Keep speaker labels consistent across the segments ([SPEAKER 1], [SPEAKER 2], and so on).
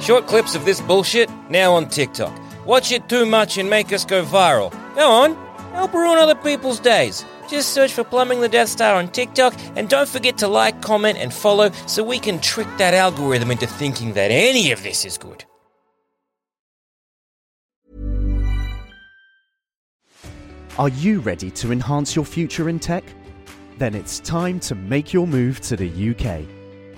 [SPEAKER 1] Short clips of this bullshit now on TikTok. Watch it too much and make us go viral. Go on, help ruin other people's days. Just search for Plumbing the Death Star on TikTok and don't forget to like, comment, and follow so we can trick that algorithm into thinking that any of this is good.
[SPEAKER 2] Are you ready to enhance your future in tech? Then it's time to make your move to the UK,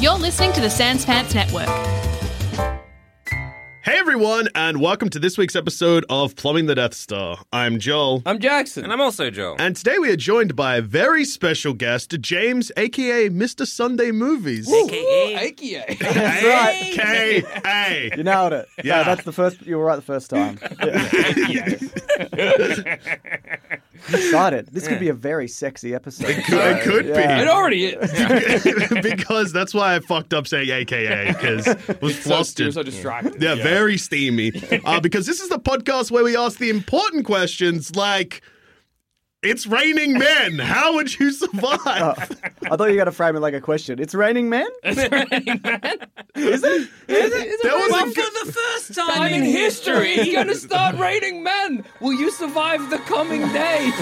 [SPEAKER 3] You're listening to the Sans Pants Network.
[SPEAKER 4] Hey everyone, and welcome to this week's episode of Plumbing the Death Star. I'm Joel.
[SPEAKER 5] I'm Jackson.
[SPEAKER 1] And I'm also Joel.
[SPEAKER 4] and today we are joined by a very special guest, James, aka Mr. Sunday Movies.
[SPEAKER 5] AKA.
[SPEAKER 4] That's
[SPEAKER 5] right.
[SPEAKER 4] AKA.
[SPEAKER 6] You nailed it.
[SPEAKER 4] Yeah.
[SPEAKER 6] No, that's the first. You were right the first time. Yeah. Excited. This could be a very sexy episode. It
[SPEAKER 4] could- it could be.
[SPEAKER 5] It already is.
[SPEAKER 4] because that's why I fucked up saying AKA, because it was
[SPEAKER 5] So, you're
[SPEAKER 4] flustered.
[SPEAKER 5] so distracted.
[SPEAKER 4] yeah, very steamy. Uh, because this is the podcast where we ask the important questions like, it's raining men. How would you survive?
[SPEAKER 6] Uh, I thought you were going to frame it like a question. It's raining men?
[SPEAKER 4] That was a good-
[SPEAKER 1] the first
[SPEAKER 5] Time in history, it's going to start raining men. Will you survive the coming day?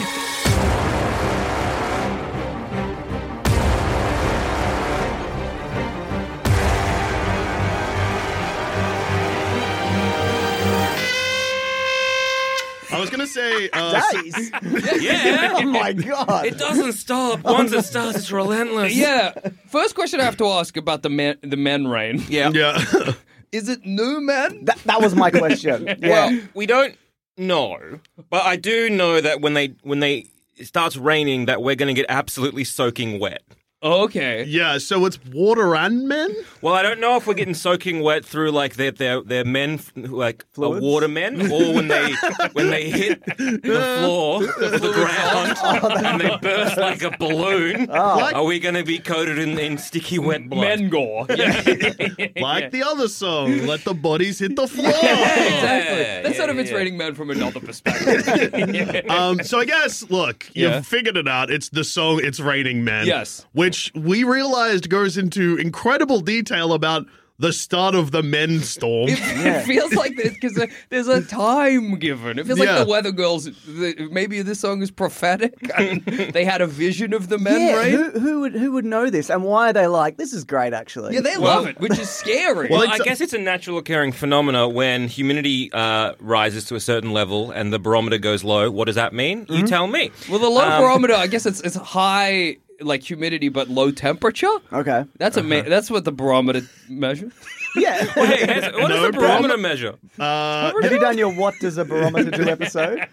[SPEAKER 4] I was gonna say, uh,
[SPEAKER 6] Days.
[SPEAKER 1] Yeah,
[SPEAKER 6] oh my God.
[SPEAKER 1] it doesn't stop. Once it starts, it's relentless.
[SPEAKER 5] yeah. First question I have to ask about the men, the men rain.
[SPEAKER 1] yeah.
[SPEAKER 4] yeah,
[SPEAKER 5] Is it new men?
[SPEAKER 6] That, that was my question. Yeah.
[SPEAKER 1] Well, we don't know, but I do know that when they when they it starts raining, that we're going to get absolutely soaking wet.
[SPEAKER 5] Okay.
[SPEAKER 4] yeah. So it's water and men.
[SPEAKER 1] Well, I don't know if we're getting soaking wet through like their their their men who, like are
[SPEAKER 6] Fluids?
[SPEAKER 1] water men, or when they when they hit the floor, the, the ground, and they burst like a balloon. Are we going to be coated in, in sticky wet blood?
[SPEAKER 5] Men gore. Yeah.
[SPEAKER 4] Like the other song, let the bodies hit the floor.
[SPEAKER 5] Exactly.
[SPEAKER 1] Yeah,
[SPEAKER 5] That's
[SPEAKER 1] yeah,
[SPEAKER 5] sort of it's
[SPEAKER 1] yeah.
[SPEAKER 5] raining men from another perspective.
[SPEAKER 4] Um, so I guess, look,
[SPEAKER 5] Yeah.
[SPEAKER 4] you've figured it out. It's the song "It's Raining Men,"
[SPEAKER 5] Yes.
[SPEAKER 4] which we realized goes into incredible detail about the start of the men storm.
[SPEAKER 5] It feels like this because there's a time given. It feels
[SPEAKER 4] Yeah.
[SPEAKER 5] like the Weather Girls. The, maybe this song is prophetic. I mean, they had a vision of the men
[SPEAKER 6] yeah,
[SPEAKER 5] rain.
[SPEAKER 6] who, who, would, who would know this? And why are they like, this is great, actually?
[SPEAKER 5] Yeah, they love it, which is scary.
[SPEAKER 1] Well,
[SPEAKER 4] Like
[SPEAKER 1] I
[SPEAKER 4] so-
[SPEAKER 1] guess it's a natural occurring phenomena when humidity uh, rises to a certain level and the barometer goes low. What does that mean? You tell me.
[SPEAKER 5] Well, the low
[SPEAKER 1] Um,
[SPEAKER 5] barometer, I guess it's it's high like humidity but low temperature.
[SPEAKER 6] Okay.
[SPEAKER 5] That's a ma-
[SPEAKER 1] Uh-huh.
[SPEAKER 5] that's what the barometer measures.
[SPEAKER 6] Yeah.
[SPEAKER 1] Hey, has- what does
[SPEAKER 4] No
[SPEAKER 1] the barometer measure?
[SPEAKER 4] Uh,
[SPEAKER 6] Have you done your What Does a Barometer Do episode?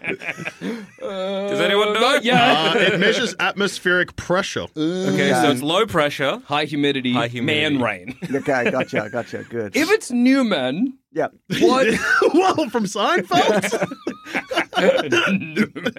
[SPEAKER 1] Does anyone know? Uh-huh.
[SPEAKER 5] yeah.
[SPEAKER 4] uh, it measures atmospheric pressure.
[SPEAKER 1] Okay, so
[SPEAKER 6] Yeah.
[SPEAKER 1] it's low pressure.
[SPEAKER 5] high humidity,
[SPEAKER 1] High humidity.
[SPEAKER 5] man rain.
[SPEAKER 6] Okay, gotcha, gotcha, good.
[SPEAKER 5] If it's Newman,
[SPEAKER 6] Yep.
[SPEAKER 5] what?
[SPEAKER 4] Whoa, from Seinfeld.
[SPEAKER 5] Newman.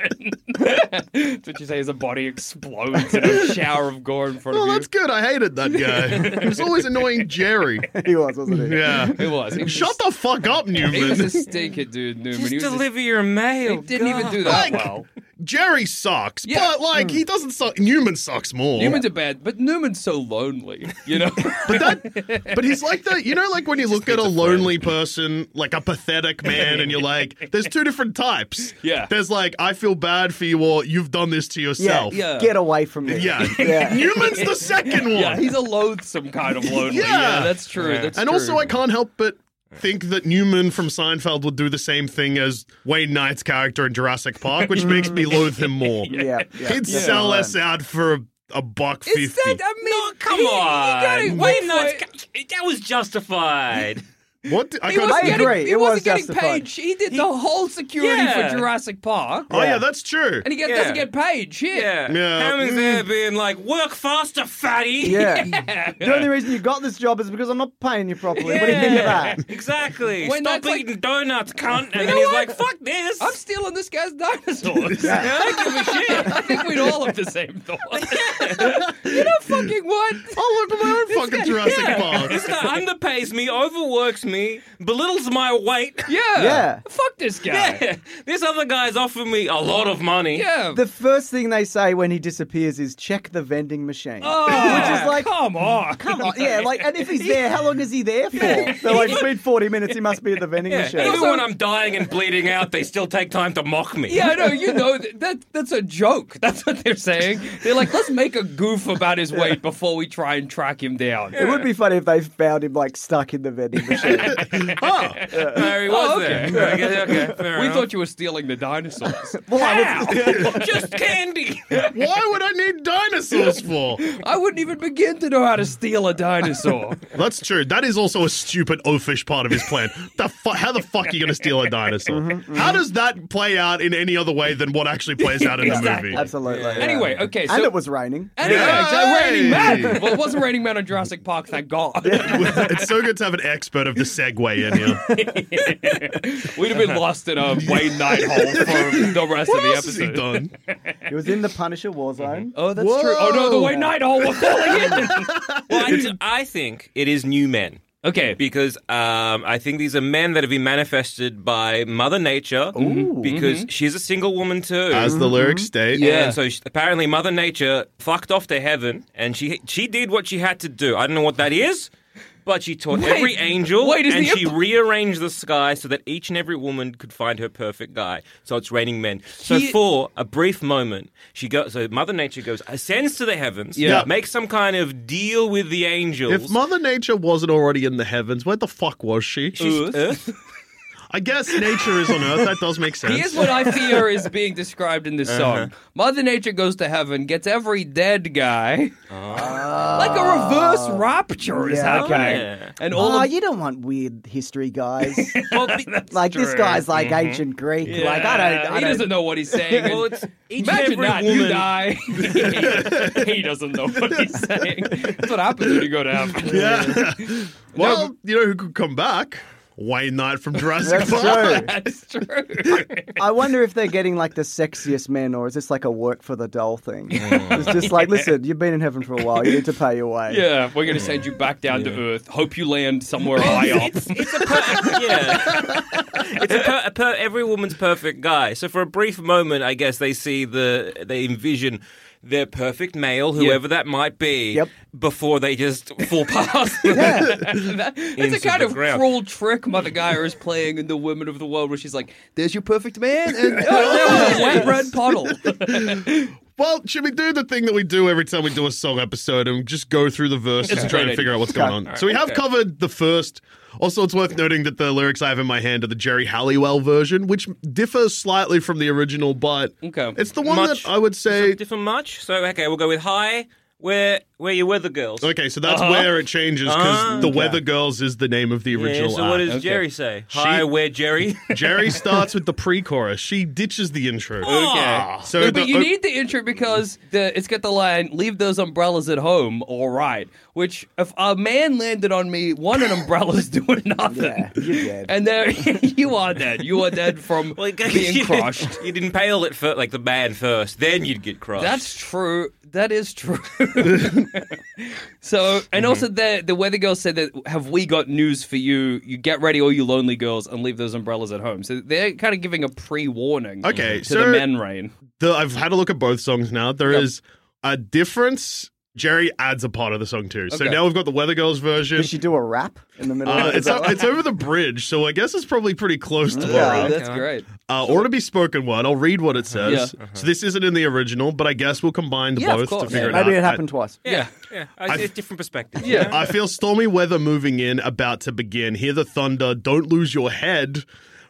[SPEAKER 5] That's what you say is a body explodes in a shower of gore in front
[SPEAKER 4] oh,
[SPEAKER 5] of
[SPEAKER 4] that's good. I hated that guy. He was always annoying Jerry.
[SPEAKER 6] He was, wasn't he?
[SPEAKER 4] Yeah.
[SPEAKER 5] you. It was. He was
[SPEAKER 4] Shut the fuck up,
[SPEAKER 5] a, He was a
[SPEAKER 4] Newman.
[SPEAKER 5] stinker, dude. Newman.
[SPEAKER 1] Just
[SPEAKER 5] he was a-
[SPEAKER 1] deliver your mail.
[SPEAKER 5] he didn't even do that
[SPEAKER 4] Like-
[SPEAKER 5] well.
[SPEAKER 4] Jerry sucks,
[SPEAKER 5] Yeah. Hmm.
[SPEAKER 4] but like he doesn't suck. Newman sucks more.
[SPEAKER 5] Newman's a bad, but Newman's so lonely, you know.
[SPEAKER 4] But that, but he's like that. You know, like when you look at a lonely person, like a pathetic man, and you're like, there's two different types.
[SPEAKER 5] Yeah.
[SPEAKER 4] There's like, I feel bad for you, or you've done this to yourself.
[SPEAKER 5] yeah.
[SPEAKER 6] Get away from me.
[SPEAKER 4] Yeah.
[SPEAKER 6] Yeah.
[SPEAKER 4] Newman's the second one.
[SPEAKER 5] Yeah, he's a loathsome kind of lonely.
[SPEAKER 4] Yeah.
[SPEAKER 5] yeah. that's true. That's
[SPEAKER 4] and
[SPEAKER 5] true.
[SPEAKER 4] also, I can't help but think that Newman from Seinfeld would do the same thing as Wayne Knight's character in Jurassic Park, which makes me loathe him more.
[SPEAKER 6] Yeah, yeah.
[SPEAKER 4] He'd
[SPEAKER 6] Yeah.
[SPEAKER 4] sell us out for a, a buck fifty.
[SPEAKER 5] Is that? I mean,
[SPEAKER 1] No, come
[SPEAKER 5] he-
[SPEAKER 1] on.
[SPEAKER 5] You gotta
[SPEAKER 1] Wait,
[SPEAKER 5] wait
[SPEAKER 1] no,
[SPEAKER 5] for
[SPEAKER 1] it's- that was justified.
[SPEAKER 4] What? do- I
[SPEAKER 5] He
[SPEAKER 4] can't.
[SPEAKER 5] wasn't
[SPEAKER 6] I
[SPEAKER 5] getting,
[SPEAKER 6] agree,
[SPEAKER 5] He
[SPEAKER 6] it
[SPEAKER 5] wasn't
[SPEAKER 6] was
[SPEAKER 5] getting
[SPEAKER 6] justified.
[SPEAKER 5] paid. He did the whole security
[SPEAKER 7] Yeah.
[SPEAKER 5] for Jurassic Park,
[SPEAKER 4] oh yeah, that's true.
[SPEAKER 5] and he get,
[SPEAKER 7] Yeah.
[SPEAKER 5] doesn't get paid. Shit.
[SPEAKER 7] Yeah.
[SPEAKER 4] Yeah.
[SPEAKER 7] Hammond's
[SPEAKER 4] Mm.
[SPEAKER 7] there being like, work faster, fatty.
[SPEAKER 6] Yeah. The only reason you got this job is because I'm not paying you properly. What do you think of that?
[SPEAKER 7] Exactly.
[SPEAKER 5] When
[SPEAKER 7] Stop
[SPEAKER 5] that's like-
[SPEAKER 7] eating donuts, cunt. And then
[SPEAKER 5] know
[SPEAKER 7] he's
[SPEAKER 5] what?
[SPEAKER 7] like, fuck this.
[SPEAKER 5] I'm stealing this guy's dinosaurs.
[SPEAKER 7] Yeah, I don't give a shit.
[SPEAKER 5] I think we'd all have the same thought. you know fucking what?
[SPEAKER 4] I'll look at my own fucking Jurassic Park.
[SPEAKER 7] This guy underpays me, overworks me, belittles my weight.
[SPEAKER 5] Yeah.
[SPEAKER 6] Yeah.
[SPEAKER 5] Fuck this guy.
[SPEAKER 7] Yeah. This other guy's offering me a lot of money.
[SPEAKER 5] Yeah.
[SPEAKER 6] The first thing they say when he disappears is check the vending machine.
[SPEAKER 5] Oh,
[SPEAKER 6] Which is like,
[SPEAKER 5] come on.
[SPEAKER 6] come on. Yeah, like, and if he's there, how long is he there for? They're like, it's been 40 minutes, he must be at the vending
[SPEAKER 7] Yeah,
[SPEAKER 6] machine.
[SPEAKER 7] Even when I'm dying and bleeding out, they still take time to mock me.
[SPEAKER 5] Yeah, I know. You know that, that that's a joke. That's what they're saying. They're like, let's make a goof about his weight before we try and track him down.
[SPEAKER 6] It would be funny if they found him like stuck in the vending machine.
[SPEAKER 7] Barry was
[SPEAKER 5] Oh, okay.
[SPEAKER 7] there. Okay, okay, fair
[SPEAKER 5] We
[SPEAKER 7] enough.
[SPEAKER 5] thought you were stealing the dinosaurs.
[SPEAKER 6] Well, it's-
[SPEAKER 7] just candy.
[SPEAKER 4] Why would I need dinosaurs for?
[SPEAKER 5] I wouldn't even begin to know how to steal a dinosaur.
[SPEAKER 4] That's true. That is also a stupid oafish part of his plan. The fu- how the fuck are you going to steal a dinosaur? How does that play out in any other way than what actually plays out in
[SPEAKER 5] Exactly.
[SPEAKER 4] the movie?
[SPEAKER 6] Absolutely. yeah.
[SPEAKER 5] Anyway, okay, so
[SPEAKER 6] And it was raining.
[SPEAKER 5] anyway,
[SPEAKER 4] Yeah.
[SPEAKER 5] so Raining
[SPEAKER 4] Hey!
[SPEAKER 5] Man. Well, it wasn't Raining Man on Jurassic Park, thank God.
[SPEAKER 4] it's so good to have an expert of the segue in here.
[SPEAKER 5] We'd have been lost in a Wayne Knight hole for the rest of
[SPEAKER 4] What
[SPEAKER 5] the
[SPEAKER 4] else has he
[SPEAKER 5] episode.
[SPEAKER 4] done?
[SPEAKER 6] It was in the Punisher war zone.
[SPEAKER 5] Oh, that's
[SPEAKER 4] Whoa.
[SPEAKER 5] true. Oh no, the Wayne Knight hole. We're falling in.
[SPEAKER 7] well, I, I think it is new men.
[SPEAKER 5] Okay,
[SPEAKER 7] because um, I think these are men that have been manifested by Mother Nature because
[SPEAKER 5] Mm-hmm.
[SPEAKER 7] she's a single woman too.
[SPEAKER 4] As the lyrics state.
[SPEAKER 7] yeah, and so she, apparently Mother Nature fucked off to heaven, and she she did what she had to do. I don't know what that is, but she taught
[SPEAKER 5] Wait,
[SPEAKER 7] every angel,
[SPEAKER 5] wait, is
[SPEAKER 7] and
[SPEAKER 5] the
[SPEAKER 7] she
[SPEAKER 5] imp-
[SPEAKER 7] rearranged the sky so that each and every woman could find her perfect guy. So it's raining men. So
[SPEAKER 5] He-
[SPEAKER 7] for a brief moment, she goes. So Mother Nature goes ascends to the heavens,
[SPEAKER 4] Yeah.
[SPEAKER 7] makes some kind of deal with the angels.
[SPEAKER 4] If Mother Nature wasn't already in the heavens, where the fuck was she?
[SPEAKER 7] She's Earth.
[SPEAKER 4] I guess nature is on Earth. That does make sense.
[SPEAKER 5] Here's what I fear is being described in this song. Mother Nature goes to heaven, gets every dead guy. Like a reverse rapture is
[SPEAKER 6] Yeah, okay.
[SPEAKER 5] happening. And all
[SPEAKER 6] oh,
[SPEAKER 5] of
[SPEAKER 6] you don't want weird history guys.
[SPEAKER 7] Well, be-
[SPEAKER 6] like this
[SPEAKER 5] true.
[SPEAKER 6] guy's like ancient Greek. Like I don't, I
[SPEAKER 5] he
[SPEAKER 6] don't.
[SPEAKER 5] doesn't know what he's saying.
[SPEAKER 7] Well,
[SPEAKER 5] and
[SPEAKER 7] it's each and
[SPEAKER 5] Imagine
[SPEAKER 7] every
[SPEAKER 5] that you
[SPEAKER 7] woman.
[SPEAKER 5] die. he doesn't know what he's saying. That's what happens when you go to heaven.
[SPEAKER 4] Yeah. well, you know who could come back? Wayne Knight from Jurassic
[SPEAKER 6] That's
[SPEAKER 4] Park.
[SPEAKER 6] true.
[SPEAKER 5] That's true.
[SPEAKER 6] I wonder if they're getting like the sexiest men, or is this like a work for the doll thing? It's just like, listen, you've been in heaven for a while. You need to pay your way.
[SPEAKER 5] Yeah, we're gonna send you back down to earth. Hope you land somewhere high up.
[SPEAKER 7] It's, it's a per- yeah. It's a, per- a per- every woman's perfect guy. So for a brief moment, I guess they see the they envision their perfect male, whoever that might be,
[SPEAKER 6] Yep.
[SPEAKER 7] before they just fall past.
[SPEAKER 5] That-
[SPEAKER 7] Into
[SPEAKER 5] that's a kind
[SPEAKER 7] the
[SPEAKER 5] of
[SPEAKER 7] ground.
[SPEAKER 5] cruel trick Mother Gaia is playing in the Women of the World, where she's like, "There's your perfect man," and oh, there was a wet red puddle.
[SPEAKER 4] Well, should we do the thing that we do every time we do a song episode and just go through the verses and try and figure out what's going on? So we have covered the first. Also, it's worth noting that the lyrics I have in my hand are the Jerry Halliwell version, which differs slightly from the original, but
[SPEAKER 5] Okay.
[SPEAKER 4] it's the one
[SPEAKER 7] Much-
[SPEAKER 4] that I would say.
[SPEAKER 7] Different much. So okay, we'll go with hi. Where where you were the girls?
[SPEAKER 4] Okay, so that's where it changes because the Weather Girls is the name of the
[SPEAKER 7] Uh-huh. Ah, Yeah,
[SPEAKER 4] original.
[SPEAKER 7] so what
[SPEAKER 4] act.
[SPEAKER 7] does Jerry say? Hi, where Jerry?
[SPEAKER 4] Jerry starts with the pre-chorus. She ditches the intro.
[SPEAKER 7] Ah.
[SPEAKER 4] So
[SPEAKER 5] No,
[SPEAKER 4] the-
[SPEAKER 5] but you need the intro because the, it's got the line "Leave those umbrellas at home, all right." Which, if a man landed on me, one an umbrella's doing nothing,
[SPEAKER 6] Yeah, you're dead.
[SPEAKER 5] and there you are dead. You are dead from
[SPEAKER 7] Well,
[SPEAKER 5] being crushed.
[SPEAKER 7] You didn't impale it for like the man first, then you'd get crushed.
[SPEAKER 5] That's true. That is true. so, and also the the weather girls said that have we got news for you? You get ready, all you lonely girls, and leave those umbrellas at home. So they're kind of giving a pre warning.
[SPEAKER 4] Okay,
[SPEAKER 5] to
[SPEAKER 4] so-
[SPEAKER 5] the men rain.
[SPEAKER 4] the, I've had a look at both songs now. There is a difference. Jerry adds a part of the song too. So
[SPEAKER 5] Okay.
[SPEAKER 4] now we've got the Weather Girls version.
[SPEAKER 6] Did she do a rap in the middle?
[SPEAKER 4] Uh,
[SPEAKER 6] of it?
[SPEAKER 4] it's, o- it's over the bridge, so I guess it's probably pretty close to
[SPEAKER 6] Yeah.
[SPEAKER 5] Oh,
[SPEAKER 4] Laura.
[SPEAKER 5] that's Uh-huh. great.
[SPEAKER 4] Uh, or to be spoken word. I'll read what it says. So this isn't in the original, but I guess we'll combine the
[SPEAKER 5] Yeah, of
[SPEAKER 4] both to
[SPEAKER 5] course.
[SPEAKER 4] figure it out. Uh,
[SPEAKER 6] Maybe it happened twice.
[SPEAKER 7] yeah, yeah. I- It's different perspective.
[SPEAKER 5] Yeah.
[SPEAKER 4] I feel stormy weather moving in, about to begin. Hear the thunder, don't lose your head.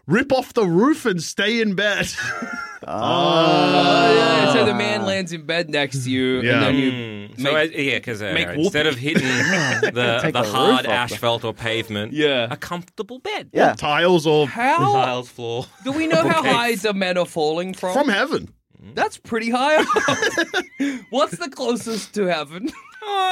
[SPEAKER 4] Rip off the roof and stay in bed.
[SPEAKER 5] Ah, yeah, so the man lands in bed next to you,
[SPEAKER 4] Yeah.
[SPEAKER 5] and then you
[SPEAKER 7] Mm. So
[SPEAKER 5] make-
[SPEAKER 7] I- yeah, because uh,
[SPEAKER 5] make
[SPEAKER 7] instead of hitting the,
[SPEAKER 6] Take
[SPEAKER 7] the
[SPEAKER 6] the roof off
[SPEAKER 7] hard
[SPEAKER 6] the-
[SPEAKER 7] asphalt or pavement,
[SPEAKER 5] Yeah.
[SPEAKER 7] a comfortable bed.
[SPEAKER 6] Yeah.
[SPEAKER 4] Tiles or
[SPEAKER 5] how
[SPEAKER 7] Tiles floor.
[SPEAKER 5] do we know how
[SPEAKER 7] Okay.
[SPEAKER 5] high the men are falling from?
[SPEAKER 4] from heaven.
[SPEAKER 5] That's pretty high. up. What's the closest to heaven?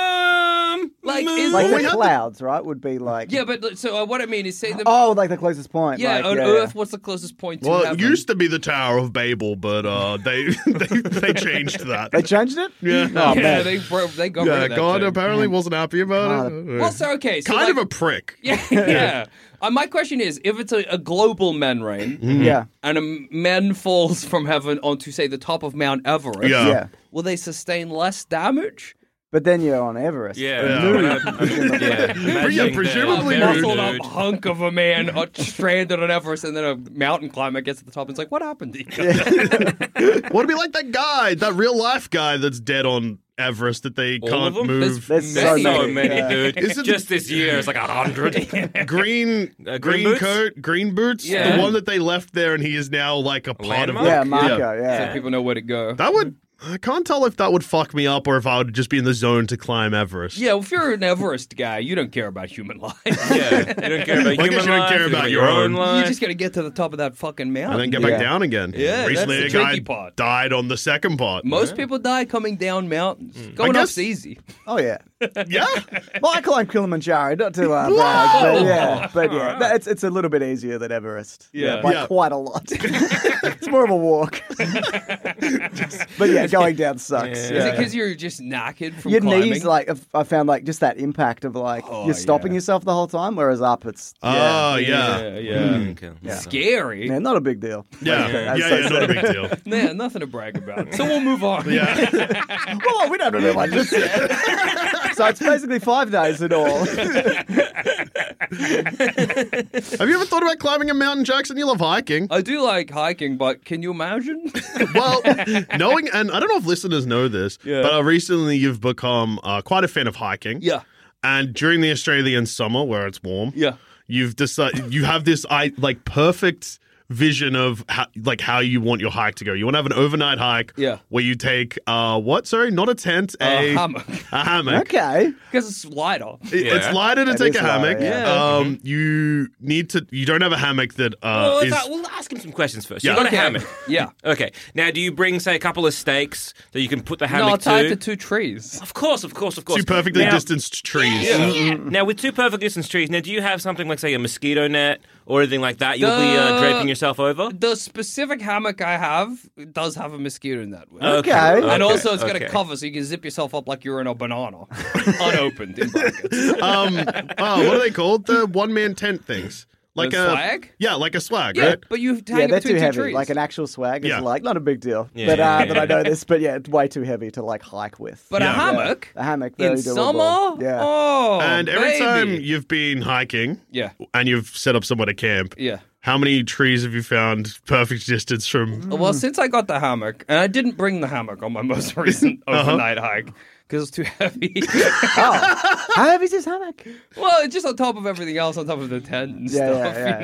[SPEAKER 7] Um,
[SPEAKER 5] Like, is- Well,
[SPEAKER 6] Like
[SPEAKER 4] we
[SPEAKER 6] the
[SPEAKER 4] have to-
[SPEAKER 6] clouds, right? Would be like.
[SPEAKER 5] Yeah, but so uh, what I mean is, say the
[SPEAKER 6] Oh, like the closest point.
[SPEAKER 5] yeah
[SPEAKER 6] like,
[SPEAKER 5] on
[SPEAKER 6] yeah,
[SPEAKER 5] Earth. What's the closest point to
[SPEAKER 4] Well,
[SPEAKER 5] heaven?
[SPEAKER 4] it used to be the Tower of Babel, but uh, they, they they changed that.
[SPEAKER 6] They changed it.
[SPEAKER 4] yeah,
[SPEAKER 6] Oh,
[SPEAKER 5] yeah,
[SPEAKER 6] man.
[SPEAKER 5] they bro- they got rid
[SPEAKER 4] yeah
[SPEAKER 5] of that
[SPEAKER 4] God
[SPEAKER 5] shit.
[SPEAKER 4] apparently wasn't happy about it.
[SPEAKER 6] God.
[SPEAKER 5] Well, so okay, so
[SPEAKER 4] kind of
[SPEAKER 5] like-
[SPEAKER 4] a prick.
[SPEAKER 5] yeah, yeah. Uh, my question is, if it's a, a global men rain
[SPEAKER 4] Mm-hmm.
[SPEAKER 6] Yeah.
[SPEAKER 5] and a m- man falls from heaven onto say the top of Mount Everest,
[SPEAKER 4] Yeah.
[SPEAKER 6] Yeah.
[SPEAKER 5] will they sustain less damage?
[SPEAKER 6] But then you're on Everest.
[SPEAKER 7] Yeah.
[SPEAKER 6] And
[SPEAKER 7] Yeah.
[SPEAKER 6] Moon, presumably.
[SPEAKER 7] yeah, imagine
[SPEAKER 4] presumably
[SPEAKER 7] that.
[SPEAKER 4] Rude.
[SPEAKER 5] muscled up hunk of a man uh, stranded on Everest, and then a mountain climber gets to the top and it's like, what happened? to you?"
[SPEAKER 4] What'd be like that guy, that real life guy that's dead on Everest that they
[SPEAKER 7] All of
[SPEAKER 4] can't
[SPEAKER 7] them?
[SPEAKER 4] move?
[SPEAKER 6] There's
[SPEAKER 7] There's
[SPEAKER 5] so
[SPEAKER 7] so
[SPEAKER 5] many,
[SPEAKER 7] many,
[SPEAKER 6] yeah.
[SPEAKER 7] dude.
[SPEAKER 4] Isn't-
[SPEAKER 7] Just this year, it's like a hundred.
[SPEAKER 4] green,
[SPEAKER 7] Uh, green
[SPEAKER 4] green,
[SPEAKER 7] boots?
[SPEAKER 4] coat, green boots.
[SPEAKER 5] Yeah.
[SPEAKER 4] The one that they left there, and he is now like a part of it.
[SPEAKER 7] landmark?
[SPEAKER 6] Yeah, Marco.
[SPEAKER 5] so
[SPEAKER 6] Yeah.
[SPEAKER 5] people know where to go.
[SPEAKER 4] That would. I can't tell if that would fuck me up or if I would just be in the zone to climb Everest.
[SPEAKER 5] Yeah, if you're an Everest guy, you don't care about human life.
[SPEAKER 7] yeah, you don't care about
[SPEAKER 4] Well, I guess
[SPEAKER 7] human
[SPEAKER 4] you don't
[SPEAKER 7] life,
[SPEAKER 4] care
[SPEAKER 7] you
[SPEAKER 4] about
[SPEAKER 7] got
[SPEAKER 4] your own.
[SPEAKER 5] You
[SPEAKER 7] life.
[SPEAKER 5] just gotta get to the top of that fucking
[SPEAKER 4] And
[SPEAKER 5] mountain.
[SPEAKER 4] then get
[SPEAKER 6] Yeah.
[SPEAKER 4] back down again.
[SPEAKER 5] Yeah,
[SPEAKER 4] Recently,
[SPEAKER 5] that's the
[SPEAKER 4] a guy
[SPEAKER 5] tricky part.
[SPEAKER 4] died on the second part.
[SPEAKER 5] Most people die coming down mountains. Going
[SPEAKER 4] I
[SPEAKER 5] up's
[SPEAKER 4] guess-
[SPEAKER 5] easy.
[SPEAKER 6] Oh yeah.
[SPEAKER 4] yeah.
[SPEAKER 6] Well, I climb Kilimanjaro, not to uh, brag, but yeah, but yeah, that- it's it's a little bit easier than Everest.
[SPEAKER 5] Yeah.
[SPEAKER 6] by
[SPEAKER 4] Yeah.
[SPEAKER 6] quite a lot. it's more of a walk. but yeah, going down sucks.
[SPEAKER 5] Is
[SPEAKER 6] Yeah.
[SPEAKER 5] it because you're just knackered from
[SPEAKER 6] Your
[SPEAKER 5] climbing?
[SPEAKER 6] knees, like I've- I found, like just that impact of like you're stopping yourself the whole time, whereas up it's
[SPEAKER 4] Oh, yeah.
[SPEAKER 5] yeah,
[SPEAKER 4] Yeah.
[SPEAKER 5] yeah.
[SPEAKER 7] Okay.
[SPEAKER 5] Scary.
[SPEAKER 6] yeah, not a big deal.
[SPEAKER 4] Yeah. Yeah.
[SPEAKER 6] That's so
[SPEAKER 4] yeah, not a big deal.
[SPEAKER 5] Nah, nothing to brag about. So we'll move on.
[SPEAKER 4] Yeah.
[SPEAKER 6] Oh, we don't know like this. so it's basically five days in all.
[SPEAKER 4] Have you ever thought about climbing a mountain, Jackson? You love hiking.
[SPEAKER 5] I do like hiking, but can you imagine?
[SPEAKER 4] well, knowing, and I don't know if listeners know this,
[SPEAKER 5] Yeah.
[SPEAKER 4] but uh, recently you've become uh, quite a fan of hiking.
[SPEAKER 5] yeah.
[SPEAKER 4] And during the Australian summer, where it's warm,
[SPEAKER 5] Yeah.
[SPEAKER 4] you've decided you have this I like perfect vision of how, like how you want your hike to go. You want to have an overnight hike,
[SPEAKER 5] Yeah.
[SPEAKER 4] where you take uh what? Sorry, not a tent, a
[SPEAKER 5] hammock.
[SPEAKER 4] a hammock.
[SPEAKER 6] Okay.
[SPEAKER 5] Because it's lighter.
[SPEAKER 4] It-
[SPEAKER 7] Yeah. Mm-hmm.
[SPEAKER 4] It's lighter to
[SPEAKER 6] That
[SPEAKER 4] take
[SPEAKER 6] is
[SPEAKER 4] a hammock.
[SPEAKER 6] lighter,
[SPEAKER 5] yeah.
[SPEAKER 4] Um, you need to. You don't have a hammock that
[SPEAKER 7] Well,
[SPEAKER 4] uh,
[SPEAKER 7] let's
[SPEAKER 4] is.
[SPEAKER 7] a- we'll ask him some questions first.
[SPEAKER 4] Yeah.
[SPEAKER 7] You got
[SPEAKER 5] Okay.
[SPEAKER 7] a hammock.
[SPEAKER 5] Yeah.
[SPEAKER 7] Okay. Now, do you bring, say, a couple of stakes that you can put the
[SPEAKER 5] No, I'll
[SPEAKER 7] hammock
[SPEAKER 5] tie it
[SPEAKER 7] to?
[SPEAKER 5] to two trees.
[SPEAKER 7] Of course, of course, of course.
[SPEAKER 4] Two perfectly Mm-hmm.
[SPEAKER 7] now,
[SPEAKER 4] distanced trees.
[SPEAKER 7] Yeah. Now, with two perfect distance trees, now do you have something like, say, a mosquito net or anything like that? You'll be
[SPEAKER 5] The-
[SPEAKER 7] uh, draping yourself over.
[SPEAKER 5] The specific hammock I have does have a mosquito in that one.
[SPEAKER 6] Okay.
[SPEAKER 5] And also, it's got
[SPEAKER 7] okay.
[SPEAKER 5] a cover so you can zip yourself up like you're in a banana, unopened in brackets.
[SPEAKER 4] Um, oh, what are they called? The one man tent things. Like
[SPEAKER 5] The
[SPEAKER 4] a
[SPEAKER 5] swag?
[SPEAKER 4] Yeah, like a swag,
[SPEAKER 5] Yeah,
[SPEAKER 4] right?
[SPEAKER 5] but you tie
[SPEAKER 6] Yeah,
[SPEAKER 5] it
[SPEAKER 6] they're
[SPEAKER 5] between
[SPEAKER 6] too
[SPEAKER 5] two
[SPEAKER 6] heavy.
[SPEAKER 5] trees.
[SPEAKER 6] Like an actual swag is
[SPEAKER 4] Yeah.
[SPEAKER 6] like not a big deal.
[SPEAKER 7] Yeah,
[SPEAKER 6] but uh,
[SPEAKER 7] yeah,
[SPEAKER 6] that I know this. But yeah, it's way too heavy to like hike with.
[SPEAKER 5] but a
[SPEAKER 4] Yeah.
[SPEAKER 5] hammock
[SPEAKER 6] a hammock very
[SPEAKER 5] in
[SPEAKER 6] doable.
[SPEAKER 5] summer.
[SPEAKER 6] Yeah.
[SPEAKER 5] Oh,
[SPEAKER 4] and every
[SPEAKER 5] baby.
[SPEAKER 4] time you've been hiking,
[SPEAKER 5] Yeah.
[SPEAKER 4] and you've set up somewhere to camp,
[SPEAKER 5] Yeah.
[SPEAKER 4] How many trees have you found perfect distance from?
[SPEAKER 5] Well, since I got the hammock, and I didn't bring the hammock on my most recent
[SPEAKER 4] Uh-huh.
[SPEAKER 5] overnight hike because it's too heavy.
[SPEAKER 6] Oh, how heavy is this hammock?
[SPEAKER 5] well, it's just on top of everything else, on top of the tent and
[SPEAKER 6] Yeah, yeah,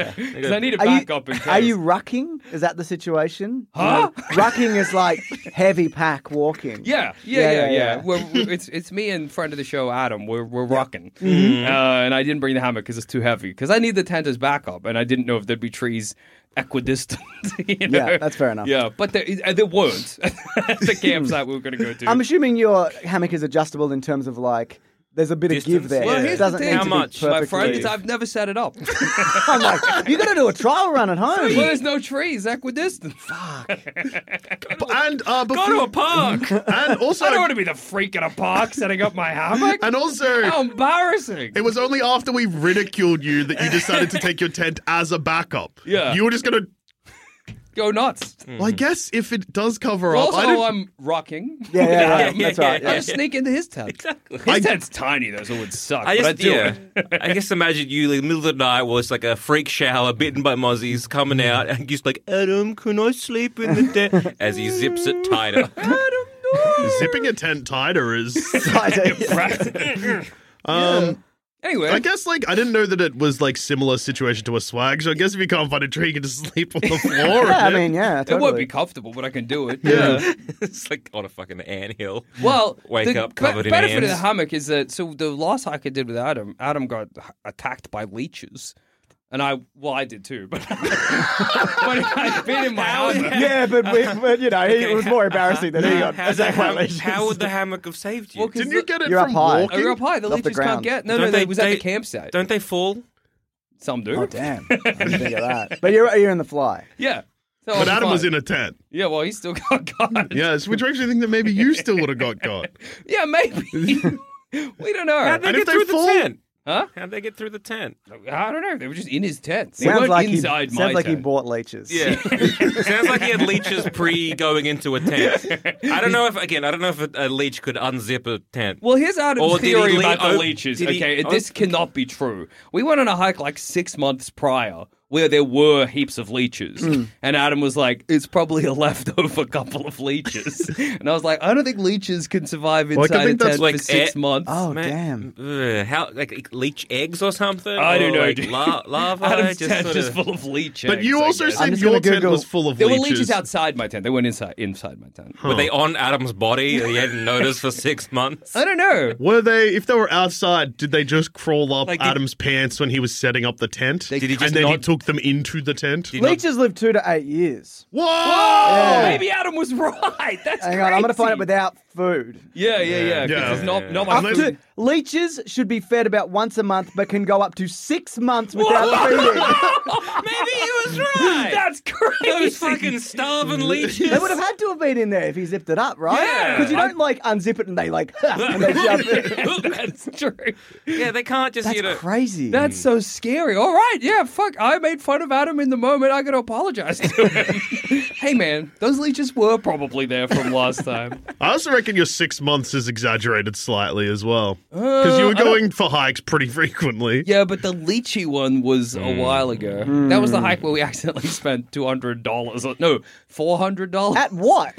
[SPEAKER 5] stuff.
[SPEAKER 6] yeah,
[SPEAKER 5] you know, 'cause I need a
[SPEAKER 6] Are you-
[SPEAKER 5] backup in case.
[SPEAKER 6] Are you rucking? Is that the situation?
[SPEAKER 5] Huh?
[SPEAKER 6] rucking is like heavy pack walking.
[SPEAKER 5] Yeah, yeah, yeah, yeah.
[SPEAKER 6] yeah, yeah.
[SPEAKER 5] We're, we're- it's it's me and friend of the show Adam. We're we're rocking,
[SPEAKER 6] Mm-hmm.
[SPEAKER 5] uh, and I didn't bring the hammock because it's too heavy. Because I need the tent as backup, and I didn't know if there'd be trees equidistant. you know?
[SPEAKER 6] Yeah, that's fair enough.
[SPEAKER 5] Yeah, but there, is- uh, there weren't at the campsite we were going to go to.
[SPEAKER 6] I'm assuming your hammock is adjustable in terms of like. There's a bit of
[SPEAKER 7] Distance.
[SPEAKER 6] give there.
[SPEAKER 5] well,
[SPEAKER 7] Yeah,
[SPEAKER 5] here's
[SPEAKER 6] it doesn't
[SPEAKER 5] the
[SPEAKER 6] need
[SPEAKER 5] thing,
[SPEAKER 7] How
[SPEAKER 6] to
[SPEAKER 7] much,
[SPEAKER 6] be
[SPEAKER 5] my
[SPEAKER 6] perfectly-
[SPEAKER 5] friend, is I've never set it up.
[SPEAKER 6] I'm like, you got to do a trial run at home.
[SPEAKER 5] well, there's no trees equidistant.
[SPEAKER 4] And uh,
[SPEAKER 5] Go to
[SPEAKER 4] before,
[SPEAKER 5] a park. I
[SPEAKER 4] and also,
[SPEAKER 5] don't want to be the freak in a park setting up my hammock.
[SPEAKER 4] and also,
[SPEAKER 5] How embarrassing!
[SPEAKER 4] it was only after we ridiculed you that you decided to take your tent as a backup.
[SPEAKER 5] Yeah.
[SPEAKER 4] you were just gonna.
[SPEAKER 5] Go nuts.
[SPEAKER 4] Well, I guess if it does cover up,
[SPEAKER 5] Also,
[SPEAKER 4] I don't-
[SPEAKER 5] I'm rocking.
[SPEAKER 6] Yeah, yeah, yeah, that's right.
[SPEAKER 5] I
[SPEAKER 6] Yeah.
[SPEAKER 5] just sneak into his tent. Exactly. His
[SPEAKER 4] I-
[SPEAKER 5] tent's tiny though, so it would suck.
[SPEAKER 7] I
[SPEAKER 5] but I
[SPEAKER 7] just,
[SPEAKER 5] do
[SPEAKER 7] yeah,
[SPEAKER 5] it.
[SPEAKER 7] I just imagine you in the middle of the night was like a freak shower, bitten by mozzies, coming out, and just like, Adam, can I sleep in the tent? As he zips it tighter.
[SPEAKER 4] zipping a tent tighter is.
[SPEAKER 6] Right, yeah.
[SPEAKER 5] Right.
[SPEAKER 4] Um,
[SPEAKER 5] Anyway,
[SPEAKER 4] I guess like I didn't know that it was like similar situation to a swag. So I guess if you can't find a tree, you can just sleep on the floor.
[SPEAKER 6] Yeah, I mean, yeah,
[SPEAKER 5] it won't
[SPEAKER 6] totally.
[SPEAKER 5] be comfortable, but I can do it.
[SPEAKER 4] Yeah.
[SPEAKER 7] it's like on a fucking anthill.
[SPEAKER 5] Well,
[SPEAKER 7] Wake
[SPEAKER 5] the
[SPEAKER 7] up
[SPEAKER 5] be-
[SPEAKER 7] covered in
[SPEAKER 5] benefit of the
[SPEAKER 7] ants.
[SPEAKER 5] hammock is that so the last hike I did with Adam, Adam got h- attacked by leeches, and I well I did too, but but I'd been in my hammock.
[SPEAKER 6] yeah, but, we, but you know, he, it was more embarrassing than he got.
[SPEAKER 7] How, the
[SPEAKER 6] attacked by
[SPEAKER 7] ham-
[SPEAKER 6] leeches.
[SPEAKER 7] how would the hammock have saved you?
[SPEAKER 5] Well, 'cause
[SPEAKER 4] Didn't you
[SPEAKER 5] the-
[SPEAKER 4] get it
[SPEAKER 6] You're up
[SPEAKER 4] from
[SPEAKER 6] high.
[SPEAKER 4] walking?
[SPEAKER 5] I grew up high. The
[SPEAKER 6] Off the
[SPEAKER 5] leeches
[SPEAKER 6] ground.
[SPEAKER 5] can't get. No,
[SPEAKER 7] Don't
[SPEAKER 5] no, they,
[SPEAKER 7] they-
[SPEAKER 5] was at the
[SPEAKER 7] they-
[SPEAKER 5] campsite.
[SPEAKER 7] Don't they fall?
[SPEAKER 5] Some do.
[SPEAKER 6] Oh damn! I didn't think of that. But you're you're in the fly.
[SPEAKER 5] Yeah. So
[SPEAKER 4] But Adam was in a tent.
[SPEAKER 5] Yeah, well, he still got caught. Yeah,
[SPEAKER 4] Yes, which makes me think that maybe you still would have got caught.
[SPEAKER 5] maybe. we don't know.
[SPEAKER 7] How'd they
[SPEAKER 4] And if
[SPEAKER 7] get
[SPEAKER 4] they
[SPEAKER 7] through
[SPEAKER 4] fall-
[SPEAKER 7] the tent?
[SPEAKER 5] Huh?
[SPEAKER 7] How'd they get through the tent?
[SPEAKER 5] I don't know. They were just in his tent. They
[SPEAKER 6] Sounds
[SPEAKER 5] weren't
[SPEAKER 6] like he
[SPEAKER 5] inside
[SPEAKER 6] sounds
[SPEAKER 5] my
[SPEAKER 6] like he
[SPEAKER 5] tent.
[SPEAKER 6] bought leeches.
[SPEAKER 7] Yeah, sounds like he had leeches pre going into a tent. I don't know if again, I don't know if a, a leech could unzip a tent.
[SPEAKER 5] Well, here's Adam's
[SPEAKER 7] Or did he
[SPEAKER 5] theory
[SPEAKER 7] lea-
[SPEAKER 5] about the
[SPEAKER 7] oh,
[SPEAKER 5] leeches.
[SPEAKER 7] did he-
[SPEAKER 5] Okay,
[SPEAKER 7] oh.
[SPEAKER 5] this cannot be true. We went on a hike like six months prior where there were heaps of leeches,
[SPEAKER 6] Hmm.
[SPEAKER 5] and Adam was like, "It's probably a leftover couple of leeches," and I was like, "I don't think leeches can survive
[SPEAKER 4] I
[SPEAKER 5] inside a
[SPEAKER 4] think
[SPEAKER 5] tent
[SPEAKER 4] that's
[SPEAKER 5] for
[SPEAKER 7] like
[SPEAKER 5] six
[SPEAKER 7] air-
[SPEAKER 5] months."
[SPEAKER 6] Oh
[SPEAKER 7] Man,
[SPEAKER 6] damn!
[SPEAKER 7] ugh, how like leech eggs or something?
[SPEAKER 5] I don't
[SPEAKER 7] Or,
[SPEAKER 5] know,
[SPEAKER 7] like,
[SPEAKER 5] dude.
[SPEAKER 7] la- lava.
[SPEAKER 5] Adam's
[SPEAKER 7] just
[SPEAKER 5] tent
[SPEAKER 7] sort
[SPEAKER 5] is
[SPEAKER 7] of-
[SPEAKER 5] full of leeches.
[SPEAKER 4] But you
[SPEAKER 5] I
[SPEAKER 4] also
[SPEAKER 5] guess.
[SPEAKER 6] I'm
[SPEAKER 4] said
[SPEAKER 6] just
[SPEAKER 4] your
[SPEAKER 6] gonna
[SPEAKER 4] tent
[SPEAKER 6] Google-
[SPEAKER 4] was full of
[SPEAKER 5] There
[SPEAKER 4] leeches.
[SPEAKER 5] were leeches outside my tent. They weren't inside inside my tent.
[SPEAKER 7] Were they on Adam's body? that He hadn't noticed for six months.
[SPEAKER 5] I don't know.
[SPEAKER 4] Were they? If they were outside, did they just crawl up
[SPEAKER 7] Like, did-
[SPEAKER 4] Adam's pants when he was setting up the tent?
[SPEAKER 7] Did he just
[SPEAKER 4] and then he
[SPEAKER 7] not-
[SPEAKER 4] took them into the tent.
[SPEAKER 7] Did not-
[SPEAKER 6] Leeches live two to eight years.
[SPEAKER 4] Whoa!
[SPEAKER 5] Oh,
[SPEAKER 6] Yeah.
[SPEAKER 5] maybe Adam was right. That's
[SPEAKER 6] Hang on, I'm gonna find
[SPEAKER 5] crazy.
[SPEAKER 6] it without food.
[SPEAKER 5] Yeah, yeah, yeah. 'cause
[SPEAKER 4] Yeah.
[SPEAKER 5] it's not not
[SPEAKER 6] Up
[SPEAKER 5] my
[SPEAKER 4] Unless-
[SPEAKER 5] food.
[SPEAKER 6] to, leeches should be fed about once a month, but can go up to six months without feeding.
[SPEAKER 7] Maybe he was right.
[SPEAKER 5] That's crazy.
[SPEAKER 7] Those fucking starving leeches.
[SPEAKER 6] They would have had to have been in there if he zipped it up, right?
[SPEAKER 7] Yeah.
[SPEAKER 6] Because you don't like unzip it and they like and they jump in.
[SPEAKER 5] That's true.
[SPEAKER 7] yeah, they can't just you know.
[SPEAKER 6] That's crazy.
[SPEAKER 5] That's so scary. All right, yeah, fuck. I made fun of Adam in the moment. I gotta apologize to him. hey, man, those leeches were probably there from last time.
[SPEAKER 4] I also reckon your six months is exaggerated slightly as well. Because you were going for hikes pretty frequently.
[SPEAKER 5] Yeah, but the lychee one was a while ago. That was the hike where we accidentally spent two hundred dollars. No, four hundred dollars.
[SPEAKER 6] at what?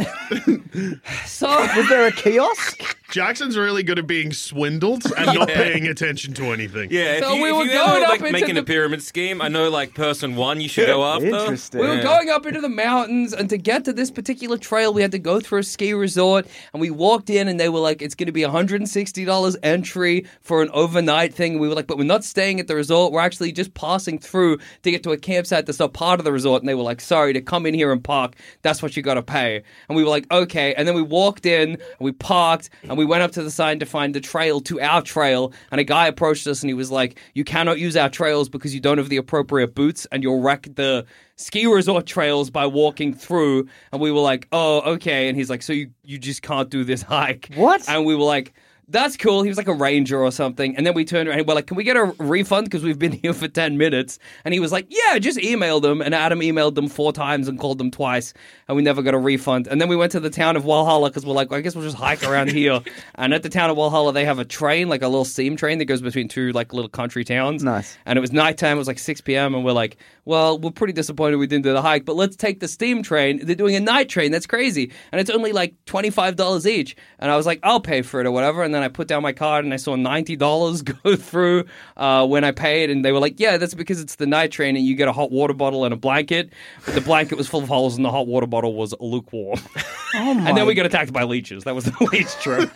[SPEAKER 5] So
[SPEAKER 6] Was there a kiosk?
[SPEAKER 4] Jackson's really good at being swindled and not paying attention to anything.
[SPEAKER 7] Yeah, if
[SPEAKER 5] So
[SPEAKER 7] you,
[SPEAKER 5] we
[SPEAKER 7] if
[SPEAKER 5] were
[SPEAKER 7] you
[SPEAKER 5] going
[SPEAKER 7] ever,
[SPEAKER 5] up
[SPEAKER 7] like,
[SPEAKER 5] into
[SPEAKER 7] making
[SPEAKER 5] the-
[SPEAKER 7] a pyramid scheme, I know like person one you should go after.
[SPEAKER 6] Interesting.
[SPEAKER 5] We were
[SPEAKER 7] Yeah.
[SPEAKER 5] going up into the mountains, and to get to this particular trail, we had to go through a ski resort. And we walked in, and they were like, "It's going to be $160 entry for an overnight thing." And we were like, "But we're not staying at the resort. We're actually just passing through to get to a campsite that's not part of the resort." And they were like, "Sorry, to come in here and park, that's what you got to pay." And we were like, "Okay." And then we walked in, and we parked, and we went up to the sign to find the trail to our trail. And a guy approached us, and he was like, "You cannot use our trails because you don't have the appropriate boots, and you'll wreck the." ski resort trails by walking through and we were like oh okay and he's like so you, you just can't do this hike
[SPEAKER 6] What?
[SPEAKER 5] and we were like that's cool he was like a ranger or something and then we turned around and we're like can we get a refund because we've been here for 10 minutes and he was like yeah just email them and adam emailed them four times and called them twice and we never got a refund and then we went to the town of walhalla because we're like i guess we'll just hike around here and at the town of walhalla they have a train like a little steam train that goes between two like little country towns
[SPEAKER 6] Nice.
[SPEAKER 5] and it was nighttime. It was like 6 p.m. And we're like, well, we're pretty disappointed we didn't do the hike, but let's take the steam train. They're doing a night train. That's crazy. And it's only like $25 each. And I was like, I'll pay for it or whatever. And then I put down my card and I saw $90 go through uh, when I paid. And they were like, yeah, that's because it's the night train and you get a hot water bottle and a blanket. But the blanket was full of holes and the hot water bottle was lukewarm.
[SPEAKER 6] Oh my
[SPEAKER 5] and then we got attacked by leeches. That was the leech trip.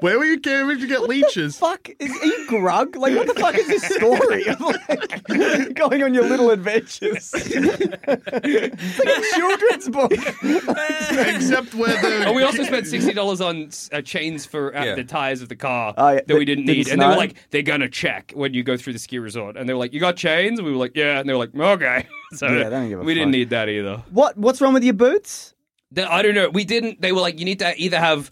[SPEAKER 4] Where were you camping to get leeches?
[SPEAKER 6] fuck is are you grug? Like what the fuck is this story of like going on your little adventures? it's like a children's book.
[SPEAKER 4] Except where the.
[SPEAKER 5] Oh, we also spent sixty dollars on uh, chains for uh,
[SPEAKER 7] Yeah.
[SPEAKER 5] the tires of the car
[SPEAKER 6] Oh, yeah.
[SPEAKER 5] that we
[SPEAKER 6] Did-
[SPEAKER 5] didn't
[SPEAKER 6] did it
[SPEAKER 5] need, and they were
[SPEAKER 6] snow?
[SPEAKER 5] like, "They're gonna check when you go through the ski resort," and they were like, "You got chains?" And we were like, "Yeah," and they were like, "Okay." So
[SPEAKER 6] Yeah, they don't give a
[SPEAKER 5] we didn't
[SPEAKER 6] fuck.
[SPEAKER 5] need that either.
[SPEAKER 6] What what's wrong with your boots?
[SPEAKER 5] The- I don't know. We didn't. They were like, "You need to either have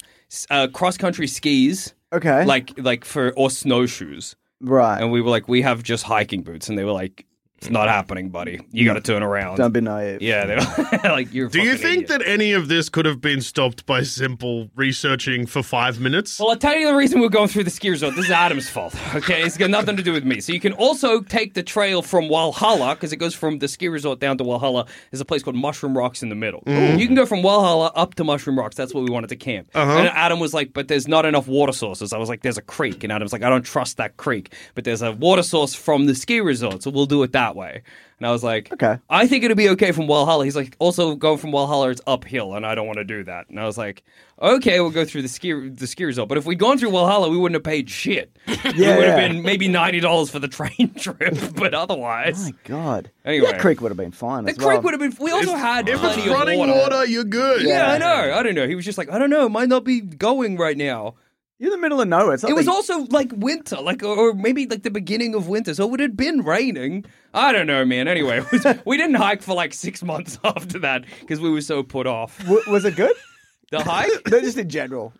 [SPEAKER 5] uh, cross country skis,
[SPEAKER 6] Okay.
[SPEAKER 5] like like for or snowshoes,"
[SPEAKER 6] right.
[SPEAKER 5] and we were like, "We have just hiking boots," and they were like. It's not happening, buddy. You got to turn around.
[SPEAKER 6] Don't be naive.
[SPEAKER 5] yeah, they're like you're. a
[SPEAKER 4] Do you
[SPEAKER 5] fucking
[SPEAKER 4] think
[SPEAKER 5] idiot.
[SPEAKER 4] that any of this could have been stopped by simple researching for five minutes?
[SPEAKER 5] Well, I'll tell you the reason we're going through the ski resort. This is Adam's fault, okay? It's got nothing to do with me. So you can also take the trail from Walhalla, because it goes from the ski resort down to Walhalla. There's a place called Mushroom Rocks in the middle. You can go from Walhalla up to Mushroom Rocks. That's what we wanted to camp. And Adam was like, but there's not enough water sources. I was like, there's a creek. And Adam's like, I don't trust that creek. But there's a water source from the ski resort, so we'll do it that way. And I was like,
[SPEAKER 6] Okay.
[SPEAKER 5] I think it'll be okay from Walhalla. He's like, also going from Walhalla, it's uphill, and I don't want to do that. And I was like, okay, we'll go through the ski the ski resort. But if we'd gone through Walhalla, we wouldn't have paid shit.
[SPEAKER 6] Yeah,
[SPEAKER 5] it would have
[SPEAKER 6] yeah.
[SPEAKER 5] been maybe ninety dollars for the train trip, but otherwise,
[SPEAKER 6] My God.
[SPEAKER 5] Anyway.
[SPEAKER 6] That creek would have been fine.
[SPEAKER 5] the
[SPEAKER 6] as well.
[SPEAKER 5] creek would have been. We also had
[SPEAKER 4] if
[SPEAKER 5] plenty
[SPEAKER 4] it's running
[SPEAKER 5] of
[SPEAKER 4] water.
[SPEAKER 5] water.
[SPEAKER 4] you're good.
[SPEAKER 5] Yeah, I know. I don't know. He was just like, I don't know. It might not be going right now.
[SPEAKER 6] You're in the middle of nowhere. It's not
[SPEAKER 5] It was
[SPEAKER 6] like-
[SPEAKER 5] also like winter, like or or maybe like the beginning of winter, so it had been raining. I don't know, man. Anyway, it was- we didn't hike for like six months after that because we were so put off.
[SPEAKER 6] W- was it good?
[SPEAKER 5] The hike?
[SPEAKER 6] no, just in general.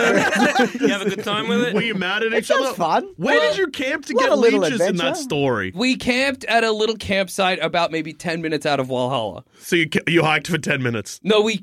[SPEAKER 7] You have a good time with
[SPEAKER 4] Were
[SPEAKER 7] it?
[SPEAKER 4] you mad at each
[SPEAKER 6] sounds
[SPEAKER 4] other?
[SPEAKER 6] fun.
[SPEAKER 4] Where did you camp to
[SPEAKER 6] Love
[SPEAKER 4] get
[SPEAKER 6] a little
[SPEAKER 4] leeches in that
[SPEAKER 6] adventure.
[SPEAKER 4] story?
[SPEAKER 5] We camped at a little campsite about maybe ten minutes out of Walhalla.
[SPEAKER 4] So you ca- you hiked for ten minutes.
[SPEAKER 5] No, we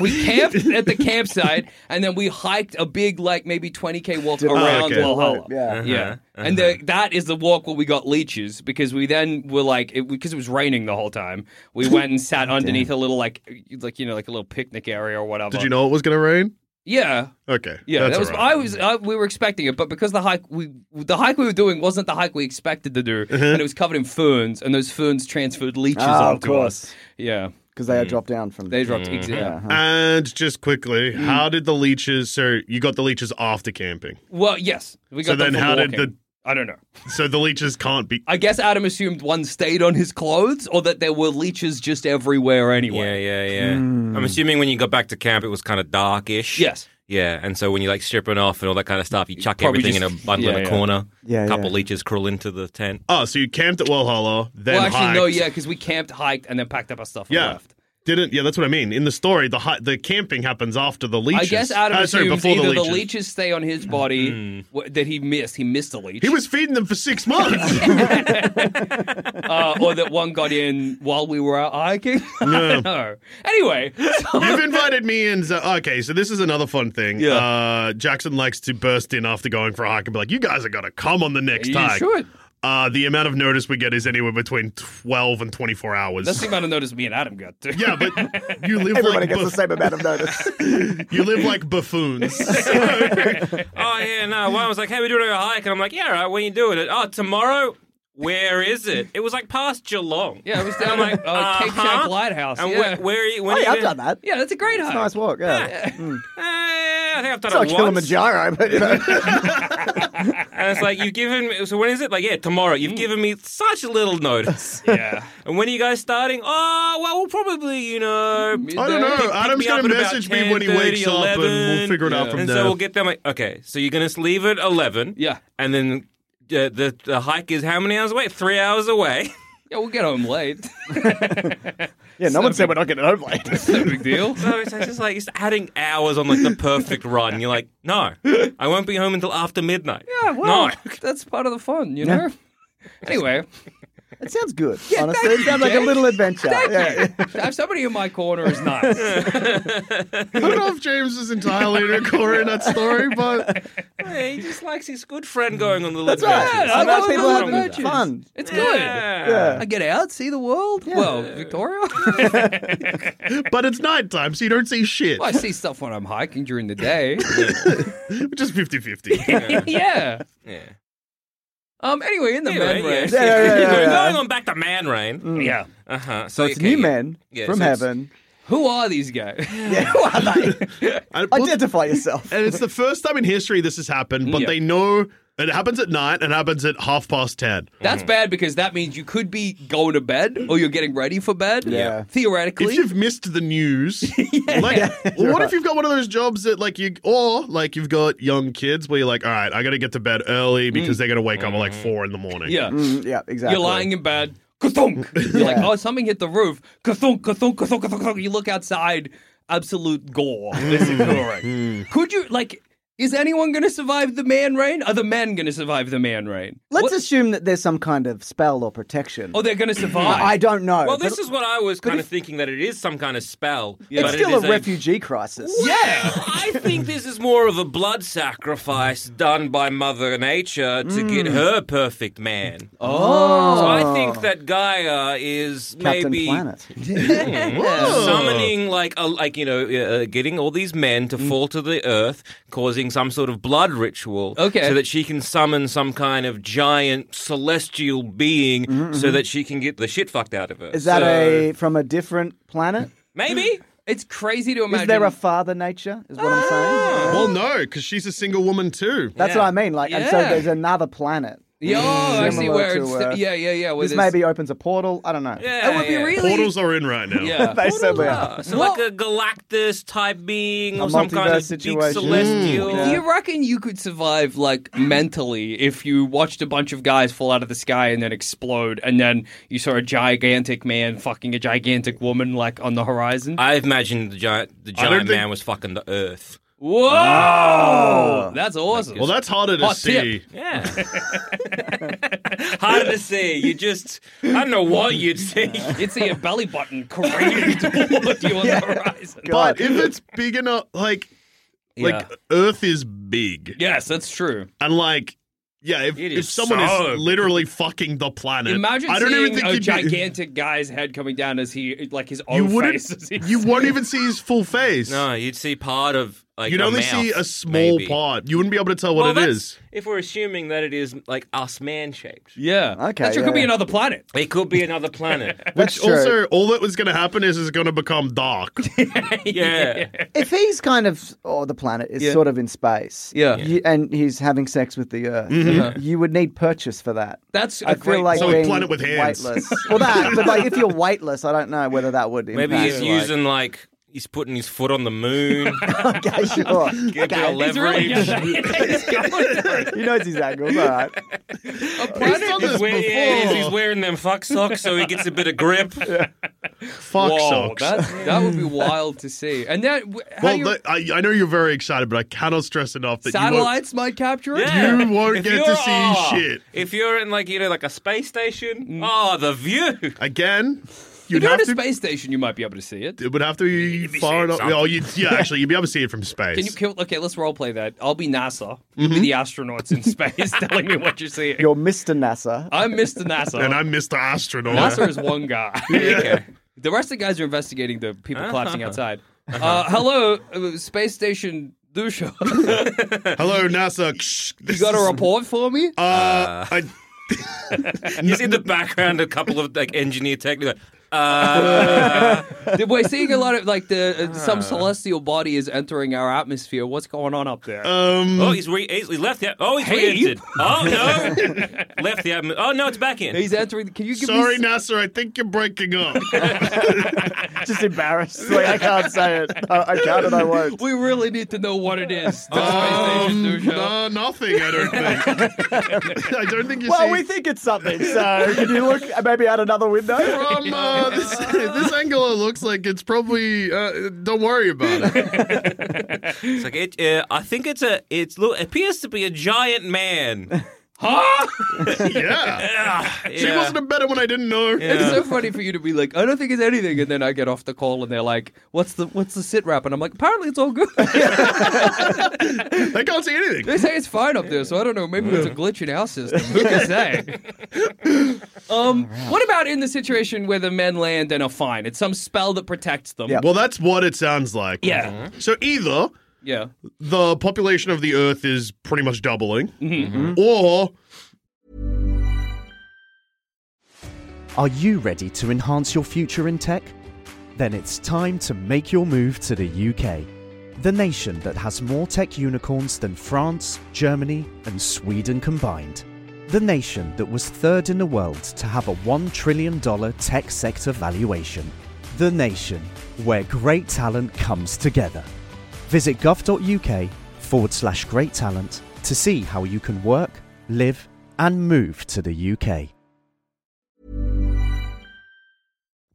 [SPEAKER 5] we camped at the campsite and then we hiked a big like maybe twenty k walk
[SPEAKER 6] Did- oh,
[SPEAKER 5] around
[SPEAKER 4] okay.
[SPEAKER 5] Walhalla.
[SPEAKER 6] Yeah.
[SPEAKER 5] Yeah,
[SPEAKER 6] Uh-huh.
[SPEAKER 5] and the, that is the walk where we got leeches because we then were like, because it, was raining the whole time. We went and sat underneath a little like, like you know, like a little picnic area or whatever.
[SPEAKER 4] Did you know it was going to rain?
[SPEAKER 5] Yeah,
[SPEAKER 4] Okay.
[SPEAKER 5] yeah.
[SPEAKER 4] that's
[SPEAKER 5] that was
[SPEAKER 4] all
[SPEAKER 5] I
[SPEAKER 4] right.
[SPEAKER 5] was I, we were expecting it, but because the hike we the hike we were doing wasn't the hike we expected to do,
[SPEAKER 4] Uh-huh.
[SPEAKER 5] and it was covered in ferns, and those ferns transferred leeches
[SPEAKER 6] Ah, of
[SPEAKER 5] onto us.
[SPEAKER 6] course. Mm-hmm.
[SPEAKER 5] Yeah,
[SPEAKER 6] Because they had dropped down from.
[SPEAKER 5] they dropped. ex- Yeah.
[SPEAKER 4] And just quickly,
[SPEAKER 5] Mm.
[SPEAKER 4] how did the leeches? So you got the leeches after camping.
[SPEAKER 5] Well, yes, we got.
[SPEAKER 4] So
[SPEAKER 5] them
[SPEAKER 4] then
[SPEAKER 5] from
[SPEAKER 4] how did
[SPEAKER 5] walking. I don't know.
[SPEAKER 4] So the leeches can't be.
[SPEAKER 5] I guess Adam assumed one stayed on his clothes, or that there were leeches just everywhere anyway.
[SPEAKER 7] Yeah, yeah, yeah.
[SPEAKER 4] Hmm.
[SPEAKER 7] I'm assuming when you got back to camp, it was kind of darkish.
[SPEAKER 5] Yes.
[SPEAKER 7] Yeah, and so when you like stripping off and all that kind of stuff, you chuck
[SPEAKER 5] Probably
[SPEAKER 7] everything
[SPEAKER 5] just-
[SPEAKER 7] in a bundle
[SPEAKER 5] yeah,
[SPEAKER 7] in a
[SPEAKER 5] yeah.
[SPEAKER 7] corner.
[SPEAKER 6] Yeah,
[SPEAKER 7] couple
[SPEAKER 6] yeah.
[SPEAKER 7] leeches crawl into the tent.
[SPEAKER 4] Oh, so you camped at Wellhollow, then
[SPEAKER 5] well, actually, no,
[SPEAKER 4] hiked.
[SPEAKER 5] yeah, because we camped, hiked, and then packed up our stuff and
[SPEAKER 4] Yeah.
[SPEAKER 5] left.
[SPEAKER 4] Didn't yeah, that's what I mean. In the story, the hi- the camping happens after the leeches.
[SPEAKER 5] I guess Adam
[SPEAKER 4] Uh, sorry,
[SPEAKER 5] assumes
[SPEAKER 4] before
[SPEAKER 5] either
[SPEAKER 4] the leeches.
[SPEAKER 5] stay on his body w- that he missed, he missed a leech,
[SPEAKER 4] He was feeding them for six months.
[SPEAKER 5] uh, or that one got in while we were out hiking. I don't know. Anyway, so-
[SPEAKER 4] You've invited me in. So, okay, so this is another fun thing.
[SPEAKER 5] Yeah.
[SPEAKER 4] Uh, Jackson likes to burst in after going for a hike and be like, "You guys are gonna come on the next
[SPEAKER 5] You
[SPEAKER 4] hike."
[SPEAKER 5] should.
[SPEAKER 4] Uh, the amount of notice we get is anywhere between twelve and twenty-four hours.
[SPEAKER 5] that's the amount of notice me and Adam got. Too.
[SPEAKER 4] yeah, but you live
[SPEAKER 6] Everybody
[SPEAKER 4] like
[SPEAKER 6] gets the
[SPEAKER 4] buff-
[SPEAKER 6] same amount of notice.
[SPEAKER 4] you live like buffoons.
[SPEAKER 7] Oh yeah, no. One was like, "Hey, we're doing a hike," and I'm like, "Yeah, all right. When are you doing it? Oh, tomorrow. Where is it? It was like past Geelong.
[SPEAKER 5] Yeah, it was
[SPEAKER 7] And
[SPEAKER 5] down
[SPEAKER 7] I'm
[SPEAKER 5] like
[SPEAKER 7] like
[SPEAKER 5] uh, Cape
[SPEAKER 7] uh-huh.
[SPEAKER 5] Shack Lighthouse.
[SPEAKER 7] And
[SPEAKER 5] yeah.
[SPEAKER 7] where, where are you? When
[SPEAKER 6] oh,
[SPEAKER 7] are
[SPEAKER 6] yeah,
[SPEAKER 7] you
[SPEAKER 6] I've
[SPEAKER 7] gonna-
[SPEAKER 6] done that.
[SPEAKER 5] yeah, that's a great hike.
[SPEAKER 6] Nice walk, yeah.
[SPEAKER 7] Eh, I think I've done
[SPEAKER 6] It's like
[SPEAKER 7] it once.
[SPEAKER 6] Kilimanjaro, but you know.
[SPEAKER 7] And it's like you've given me. So when is it? Like yeah, tomorrow. You've given me such little notice.
[SPEAKER 5] Yeah.
[SPEAKER 7] And when are you guys starting? Oh, well, we'll probably, you know.
[SPEAKER 5] Mm.
[SPEAKER 4] I don't know. Adam's
[SPEAKER 7] me up
[SPEAKER 4] gonna
[SPEAKER 7] at about
[SPEAKER 4] message me when he
[SPEAKER 7] 10,
[SPEAKER 4] wakes up, and
[SPEAKER 7] 11.
[SPEAKER 4] we'll figure it out
[SPEAKER 5] Yeah.
[SPEAKER 4] from
[SPEAKER 7] And
[SPEAKER 4] there.
[SPEAKER 7] so we'll get them like, okay, so you're going to leave at 11.
[SPEAKER 5] Yeah.
[SPEAKER 7] And then uh, the, the hike is how many hours away? Three hours away.
[SPEAKER 5] Yeah, we'll get home late.
[SPEAKER 6] Yeah, no one said we're not getting home late.
[SPEAKER 5] no big deal.
[SPEAKER 7] so it's just like, it's adding hours on like the perfect run. You're like, no, I won't be home until after midnight.
[SPEAKER 5] Yeah, well,
[SPEAKER 7] No.
[SPEAKER 5] that's part of the fun, you know. Anyway,
[SPEAKER 6] It sounds good. honestly, it sounds like a
[SPEAKER 5] Jake.
[SPEAKER 6] little adventure. yeah.
[SPEAKER 5] to have somebody in my corner is nice.
[SPEAKER 4] I don't know if James is entirely in in that story, but
[SPEAKER 7] Yeah, he just likes his good friend going on the
[SPEAKER 6] That's
[SPEAKER 7] little
[SPEAKER 6] right.
[SPEAKER 7] adventures.
[SPEAKER 5] Yeah, I
[SPEAKER 6] I
[SPEAKER 5] love
[SPEAKER 6] love
[SPEAKER 5] the
[SPEAKER 6] people
[SPEAKER 5] little
[SPEAKER 6] having
[SPEAKER 5] adventures.
[SPEAKER 6] fun.
[SPEAKER 5] It's good.
[SPEAKER 6] Yeah.
[SPEAKER 5] I get out, see the world. Well, Victoria.
[SPEAKER 4] but it's nighttime, so you don't see shit.
[SPEAKER 5] I see stuff when I'm hiking during the day.
[SPEAKER 4] Just 50-50.
[SPEAKER 5] yeah.
[SPEAKER 7] Yeah.
[SPEAKER 5] Um. Anyway, in the
[SPEAKER 7] Anyway,
[SPEAKER 5] man race.
[SPEAKER 6] Yeah, yeah, yeah,
[SPEAKER 7] We're
[SPEAKER 6] yeah.
[SPEAKER 7] going on back to Man Rain.
[SPEAKER 5] Yeah.
[SPEAKER 7] Uh huh.
[SPEAKER 6] So it's new men
[SPEAKER 7] yeah,
[SPEAKER 6] from
[SPEAKER 7] so it's-
[SPEAKER 6] heaven.
[SPEAKER 5] Who are these guys?
[SPEAKER 6] Yeah, who are they?
[SPEAKER 4] And-
[SPEAKER 6] Identify yourself.
[SPEAKER 4] and it's the first time in history this has happened, but
[SPEAKER 5] Yeah.
[SPEAKER 4] they know it happens at night and it happens at half past 10.
[SPEAKER 5] That's bad because that means you could be going to bed or you're getting ready for bed.
[SPEAKER 6] Yeah.
[SPEAKER 5] Theoretically.
[SPEAKER 4] If you've missed the news, like, what if you've got one of those jobs that, like, you, or like you've got young kids where you're like, all right, I got to get to bed early because they're going to wake up at like four in the morning.
[SPEAKER 5] Mm. Mm-hmm. yeah.
[SPEAKER 6] Mm, yeah, exactly.
[SPEAKER 5] You're lying in bed. Kathunk. You're like, oh, something hit the roof. Kathunk, kathunk, kathunk,
[SPEAKER 6] Hmm.
[SPEAKER 5] kathunk, kathunk. You look outside. Absolute gore is occurring. Could you like? Is anyone going to survive the man rain? Are the men going to survive the man rain?
[SPEAKER 6] Let's
[SPEAKER 5] What-
[SPEAKER 6] assume that there's some kind of spell or protection.
[SPEAKER 5] Oh, they're going to survive.
[SPEAKER 6] I don't know.
[SPEAKER 7] Well,
[SPEAKER 6] but
[SPEAKER 7] this is what I was kind of thinking that it is some kind of spell.
[SPEAKER 6] it's
[SPEAKER 7] but it
[SPEAKER 6] still
[SPEAKER 7] is
[SPEAKER 6] a refugee crisis.
[SPEAKER 7] Yeah, I think this is more of a blood sacrifice done by Mother Nature to
[SPEAKER 6] Mm.
[SPEAKER 7] get her perfect man.
[SPEAKER 5] Oh.
[SPEAKER 7] So I think that Gaia is
[SPEAKER 6] Captain
[SPEAKER 7] maybe
[SPEAKER 6] Planet.
[SPEAKER 7] summoning like a, like you know uh, getting all these men to fall to the earth causing some sort of blood ritual
[SPEAKER 5] Okay.
[SPEAKER 7] so that she can summon some kind of giant celestial being so that she can get the shit fucked out of her
[SPEAKER 6] Is that
[SPEAKER 7] So,
[SPEAKER 6] a from a different planet?
[SPEAKER 7] maybe
[SPEAKER 5] It's crazy to imagine. Ah,
[SPEAKER 6] Is there a father nature? Is what I'm saying.
[SPEAKER 4] Well, no, because she's a single woman too.
[SPEAKER 6] That's what I mean. Like, and so
[SPEAKER 5] Yeah.
[SPEAKER 6] there's another planet.
[SPEAKER 5] Yeah, oh, I see
[SPEAKER 6] Similar
[SPEAKER 5] where
[SPEAKER 6] to,
[SPEAKER 5] it's.
[SPEAKER 6] uh,
[SPEAKER 5] yeah, yeah, yeah. where
[SPEAKER 6] This
[SPEAKER 5] there's-
[SPEAKER 6] maybe opens a portal. I don't know.
[SPEAKER 7] yeah,
[SPEAKER 5] It would be
[SPEAKER 7] yeah.
[SPEAKER 5] really.
[SPEAKER 4] Portals are in right now.
[SPEAKER 5] Yeah.
[SPEAKER 6] They certainly are.
[SPEAKER 7] Ah, so
[SPEAKER 5] What-
[SPEAKER 7] like a galactus type being
[SPEAKER 6] A
[SPEAKER 7] or some kind
[SPEAKER 6] multiverse
[SPEAKER 7] of
[SPEAKER 6] situation. Mm.
[SPEAKER 7] deep celestial
[SPEAKER 5] Do you reckon you could survive, like, mentally if you watched a bunch of guys fall out of the sky and then explode, and then you saw a gigantic man fucking a gigantic woman, like, on the horizon?
[SPEAKER 7] I imagine the giant the
[SPEAKER 4] don't
[SPEAKER 7] giant
[SPEAKER 4] think-
[SPEAKER 7] man was fucking the earth.
[SPEAKER 5] Whoa! That's awesome.
[SPEAKER 4] Oh! Well, that's harder to
[SPEAKER 5] Hot tip.
[SPEAKER 4] see.
[SPEAKER 7] Yeah. Hard to see. You just I don't know what you'd see.
[SPEAKER 5] You'd see a belly button careening toward you on the horizon.
[SPEAKER 4] But if it's big enough, like, like
[SPEAKER 5] Yeah.
[SPEAKER 4] Earth is big,
[SPEAKER 5] Yes, that's true.
[SPEAKER 4] and like, yeah, if,
[SPEAKER 7] It
[SPEAKER 4] if
[SPEAKER 7] is
[SPEAKER 4] someone
[SPEAKER 7] so-
[SPEAKER 4] is literally fucking the planet,
[SPEAKER 5] Imagine
[SPEAKER 4] I don't
[SPEAKER 5] seeing
[SPEAKER 4] even think
[SPEAKER 5] a
[SPEAKER 4] you'd be-
[SPEAKER 5] gigantic guy's head coming down as he, like his
[SPEAKER 4] you
[SPEAKER 5] own face. as
[SPEAKER 4] wouldn't,
[SPEAKER 5] he-
[SPEAKER 4] you won't even see his full face.
[SPEAKER 7] No, you'd see part of like
[SPEAKER 4] You'd
[SPEAKER 7] a
[SPEAKER 4] only
[SPEAKER 7] mouth,
[SPEAKER 4] see a small
[SPEAKER 7] maybe.
[SPEAKER 4] part. You wouldn't be able to tell what
[SPEAKER 7] Well,
[SPEAKER 4] it
[SPEAKER 7] that's-
[SPEAKER 4] is.
[SPEAKER 7] If we're assuming that it is like us man shaped.
[SPEAKER 5] yeah.
[SPEAKER 6] Okay,
[SPEAKER 5] That sure could be
[SPEAKER 6] yeah.
[SPEAKER 5] another planet.
[SPEAKER 7] It could be another planet.
[SPEAKER 6] That's
[SPEAKER 4] Which
[SPEAKER 6] true.
[SPEAKER 4] also, all that was going to happen is it's going to become dark.
[SPEAKER 7] yeah.
[SPEAKER 6] if he's kind of, or the planet is
[SPEAKER 5] Yeah.
[SPEAKER 6] sort of in space,
[SPEAKER 5] Yeah. Mm-hmm. Uh-huh.
[SPEAKER 6] you- and he's having sex with the Earth, you would need purchase for that.
[SPEAKER 5] That's a
[SPEAKER 6] I
[SPEAKER 5] great
[SPEAKER 6] feel like
[SPEAKER 4] So a
[SPEAKER 6] being
[SPEAKER 4] planet with hands.
[SPEAKER 6] weightless. well, that, but like if you're weightless, I don't know whether that would impact.
[SPEAKER 7] Maybe he's
[SPEAKER 6] like-
[SPEAKER 7] using like he's putting his foot on the moon.
[SPEAKER 6] Okay, sure.
[SPEAKER 7] Get a bit of
[SPEAKER 5] He's really
[SPEAKER 7] leverage.
[SPEAKER 5] he's going for it.
[SPEAKER 6] He knows his angles. All right.
[SPEAKER 5] A planet
[SPEAKER 4] this
[SPEAKER 5] is-
[SPEAKER 7] Where- yeah,
[SPEAKER 4] before.
[SPEAKER 7] he's wearing them fuck socks so he gets a bit of grip.
[SPEAKER 4] Fuck
[SPEAKER 5] Whoa,
[SPEAKER 4] socks.
[SPEAKER 5] that, that would be wild to see. And that, w- how
[SPEAKER 4] well,
[SPEAKER 5] you-
[SPEAKER 4] that- I, I know you're very excited, but I cannot stress enough that you won't,
[SPEAKER 5] satellites might capture it.
[SPEAKER 7] Yeah.
[SPEAKER 4] you won't
[SPEAKER 7] If
[SPEAKER 4] get
[SPEAKER 7] you're-
[SPEAKER 4] to see
[SPEAKER 5] Ah.
[SPEAKER 7] oh,
[SPEAKER 4] shit.
[SPEAKER 7] If you're in like you know like a space station, oh the view.
[SPEAKER 4] Again,
[SPEAKER 5] If
[SPEAKER 4] you'd
[SPEAKER 5] you're
[SPEAKER 4] have
[SPEAKER 5] in a
[SPEAKER 4] to.
[SPEAKER 5] space station, you might be able to see it.
[SPEAKER 4] it would have to be
[SPEAKER 7] be
[SPEAKER 4] far
[SPEAKER 7] seeing
[SPEAKER 4] enough.
[SPEAKER 7] something.
[SPEAKER 4] Oh, you'd, yeah, actually, you'd be able to see it from space.
[SPEAKER 5] Can you kill? Okay, let's role play that. I'll be NASA. You
[SPEAKER 4] Mm-hmm.
[SPEAKER 5] be the astronauts in space telling me what you're seeing.
[SPEAKER 6] You're Mr. NASA.
[SPEAKER 5] I'm Mr. NASA.
[SPEAKER 4] and I'm Mr. Astronaut.
[SPEAKER 5] NASA is one guy. The rest of the guys are investigating the people
[SPEAKER 4] Uh-huh.
[SPEAKER 5] collapsing outside. Uh, hello, uh, space station Dusha.
[SPEAKER 4] Hello, NASA.
[SPEAKER 5] you got a report for me?
[SPEAKER 4] Uh, I,
[SPEAKER 7] He's in the background, a couple of like engineer technical. Uh,
[SPEAKER 5] We're seeing a lot of like the uh, some celestial body is entering our atmosphere. What's going on up there?
[SPEAKER 4] um,
[SPEAKER 7] oh, he's, re- he's he left the oh he's
[SPEAKER 5] Hey.
[SPEAKER 7] re-entered. Oh no, left the atm- oh no, it's back in.
[SPEAKER 5] He's entering. Can you give
[SPEAKER 4] sorry,
[SPEAKER 5] me?
[SPEAKER 4] NASA. I think you're breaking up.
[SPEAKER 6] Just embarrassed. Like I can't say it. I, I can't and I won't.
[SPEAKER 5] We really need to know what it is. Uh, The
[SPEAKER 4] Um,
[SPEAKER 5] space station Dusha.
[SPEAKER 4] no, nothing. I don't think. I don't think you
[SPEAKER 6] Well,
[SPEAKER 4] see
[SPEAKER 6] we think it's something. So can you look maybe out another window?
[SPEAKER 4] from uh, this, this angle. It looks like it's probably. Uh, don't worry about it.
[SPEAKER 7] It's like it. Uh, I think it's a. It's look appears to be a giant man.
[SPEAKER 4] Yeah,
[SPEAKER 7] Yeah.
[SPEAKER 4] she wasn't a better when I didn't know.
[SPEAKER 5] It's so funny for you to be like, I don't think it's anything, and then I get off the call and they're like, "What's the what's the sit rep?" And I'm like, "Apparently it's all good."
[SPEAKER 4] I can't see anything.
[SPEAKER 5] they say it's fine up there, so I don't know. Maybe it's a glitch in our system. Who can say? um, what about in the situation where the men land and are fine? It's some spell that protects them.
[SPEAKER 6] Yeah.
[SPEAKER 4] Well, that's what it sounds like.
[SPEAKER 5] Yeah.
[SPEAKER 4] So either
[SPEAKER 5] Yeah.
[SPEAKER 4] the population of the Earth is pretty much doubling,
[SPEAKER 5] Mm-hmm.
[SPEAKER 4] or
[SPEAKER 2] Are you ready to enhance your future in tech? Then it's time to make your move to the UK, the nation that has more tech unicorns than France, Germany, and Sweden combined. The nation that was third in the world to have a $1 trillion tech sector valuation. The nation where great talent comes together. Visit gov.uk forward slash great talent to see how you can work, live, and move to the UK.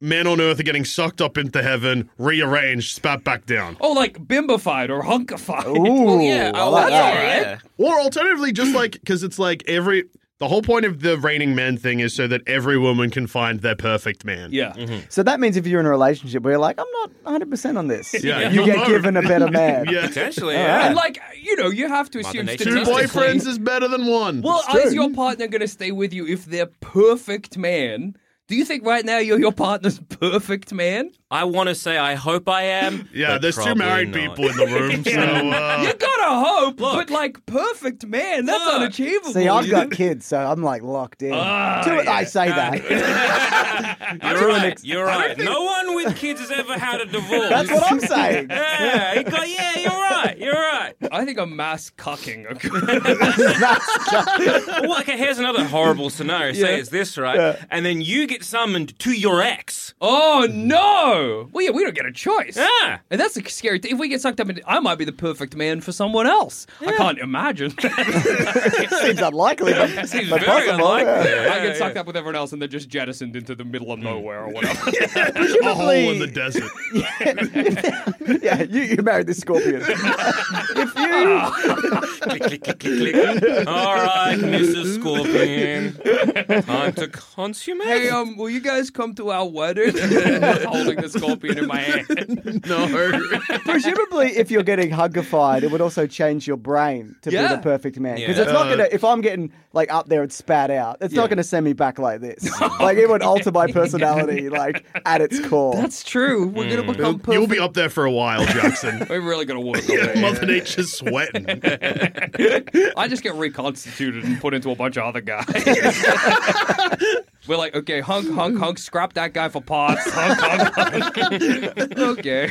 [SPEAKER 4] men on earth are getting sucked up into heaven, rearranged, spat back down.
[SPEAKER 5] Oh, like bimbified or hunkified. Oh,
[SPEAKER 6] Ooh,
[SPEAKER 7] yeah,
[SPEAKER 6] I like
[SPEAKER 7] yeah,
[SPEAKER 6] that.
[SPEAKER 7] yeah.
[SPEAKER 4] Or alternatively, just like because it's like every the whole point of the reigning men thing is so that every woman can find their perfect man.
[SPEAKER 5] Yeah.
[SPEAKER 6] So that means if you're in a relationship where you're like, I'm not 100 percent on this,
[SPEAKER 4] Yeah.
[SPEAKER 6] you
[SPEAKER 4] No.
[SPEAKER 6] get given a better man.
[SPEAKER 4] Yeah.
[SPEAKER 7] Potentially,
[SPEAKER 6] right.
[SPEAKER 7] yeah.
[SPEAKER 5] And like, you know, you have to assume
[SPEAKER 7] Nature.
[SPEAKER 4] Two
[SPEAKER 5] statistically-
[SPEAKER 4] boyfriends is better than one.
[SPEAKER 5] Well,
[SPEAKER 6] It's true.
[SPEAKER 5] is your partner going to stay with you if they're perfect man? Do you think right now you're your partner's perfect man?
[SPEAKER 7] I want to say I hope I am.
[SPEAKER 4] yeah,
[SPEAKER 7] but
[SPEAKER 4] there's two
[SPEAKER 7] probably
[SPEAKER 4] married
[SPEAKER 7] not.
[SPEAKER 4] people in the room, so uh,
[SPEAKER 5] You gotta hope, but like perfect man, that's
[SPEAKER 7] Look.
[SPEAKER 5] unachievable.
[SPEAKER 6] See, I've
[SPEAKER 5] You
[SPEAKER 6] got
[SPEAKER 5] know?
[SPEAKER 6] kids, so I'm like locked in.
[SPEAKER 4] Oh,
[SPEAKER 6] to it, I say that.
[SPEAKER 7] You're right. You're right. No one with kids has ever had a divorce.
[SPEAKER 6] That's what I'm saying.
[SPEAKER 7] Yeah, he got, yeah, you're right. You're right.
[SPEAKER 5] I think I'm mass cucking.
[SPEAKER 7] Well, okay, here's another horrible scenario. Say
[SPEAKER 5] Yeah.
[SPEAKER 7] it's this, right? And then you get summoned to your ex.
[SPEAKER 5] oh no! Well, yeah, we don't get a choice.
[SPEAKER 7] Yeah.
[SPEAKER 5] And that's a scary thing. If we get sucked up in, I might be the perfect man for someone else. I can't imagine.
[SPEAKER 6] Seems unlikely, but,
[SPEAKER 7] Seems
[SPEAKER 6] but
[SPEAKER 7] very
[SPEAKER 6] possible.
[SPEAKER 7] unlikely.
[SPEAKER 6] yeah.
[SPEAKER 7] Yeah,
[SPEAKER 5] I get
[SPEAKER 7] yeah.
[SPEAKER 5] sucked up with everyone else and then just jettisoned into the middle of nowhere or whatever.
[SPEAKER 4] a hole in the
[SPEAKER 6] Presumably,
[SPEAKER 4] desert.
[SPEAKER 6] yeah, you, you married this scorpion. if you
[SPEAKER 7] click, click, click, click, click. All right, Mrs. Scorpion. Time to consummate.
[SPEAKER 5] hey, um, will you guys come to our wedding? Holding the scorpion in my hand.
[SPEAKER 4] No.
[SPEAKER 6] Presumably, if you're getting hugified, it would also change your brain to
[SPEAKER 5] Yeah.
[SPEAKER 6] be the perfect man. Because
[SPEAKER 7] Yeah.
[SPEAKER 6] it's not
[SPEAKER 4] Uh,
[SPEAKER 6] gonna. If I'm getting like up there and spat out, it's not gonna send me back like this. like it would alter my personality, like at its core.
[SPEAKER 5] That's true. We're gonna become perfect.
[SPEAKER 4] You'll be up there for a while, Jackson.
[SPEAKER 5] Hmm. We're really gonna work. on
[SPEAKER 4] Yeah,
[SPEAKER 5] it.
[SPEAKER 4] Mother Nature's sweating.
[SPEAKER 5] I just get reconstituted and put into a bunch of other guys. We're like, okay, hunk, hunk, hunk, scrap that guy for parts. Hunk, hunk, hunk. okay.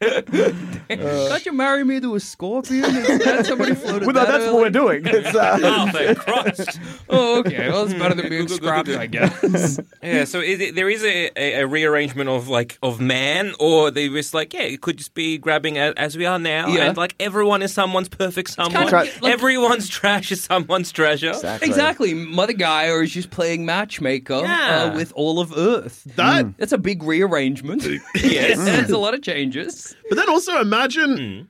[SPEAKER 5] Can't you marry me to a scorpion? Instead, somebody floated
[SPEAKER 6] well, no,
[SPEAKER 5] that
[SPEAKER 6] that's what
[SPEAKER 5] early?
[SPEAKER 6] we're doing. It's, uh,
[SPEAKER 7] Oh, thank Christ.
[SPEAKER 5] Oh, okay. Well, it's better than being scrapped, I guess.
[SPEAKER 7] Yeah, so is it, there is a, a, a rearrangement of like of man, or they just like yeah, it could just be grabbing as, as we are now,
[SPEAKER 5] Yeah.
[SPEAKER 7] and like everyone is someone's perfect someone.
[SPEAKER 5] kind of like-
[SPEAKER 7] Everyone's trash is someone's treasure.
[SPEAKER 5] exactly. Mother Guy or is just playing matchmaker
[SPEAKER 7] Yeah.
[SPEAKER 5] uh, with all of Earth. Mm.
[SPEAKER 4] That,
[SPEAKER 5] That's a big rearrangement. yes. That's a lot of changes.
[SPEAKER 4] but then also imagine
[SPEAKER 7] Hmm.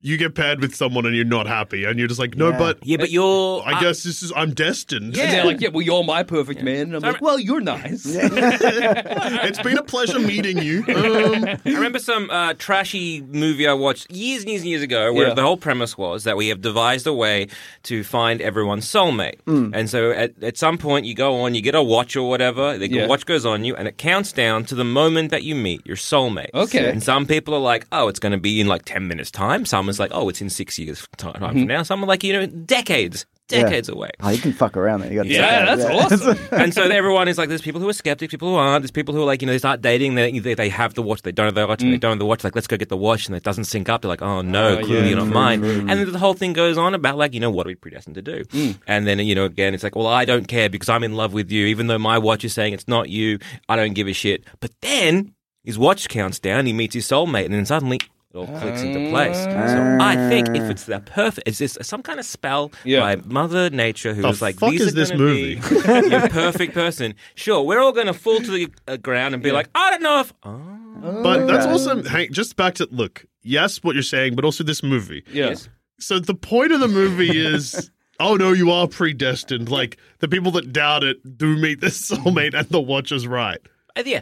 [SPEAKER 4] you get paired with someone and you're not happy, and you're just like, no,
[SPEAKER 6] Yeah.
[SPEAKER 4] but
[SPEAKER 7] Yeah, but you're.
[SPEAKER 4] I guess this is I'm destined.
[SPEAKER 5] And they're like, yeah, well, you're my perfect man. And I'm like, well, you're nice.
[SPEAKER 4] it's been a pleasure meeting you. Um,
[SPEAKER 7] I remember some uh, trashy movie I watched years and years and years ago where
[SPEAKER 5] Yeah.
[SPEAKER 7] the whole premise was that we have devised a way to find everyone's soulmate. And so at, at some point you go on, you get a watch or whatever, the
[SPEAKER 5] Yeah.
[SPEAKER 7] watch goes on you, and it counts down to the moment that you meet your soulmate.
[SPEAKER 5] Okay.
[SPEAKER 7] And some people are like, oh, it's going to be in like 10 minutes' time. Some is like, oh, it's in six years' time from now. Some are like, you know, decades, decades away.
[SPEAKER 6] oh, you can fuck around there. You gotta
[SPEAKER 5] Yeah, that's awesome.
[SPEAKER 7] and so everyone is like, there's people who are skeptics, people who aren't. There's people who are like, you know, they start dating, they, they, they have the watch, they don't have the watch, and they don't have the watch. Like, let's go get the watch, and it doesn't sync up. They're like, oh no,
[SPEAKER 5] Mm. Oh,
[SPEAKER 7] clearly
[SPEAKER 5] yeah.
[SPEAKER 7] you're not mine. And then the whole thing goes on about like, you know, what are we predestined to do?
[SPEAKER 5] Mm.
[SPEAKER 7] And then you know, again, it's like, well, I don't care because I'm in love with you, even though my watch is saying it's not you. I don't give a shit. But then his watch counts down, he meets his soulmate, and then suddenly. It all clicks into place. So I think if it's the perfect, is this some kind of spell
[SPEAKER 5] Yeah.
[SPEAKER 7] by Mother Nature who
[SPEAKER 4] The
[SPEAKER 7] was like,
[SPEAKER 4] fuck
[SPEAKER 7] "These
[SPEAKER 4] is
[SPEAKER 7] are
[SPEAKER 4] this
[SPEAKER 7] gonna be-
[SPEAKER 4] movie?"
[SPEAKER 7] the perfect person. Sure, we're all going to fall to the uh, ground and be like, I don't know if. Oh.
[SPEAKER 4] but that's also hey, just back to look. Yes, what you're saying, but also this movie.
[SPEAKER 5] Yes.
[SPEAKER 4] So the point of the movie is. Oh no, you are predestined. Like the people that doubt it do meet their soulmate, and the watcher's right.
[SPEAKER 7] Uh, yeah.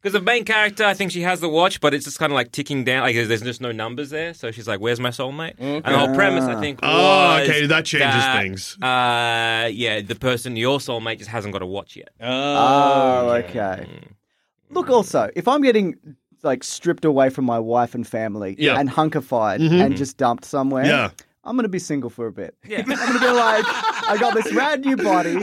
[SPEAKER 7] Because the main character, I think she has the watch, but it's just kind of like ticking down. Like there's just no numbers there, so she's like, "Where's my soulmate?" And the whole premise, I think,
[SPEAKER 4] Oh,
[SPEAKER 7] was
[SPEAKER 4] okay, that changes things.
[SPEAKER 7] Uh, yeah, the person your soulmate just hasn't got a watch yet.
[SPEAKER 5] Uh,
[SPEAKER 6] Oh, okay.
[SPEAKER 4] Mm.
[SPEAKER 6] Look, also, if I'm getting like stripped away from my wife and family
[SPEAKER 4] Yeah. Mm-hmm.
[SPEAKER 6] and hunkified and just dumped somewhere,
[SPEAKER 4] Yeah.
[SPEAKER 6] I'm gonna be single for a bit. I'm gonna be like, I got this rad new body.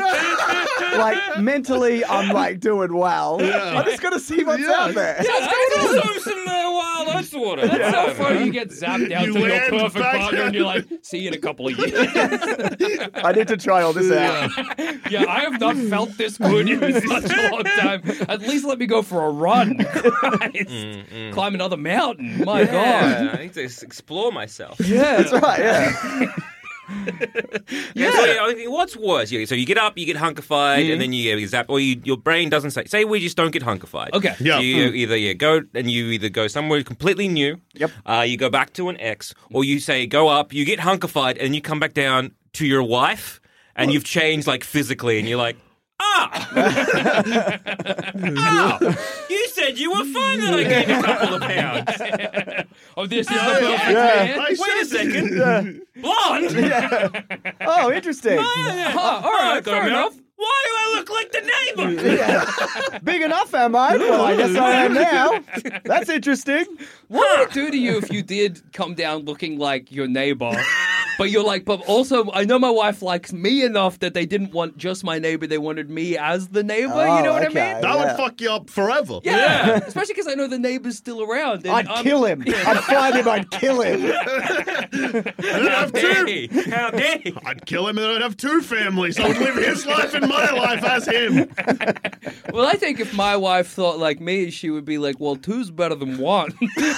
[SPEAKER 6] Like mentally, I'm like doing well. I'm just gonna see what's
[SPEAKER 4] Yeah.
[SPEAKER 6] out there.
[SPEAKER 7] Let's throw some uh, wild ice water.
[SPEAKER 5] That's so funny. You get zapped out
[SPEAKER 4] You
[SPEAKER 5] to your
[SPEAKER 4] land
[SPEAKER 5] perfect
[SPEAKER 4] back-
[SPEAKER 5] partner, and you're like, "See you in a couple of years."
[SPEAKER 6] I need to try all this out.
[SPEAKER 5] yeah, I have not felt this good in such a long time. At least let me go for a run. Christ. Climb another mountain. My God.
[SPEAKER 7] I need to s- explore myself.
[SPEAKER 6] Yeah, that's right. Yeah.
[SPEAKER 7] Yeah. I think, what's worse? Yeah, So you get up, you get hunkified,
[SPEAKER 5] Mm.
[SPEAKER 7] and then you get zapped, or you, your brain doesn't say. Say we just don't get hunkified.
[SPEAKER 5] Okay. Hmm.
[SPEAKER 4] Yeah.
[SPEAKER 7] So you either you go and you either go somewhere completely new.
[SPEAKER 6] Yep.
[SPEAKER 7] Uh, you go back to an ex, or you say go up, you get hunkified, and you come back down to your wife, and you've changed like physically, and you're like. Ah! Ow! You said you were fine that I gained a couple of pounds.
[SPEAKER 5] Oh, this is the perfect man.
[SPEAKER 4] I
[SPEAKER 7] Wait a
[SPEAKER 4] said-
[SPEAKER 7] second. Blonde?
[SPEAKER 6] Oh, interesting.
[SPEAKER 7] Oh, all
[SPEAKER 5] right, fair enough.
[SPEAKER 7] Why do I look like the neighbor?
[SPEAKER 6] Big enough, am I? Well, I guess I am now. That's interesting.
[SPEAKER 5] What would it do to you if you did come down looking like your neighbor? But you're like, but also, I know my wife likes me enough that they didn't want just my neighbor; they wanted me as the neighbor. you know
[SPEAKER 6] Oh,
[SPEAKER 5] what I
[SPEAKER 6] okay.
[SPEAKER 5] mean?
[SPEAKER 4] That
[SPEAKER 6] Yeah.
[SPEAKER 4] would fuck you up forever.
[SPEAKER 5] Yeah, especially because I know the neighbor's still around. and
[SPEAKER 6] I'd
[SPEAKER 5] I'm-
[SPEAKER 6] kill him. I'd find him. I'd kill him.
[SPEAKER 4] And I'd have two.
[SPEAKER 7] Hey, how dare you?
[SPEAKER 4] I'd kill him and I'd have two families. I would live his life and my life as him.
[SPEAKER 5] Well, I think if my wife thought like me, she would be like, "Well, two's better than one."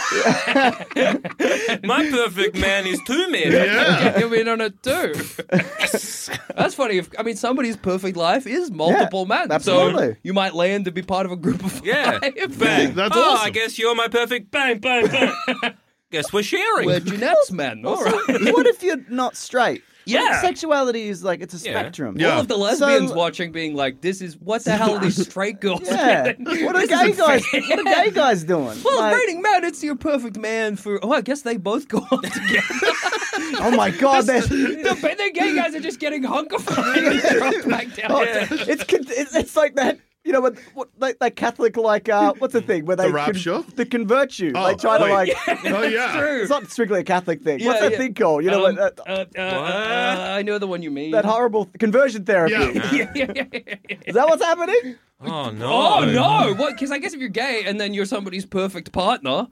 [SPEAKER 7] My perfect man is two men.
[SPEAKER 4] Yeah.
[SPEAKER 5] Get me in on it too. That's funny. If I mean, somebody's perfect life is multiple men, so
[SPEAKER 6] absolutely.
[SPEAKER 5] you might land to be part of a group of
[SPEAKER 7] Yeah.
[SPEAKER 5] five.
[SPEAKER 7] Bang.
[SPEAKER 4] That's
[SPEAKER 7] oh,
[SPEAKER 4] awesome.
[SPEAKER 7] I guess you're my perfect bang, bang, bang. guess we're sharing.
[SPEAKER 5] We're Jeanette's men. All right.
[SPEAKER 6] what if you're not straight?
[SPEAKER 5] Yeah.
[SPEAKER 6] Sexuality is like, it's a
[SPEAKER 7] Yeah.
[SPEAKER 6] spectrum.
[SPEAKER 4] Yeah.
[SPEAKER 5] All of the lesbians
[SPEAKER 6] So-
[SPEAKER 5] watching, being like, "This is what the hell are these straight girls?"
[SPEAKER 6] Yeah.
[SPEAKER 5] doing?
[SPEAKER 6] What are
[SPEAKER 5] This
[SPEAKER 6] gay
[SPEAKER 5] isn't
[SPEAKER 6] guys?
[SPEAKER 5] fair."
[SPEAKER 6] What are gay guys doing?
[SPEAKER 5] Well,
[SPEAKER 6] Like,
[SPEAKER 5] rating man, it's your perfect man for. Oh, I guess they both go on together.
[SPEAKER 6] oh my god, there's.
[SPEAKER 5] the, but the gay guys are just getting hunkified and dropped back down.
[SPEAKER 6] Oh, it's, con- it's it's like that. You know what? what like that Catholic, like uh, what's the thing where they
[SPEAKER 4] rapture?
[SPEAKER 6] they convert you.
[SPEAKER 4] Oh,
[SPEAKER 6] they try to
[SPEAKER 4] wait.
[SPEAKER 6] like.
[SPEAKER 4] Oh, yeah.
[SPEAKER 5] True.
[SPEAKER 6] It's not strictly a Catholic thing. what's
[SPEAKER 5] Yeah,
[SPEAKER 6] that
[SPEAKER 5] yeah.
[SPEAKER 6] thing called? You know
[SPEAKER 5] Um,
[SPEAKER 6] what?
[SPEAKER 5] uh,
[SPEAKER 6] That,
[SPEAKER 5] uh, uh, I know the one you mean.
[SPEAKER 6] that horrible th- conversion therapy.
[SPEAKER 4] Yeah.
[SPEAKER 5] Yeah, yeah, yeah, yeah.
[SPEAKER 6] Is that what's happening?
[SPEAKER 7] Oh, no.
[SPEAKER 5] Oh no! What? Because I guess if you're gay and then you're somebody's perfect partner,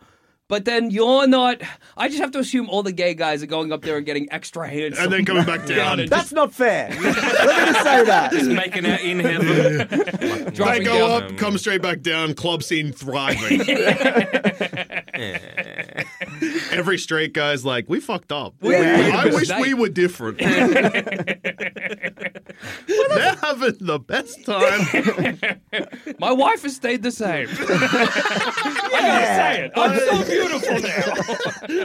[SPEAKER 5] but then you're not. I just have to assume all the gay guys are going up there and getting extra hands.
[SPEAKER 4] And then coming back down.
[SPEAKER 5] and
[SPEAKER 6] That's not fair. Let me just say that.
[SPEAKER 7] Making out in
[SPEAKER 4] They
[SPEAKER 7] heaven.
[SPEAKER 5] dropping
[SPEAKER 4] go
[SPEAKER 5] down.
[SPEAKER 4] up, come straight back down, club scene thriving. Every straight guy's like, we fucked up.
[SPEAKER 6] Yeah.
[SPEAKER 4] I wish
[SPEAKER 5] Mistake.
[SPEAKER 4] we were different. They're having the best time.
[SPEAKER 5] My wife has stayed the same.
[SPEAKER 6] Yeah.
[SPEAKER 5] I'm so beautiful now.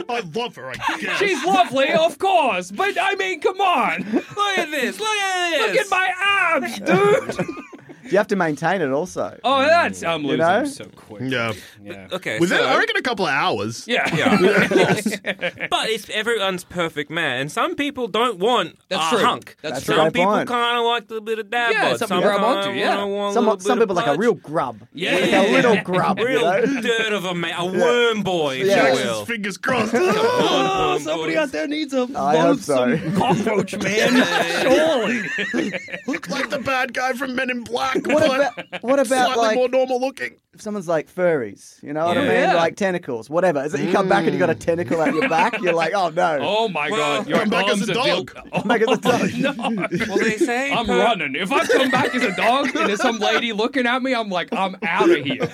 [SPEAKER 4] I love her, I guess.
[SPEAKER 5] She's lovely, of course, but I mean, come on.
[SPEAKER 7] Look at this. Look at
[SPEAKER 5] Look at
[SPEAKER 7] this.
[SPEAKER 5] my abs, dude.
[SPEAKER 6] You have to maintain it also.
[SPEAKER 5] Oh, that's I'm losing
[SPEAKER 6] know?
[SPEAKER 5] so quick.
[SPEAKER 4] yeah.
[SPEAKER 5] Yeah.
[SPEAKER 7] Okay.
[SPEAKER 4] Within,
[SPEAKER 7] so,
[SPEAKER 4] I reckon, a couple of hours.
[SPEAKER 5] Yeah.
[SPEAKER 7] Yeah, of course. But it's everyone's perfect man, and some people don't want
[SPEAKER 5] That's
[SPEAKER 7] a
[SPEAKER 5] true.
[SPEAKER 7] hunk.
[SPEAKER 5] That's
[SPEAKER 7] some
[SPEAKER 6] true. That's a
[SPEAKER 7] people
[SPEAKER 6] good point.
[SPEAKER 7] kind of like a little bit of dab.
[SPEAKER 5] Yeah,
[SPEAKER 7] bod.
[SPEAKER 5] some
[SPEAKER 7] some
[SPEAKER 5] people grab
[SPEAKER 7] kinda
[SPEAKER 5] onto, yeah.
[SPEAKER 7] wanna want a
[SPEAKER 6] Some
[SPEAKER 7] little
[SPEAKER 6] some
[SPEAKER 7] bit of
[SPEAKER 6] people like a
[SPEAKER 7] pudge.
[SPEAKER 6] real grub.
[SPEAKER 5] Yeah.
[SPEAKER 6] Like a little grub. you
[SPEAKER 7] real
[SPEAKER 6] know?
[SPEAKER 7] dirt of a man, a worm boy, if you
[SPEAKER 6] Yeah.
[SPEAKER 4] Jackson's
[SPEAKER 7] will.
[SPEAKER 4] fingers crossed.
[SPEAKER 5] Oh,
[SPEAKER 7] Worm
[SPEAKER 5] somebody
[SPEAKER 7] boy.
[SPEAKER 5] out there needs a
[SPEAKER 6] I hope
[SPEAKER 5] loathsome
[SPEAKER 6] so.
[SPEAKER 5] cockroach, man. Surely.
[SPEAKER 4] Looks like the bad guy from Men in Black,
[SPEAKER 6] What
[SPEAKER 4] but
[SPEAKER 6] about what about
[SPEAKER 4] slightly
[SPEAKER 6] like
[SPEAKER 4] more normal looking.
[SPEAKER 6] if someone's like furries? You know what I mean?
[SPEAKER 7] Yeah.
[SPEAKER 5] Yeah.
[SPEAKER 6] Like tentacles, whatever. Is it you come back and you got a tentacle out your back? You're like, oh no.
[SPEAKER 5] Oh my
[SPEAKER 7] Well,
[SPEAKER 5] god, your
[SPEAKER 4] come back as
[SPEAKER 5] arms
[SPEAKER 4] a
[SPEAKER 5] are
[SPEAKER 4] dog.
[SPEAKER 5] built-
[SPEAKER 6] Come back as a dog.
[SPEAKER 5] no.
[SPEAKER 7] Well, they say
[SPEAKER 5] I'm
[SPEAKER 7] per-
[SPEAKER 5] running. If I come back as a dog and there's some lady looking at me, I'm like, I'm out of here.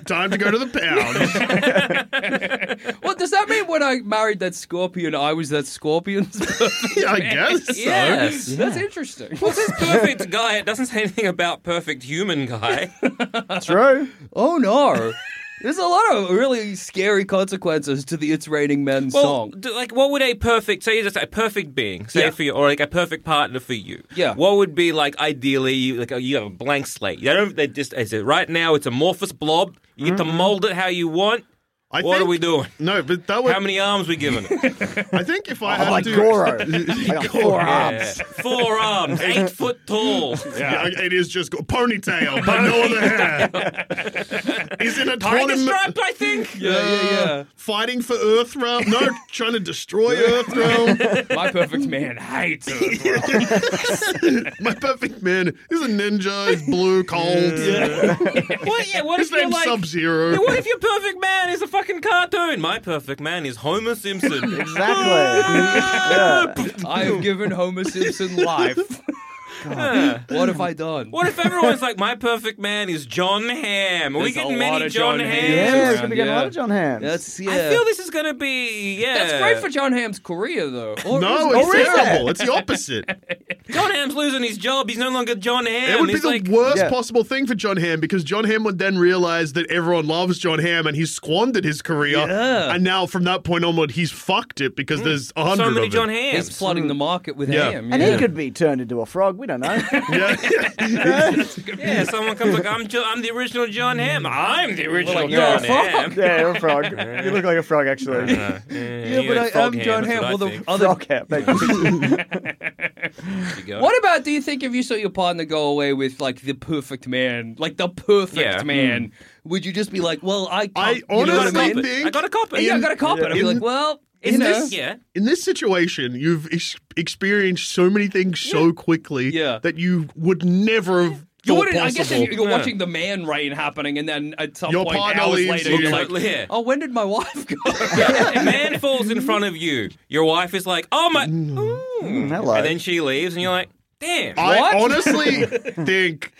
[SPEAKER 4] Time to go to the pound.
[SPEAKER 5] Well, does that mean when I married that scorpion, I was that scorpion's perfect?
[SPEAKER 4] I guess. so.
[SPEAKER 7] Yes.
[SPEAKER 5] That's interesting.
[SPEAKER 7] Well, this perfect guy. It doesn't say anything about perfect human guy.
[SPEAKER 6] True.
[SPEAKER 5] Oh no. There's a lot of really scary consequences to the It's Raining Men
[SPEAKER 7] Well,
[SPEAKER 5] song.
[SPEAKER 7] d- like, what would a perfect say? Just a perfect being, say
[SPEAKER 5] Yeah.
[SPEAKER 7] for you, or like a perfect partner for you.
[SPEAKER 5] Yeah.
[SPEAKER 7] What would be like ideally? you- Like, you have a blank slate. They don't. They just. Is it right now? It's amorphous blob. You get to mold it how you want.
[SPEAKER 4] I
[SPEAKER 7] what
[SPEAKER 4] think-
[SPEAKER 7] are we doing?
[SPEAKER 4] No, but that would.
[SPEAKER 7] How many arms we giving it?
[SPEAKER 4] I think if I
[SPEAKER 6] I'm
[SPEAKER 4] had
[SPEAKER 6] like
[SPEAKER 4] to.
[SPEAKER 6] Goro. I got four arms.
[SPEAKER 7] Four arms, eight foot tall.
[SPEAKER 4] Yeah, it is just go- ponytail, but no other hair. He's in a
[SPEAKER 7] Tiger
[SPEAKER 4] tournament-
[SPEAKER 7] striped, I think.
[SPEAKER 5] Yeah, yeah,
[SPEAKER 4] Fighting for Earthrealm. No, trying to destroy Earthrealm.
[SPEAKER 5] yeah. My perfect man hates it.
[SPEAKER 4] My perfect man is a ninja. He's blue, cold.
[SPEAKER 7] What, yeah, what
[SPEAKER 4] His
[SPEAKER 7] if you're
[SPEAKER 4] name's
[SPEAKER 7] like,
[SPEAKER 4] Sub Zero.
[SPEAKER 7] Yeah, what if your perfect man is a fucking cartoon? My perfect man is Homer Simpson.
[SPEAKER 6] Exactly. yeah.
[SPEAKER 5] I have given Homer Simpson life. What have I done?
[SPEAKER 7] What if everyone's like, my perfect man is John Ham? Are we
[SPEAKER 4] There's a
[SPEAKER 7] getting
[SPEAKER 4] lot
[SPEAKER 7] many
[SPEAKER 4] of
[SPEAKER 7] John,
[SPEAKER 4] John
[SPEAKER 7] Hams?
[SPEAKER 4] Hams.
[SPEAKER 6] Yeah, it's
[SPEAKER 5] around,
[SPEAKER 6] gonna get a lot
[SPEAKER 5] yeah.
[SPEAKER 6] of John Hams.
[SPEAKER 5] That's yeah.
[SPEAKER 7] I feel this is going to be, yeah.
[SPEAKER 5] That's great for John Ham's career, though. Or
[SPEAKER 4] No,
[SPEAKER 5] his-
[SPEAKER 4] it's terrible. It's the opposite.
[SPEAKER 7] John Ham's losing his job. He's no longer John Ham.
[SPEAKER 4] It would be
[SPEAKER 7] He's
[SPEAKER 4] the
[SPEAKER 7] like,
[SPEAKER 4] worst
[SPEAKER 6] Yeah.
[SPEAKER 4] possible thing for John Hamm because John Hamm would then realize that everyone loves John Hamm and he's squandered his career.
[SPEAKER 5] Yeah. Hmm.
[SPEAKER 4] And now from that point onward, he's fucked it because there's a hundred
[SPEAKER 7] so many
[SPEAKER 4] of
[SPEAKER 7] John
[SPEAKER 4] it.
[SPEAKER 7] Hams.
[SPEAKER 5] he's flooding the market with
[SPEAKER 4] Yeah.
[SPEAKER 5] Ham.
[SPEAKER 6] and
[SPEAKER 5] yeah.
[SPEAKER 6] he could be turned into a frog. We don't know.
[SPEAKER 4] Yeah.
[SPEAKER 7] Yeah, someone comes like, I'm, jo- I'm the original John Ham. I'm the original
[SPEAKER 5] like, you're a
[SPEAKER 7] John
[SPEAKER 5] frog.
[SPEAKER 7] Ham.
[SPEAKER 6] yeah, you're a frog. You look like a frog, actually.
[SPEAKER 7] yeah,
[SPEAKER 5] but I am John Ham. Well, the other
[SPEAKER 6] frog hat. Thank you.
[SPEAKER 5] What about do you think if you saw your partner go away with like the perfect man, like the perfect
[SPEAKER 7] Yeah.
[SPEAKER 5] man, would you just be like, well, I,
[SPEAKER 4] I
[SPEAKER 5] can't- you know what
[SPEAKER 4] honestly
[SPEAKER 5] I mean?
[SPEAKER 4] think-
[SPEAKER 7] I got a cop.
[SPEAKER 5] yeah, I got to cop it. I'd be
[SPEAKER 4] In-
[SPEAKER 5] like, well,
[SPEAKER 4] in
[SPEAKER 5] you know,
[SPEAKER 4] this-
[SPEAKER 7] Yeah.
[SPEAKER 4] In this situation, you've ex- experienced so many things so quickly
[SPEAKER 5] Yeah.
[SPEAKER 4] that you would never have
[SPEAKER 5] you
[SPEAKER 4] thought
[SPEAKER 5] wouldn't. I guess
[SPEAKER 4] possible.
[SPEAKER 5] if you're
[SPEAKER 7] Yeah.
[SPEAKER 5] watching the man rain happening, and then at some
[SPEAKER 4] Your
[SPEAKER 5] point
[SPEAKER 4] partner
[SPEAKER 5] hours
[SPEAKER 4] leaves
[SPEAKER 5] later,
[SPEAKER 4] you.
[SPEAKER 5] you're like,
[SPEAKER 7] Totally, yeah.
[SPEAKER 5] oh, when did my wife go?
[SPEAKER 7] A man falls in front of you. Your wife is like, oh my.
[SPEAKER 4] Mm.
[SPEAKER 7] Ooh.
[SPEAKER 6] hello.
[SPEAKER 7] And then she leaves, and you're like, damn.
[SPEAKER 4] I
[SPEAKER 5] What?
[SPEAKER 4] honestly think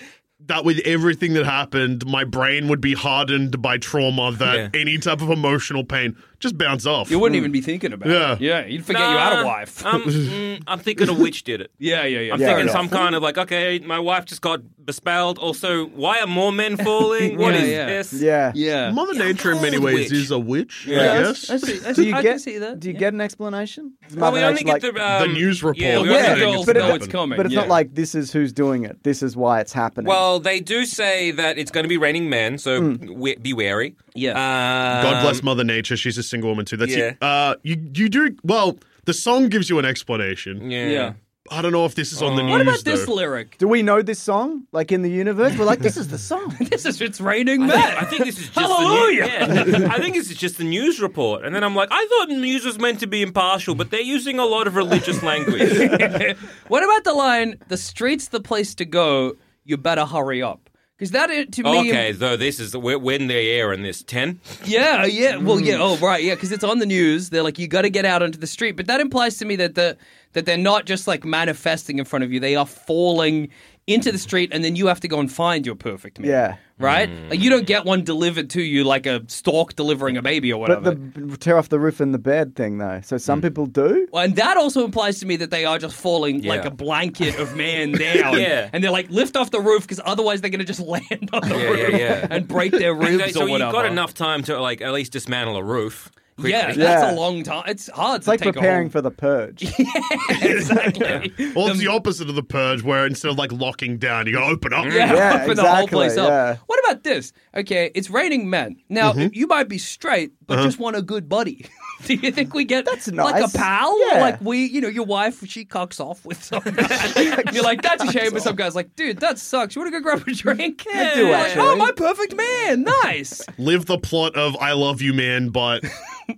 [SPEAKER 4] that with everything that happened, my brain would be hardened by trauma that
[SPEAKER 7] Yeah.
[SPEAKER 4] any type of emotional pain just bounce off.
[SPEAKER 5] you wouldn't even be thinking about
[SPEAKER 4] Yeah.
[SPEAKER 5] it. Yeah, you'd forget you had
[SPEAKER 7] Nah,
[SPEAKER 5] a wife.
[SPEAKER 7] I'm, mm, I'm thinking a witch did it.
[SPEAKER 5] yeah, yeah, yeah.
[SPEAKER 7] I'm
[SPEAKER 6] Yeah.
[SPEAKER 7] thinking
[SPEAKER 6] Fair
[SPEAKER 7] some kind of like, okay, my wife just got bespelled. Also, why are more men falling? What
[SPEAKER 5] Yeah,
[SPEAKER 7] is
[SPEAKER 5] yeah.
[SPEAKER 7] this?
[SPEAKER 6] Yeah.
[SPEAKER 5] yeah.
[SPEAKER 4] Mother Nature, in many
[SPEAKER 7] old
[SPEAKER 4] ways,
[SPEAKER 7] witch.
[SPEAKER 4] is a witch.
[SPEAKER 7] Yeah.
[SPEAKER 4] I
[SPEAKER 5] Yeah,
[SPEAKER 4] guess.
[SPEAKER 5] I see. I,
[SPEAKER 6] Do
[SPEAKER 5] see,
[SPEAKER 6] you
[SPEAKER 5] I
[SPEAKER 6] get?
[SPEAKER 5] can see that.
[SPEAKER 6] Do you
[SPEAKER 5] yeah.
[SPEAKER 6] get an explanation? Is
[SPEAKER 7] Well, we
[SPEAKER 6] Mother
[SPEAKER 7] only
[SPEAKER 6] Nature
[SPEAKER 7] get
[SPEAKER 6] like-
[SPEAKER 7] the, um,
[SPEAKER 4] the news report.
[SPEAKER 7] Yeah, we
[SPEAKER 5] Yeah,
[SPEAKER 7] only
[SPEAKER 5] the
[SPEAKER 7] get
[SPEAKER 5] girls
[SPEAKER 6] but it-
[SPEAKER 5] know it's coming.
[SPEAKER 6] But it's
[SPEAKER 5] yeah.
[SPEAKER 6] not like this is who's doing it. This is why it's happening.
[SPEAKER 7] Well, they do say that it's going to be raining men, so
[SPEAKER 6] Hmm.
[SPEAKER 7] we- be wary.
[SPEAKER 5] Yeah.
[SPEAKER 7] Um,
[SPEAKER 4] God bless Mother Nature. She's a single woman too. That's
[SPEAKER 7] Yeah.
[SPEAKER 4] it. Uh, you you do well. The song gives you an explanation.
[SPEAKER 7] Yeah.
[SPEAKER 5] Yeah. Uh,
[SPEAKER 4] I don't know if this is on the news.
[SPEAKER 5] What about this
[SPEAKER 4] though.
[SPEAKER 5] lyric?
[SPEAKER 6] do we know this song? Like in the universe, we're like, this is the song.
[SPEAKER 5] This is it's raining
[SPEAKER 7] I think,
[SPEAKER 5] men.
[SPEAKER 7] I think this is just
[SPEAKER 5] Hallelujah!
[SPEAKER 7] The new- yeah. I think this is just the news report, and then I'm like, I thought news was meant to be impartial, but they're using a lot of religious language.
[SPEAKER 5] What about the line, the street's the place to go, you better hurry up? Because that, i- to me.
[SPEAKER 7] Oh, okay, though this is we're, we're in the air in this ten.
[SPEAKER 5] Yeah, yeah. Well, yeah. Oh, right. Yeah, because it's on the news. They're like, you got to get out onto the street. But that implies to me that the that they're not just like manifesting in front of you. They are falling into the street, and then you have to go and find your perfect man.
[SPEAKER 6] Yeah.
[SPEAKER 5] Right. Like you don't get one delivered to you like a stork delivering a baby or
[SPEAKER 6] But
[SPEAKER 5] whatever.
[SPEAKER 6] the tear off the roof in the bed thing, though. So some people do.
[SPEAKER 5] Well, and that also implies to me that they are just falling
[SPEAKER 7] Yeah.
[SPEAKER 5] like a blanket of man down.
[SPEAKER 7] Yeah.
[SPEAKER 5] And they're like, lift off the roof because otherwise they're going to just land on the
[SPEAKER 7] Yeah,
[SPEAKER 5] roof
[SPEAKER 7] yeah, yeah.
[SPEAKER 5] and break their roofs
[SPEAKER 7] so
[SPEAKER 5] or
[SPEAKER 7] you've
[SPEAKER 5] whatever.
[SPEAKER 7] got enough time to like at least dismantle a roof. Quickly.
[SPEAKER 5] Yeah, that's a
[SPEAKER 6] Yeah.
[SPEAKER 5] long time. It's hard
[SPEAKER 6] It's
[SPEAKER 5] to
[SPEAKER 6] like
[SPEAKER 5] take
[SPEAKER 6] preparing
[SPEAKER 5] a
[SPEAKER 6] for the purge.
[SPEAKER 5] whole... exactly.
[SPEAKER 4] Well, it's the opposite of the purge, where instead of like locking down, you go open up.
[SPEAKER 5] Yeah,
[SPEAKER 6] Yeah,
[SPEAKER 5] open the whole
[SPEAKER 6] exactly,
[SPEAKER 5] place up.
[SPEAKER 6] yeah. Mm-hmm.
[SPEAKER 5] What about this? Okay, it's raining men. Now you might be straight, but just want a good buddy. Do you think we get that's like
[SPEAKER 6] Uh-huh. nice.
[SPEAKER 5] a pal?
[SPEAKER 6] Yeah.
[SPEAKER 5] Like we, you know, your wife she cocks off with some guy. You're like, that's a shame. But some guy's like, dude, that sucks. You want to go grab a drink? Yeah.
[SPEAKER 6] do,
[SPEAKER 5] You're like,
[SPEAKER 6] actually.
[SPEAKER 5] oh, my perfect man. Nice.
[SPEAKER 4] Live the plot of "I Love You, Man," but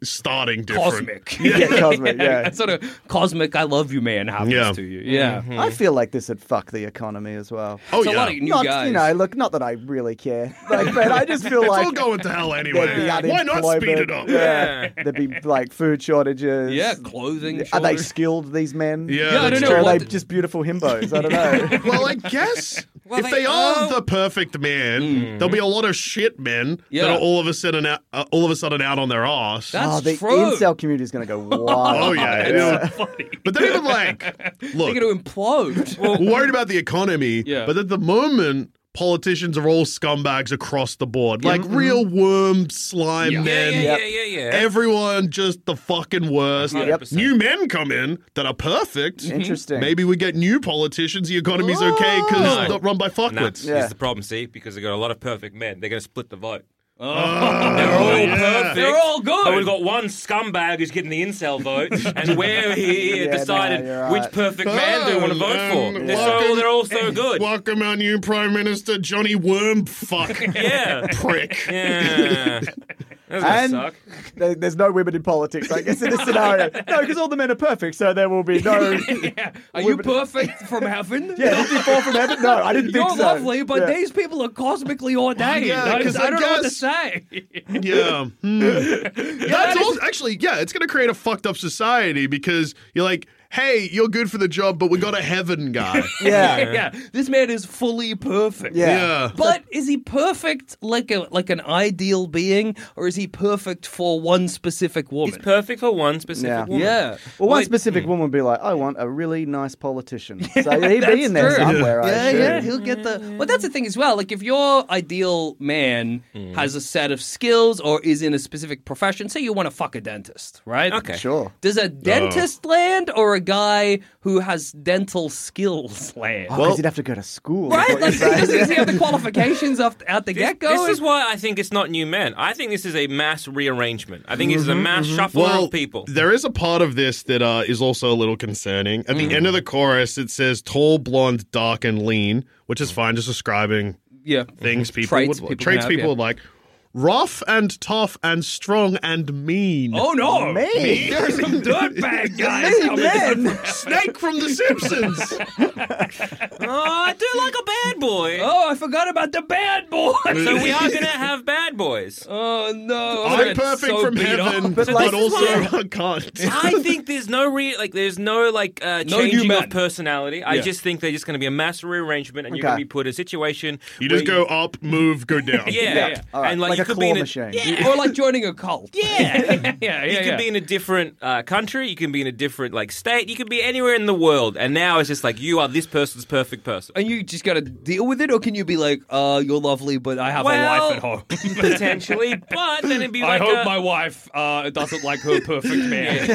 [SPEAKER 4] starting different.
[SPEAKER 5] cosmic.
[SPEAKER 6] Yeah, cosmic, yeah.
[SPEAKER 5] That sort of cosmic. I love you, man. Happens
[SPEAKER 4] Yeah.
[SPEAKER 5] to you. Yeah.
[SPEAKER 6] I feel like this would fuck the economy as well.
[SPEAKER 4] Oh
[SPEAKER 5] It's
[SPEAKER 4] yeah.
[SPEAKER 5] a lot of new
[SPEAKER 6] not,
[SPEAKER 5] guys.
[SPEAKER 6] you know, look, not that I really care, like, but I just feel
[SPEAKER 4] it's
[SPEAKER 6] like
[SPEAKER 4] all going to hell
[SPEAKER 6] there'd
[SPEAKER 4] anyway.
[SPEAKER 6] be
[SPEAKER 4] Why
[SPEAKER 6] unemployment.
[SPEAKER 4] not speed it up?
[SPEAKER 6] Yeah. there'd be like food shortages.
[SPEAKER 5] yeah, clothing.
[SPEAKER 6] Are they
[SPEAKER 5] shortage.
[SPEAKER 6] skilled? These men?
[SPEAKER 4] Yeah, Yeah, I don't
[SPEAKER 5] know
[SPEAKER 6] Or are
[SPEAKER 5] what
[SPEAKER 6] they
[SPEAKER 5] the-
[SPEAKER 6] just beautiful himbos? I don't know.
[SPEAKER 4] Well, I guess if they,
[SPEAKER 7] they
[SPEAKER 4] are
[SPEAKER 7] are-
[SPEAKER 4] the perfect man, there'll be a lot of shit men
[SPEAKER 5] Yeah.
[SPEAKER 4] that are all of a sudden out, uh, all of a sudden out on their ass.
[SPEAKER 5] That's
[SPEAKER 6] oh, the
[SPEAKER 5] true.
[SPEAKER 6] incel community is going to go wild.
[SPEAKER 4] oh yeah, you know. but they're even like,
[SPEAKER 5] They're
[SPEAKER 4] look,
[SPEAKER 5] going to implode.
[SPEAKER 4] we're worried about the economy,
[SPEAKER 5] Yeah.
[SPEAKER 4] but at the moment. Politicians are all scumbags across the board, like real worm slime
[SPEAKER 7] yeah,
[SPEAKER 4] men.
[SPEAKER 7] yeah, yeah, yeah, yeah.
[SPEAKER 4] Everyone just the fucking worst.
[SPEAKER 7] Yep.
[SPEAKER 4] New men come in that are perfect.
[SPEAKER 6] Mm-hmm. Interesting.
[SPEAKER 4] Maybe we get new politicians. The economy's okay because
[SPEAKER 7] No.
[SPEAKER 4] not run by
[SPEAKER 7] Nah,
[SPEAKER 4] fuckwits.
[SPEAKER 6] Yeah.
[SPEAKER 7] This is the problem, see, because they got a lot of perfect men. They're going to split the vote.
[SPEAKER 4] Oh,
[SPEAKER 7] They're all perfect.
[SPEAKER 5] They're all good.
[SPEAKER 7] But we've got one scumbag who's getting the incel vote, and we're here
[SPEAKER 6] Yeah, no,
[SPEAKER 7] deciding
[SPEAKER 6] you're right.
[SPEAKER 7] which perfect man do we want to vote for.
[SPEAKER 4] Um,
[SPEAKER 7] They're
[SPEAKER 4] welcome-
[SPEAKER 7] so, they're all so good.
[SPEAKER 4] Welcome our new Prime Minister, Johnny Wormfuck.
[SPEAKER 7] Yeah.
[SPEAKER 4] Prick.
[SPEAKER 7] Yeah. That's gonna
[SPEAKER 6] And-
[SPEAKER 7] suck.
[SPEAKER 6] There- There's no women in politics, I guess, in this scenario. No, because all the men are perfect, so there will be no.
[SPEAKER 5] Are you perfect from heaven?
[SPEAKER 6] Yeah, did you fall from heaven? No, I didn't
[SPEAKER 5] You're
[SPEAKER 6] think so.
[SPEAKER 5] lovely, but
[SPEAKER 6] Yeah.
[SPEAKER 5] these people are cosmically ordained.
[SPEAKER 4] Yeah,
[SPEAKER 5] I,
[SPEAKER 4] 'cause
[SPEAKER 5] I
[SPEAKER 4] I
[SPEAKER 5] don't know what to
[SPEAKER 4] guess-
[SPEAKER 5] say.
[SPEAKER 4] Yeah. Hmm. That's all, actually, yeah, it's going to create a fucked up society because you're like, hey, you're good for the job, but we got a heaven guy.
[SPEAKER 6] Yeah.
[SPEAKER 5] yeah, this man is fully perfect.
[SPEAKER 6] Yeah.
[SPEAKER 4] yeah.
[SPEAKER 5] But is he perfect like a like an ideal being, or is he perfect for one specific
[SPEAKER 7] He's
[SPEAKER 5] woman?
[SPEAKER 7] perfect for one specific
[SPEAKER 6] Yeah.
[SPEAKER 7] woman.
[SPEAKER 5] yeah.
[SPEAKER 6] Well, one
[SPEAKER 5] Like-
[SPEAKER 6] specific
[SPEAKER 4] Hmm.
[SPEAKER 6] woman would be like, I want a really nice politician. So he'd be in there
[SPEAKER 5] true.
[SPEAKER 6] somewhere, I
[SPEAKER 5] Yeah,
[SPEAKER 6] assume.
[SPEAKER 5] yeah, he'll get the. Well, that's the thing as well. Like, if your ideal man
[SPEAKER 7] Hmm.
[SPEAKER 5] has a set of skills or is in a specific profession, say you want to fuck a dentist, right?
[SPEAKER 7] Okay.
[SPEAKER 6] Sure. Oh,
[SPEAKER 5] Does a dentist land or a guy who has dental skills land?
[SPEAKER 6] Because
[SPEAKER 4] Well-
[SPEAKER 6] he'd have to go to school. is
[SPEAKER 5] Right?
[SPEAKER 6] what you're
[SPEAKER 5] Like,
[SPEAKER 6] saying.
[SPEAKER 5] does he does he have the qualifications off, out the
[SPEAKER 7] This,
[SPEAKER 5] get go?
[SPEAKER 7] this is why I think it's not new men. I think this is a mass rearrangement. I think this is
[SPEAKER 6] Mhm.
[SPEAKER 7] a mass shuffle of people.
[SPEAKER 4] There is a part of this that uh, is also a little concerning. At the end
[SPEAKER 5] Mm.
[SPEAKER 4] of the chorus, it says tall, blonde, dark, and lean, which is fine, just describing
[SPEAKER 5] yeah.
[SPEAKER 4] things people
[SPEAKER 5] Mm. Mm-hmm. Traits
[SPEAKER 4] would
[SPEAKER 5] people can
[SPEAKER 4] traits
[SPEAKER 5] have,
[SPEAKER 4] people
[SPEAKER 5] yeah.
[SPEAKER 4] would like. Rough and tough and strong and mean.
[SPEAKER 5] Oh, no.
[SPEAKER 6] Me.
[SPEAKER 5] There's some dirtbag guys coming in.
[SPEAKER 6] Men.
[SPEAKER 4] Snake from The Simpsons.
[SPEAKER 7] oh, I do like a bad boy.
[SPEAKER 5] Oh, I forgot about the bad boy.
[SPEAKER 7] So we are going to have bad boys.
[SPEAKER 5] Oh, no. I'm
[SPEAKER 4] I'm
[SPEAKER 5] gonna
[SPEAKER 4] perfect
[SPEAKER 5] so
[SPEAKER 4] from
[SPEAKER 5] beat up.
[SPEAKER 4] heaven, but,
[SPEAKER 6] But like-
[SPEAKER 4] also I can't.
[SPEAKER 7] I think there's no re- like there's no like uh,
[SPEAKER 5] No new
[SPEAKER 7] changing
[SPEAKER 5] men.
[SPEAKER 7] of personality. I
[SPEAKER 5] Yeah.
[SPEAKER 7] just think they're just going to be a mass rearrangement, and you're
[SPEAKER 6] Okay.
[SPEAKER 7] going to be put in a situation.
[SPEAKER 4] You
[SPEAKER 7] where
[SPEAKER 4] just go up, move, go down.
[SPEAKER 7] yeah, yeah, yeah.
[SPEAKER 6] All right.
[SPEAKER 7] and
[SPEAKER 6] Like,
[SPEAKER 7] you
[SPEAKER 6] a
[SPEAKER 7] could
[SPEAKER 6] claw
[SPEAKER 7] be in a,
[SPEAKER 6] machine.
[SPEAKER 5] or like joining a cult. Yeah, yeah, yeah.
[SPEAKER 7] You
[SPEAKER 5] yeah.
[SPEAKER 7] could be in a different uh, country. You can be in a different like state. You could be anywhere in the world. And now it's just like you are this person's perfect person.
[SPEAKER 5] and you just gotta deal with it, or can you be like, "Uh, you're lovely, but I have a
[SPEAKER 7] Well,
[SPEAKER 5] wife at home."
[SPEAKER 7] potentially, but then it'd be
[SPEAKER 5] I
[SPEAKER 7] like
[SPEAKER 5] hope
[SPEAKER 7] a-
[SPEAKER 5] my wife uh, doesn't like her perfect man.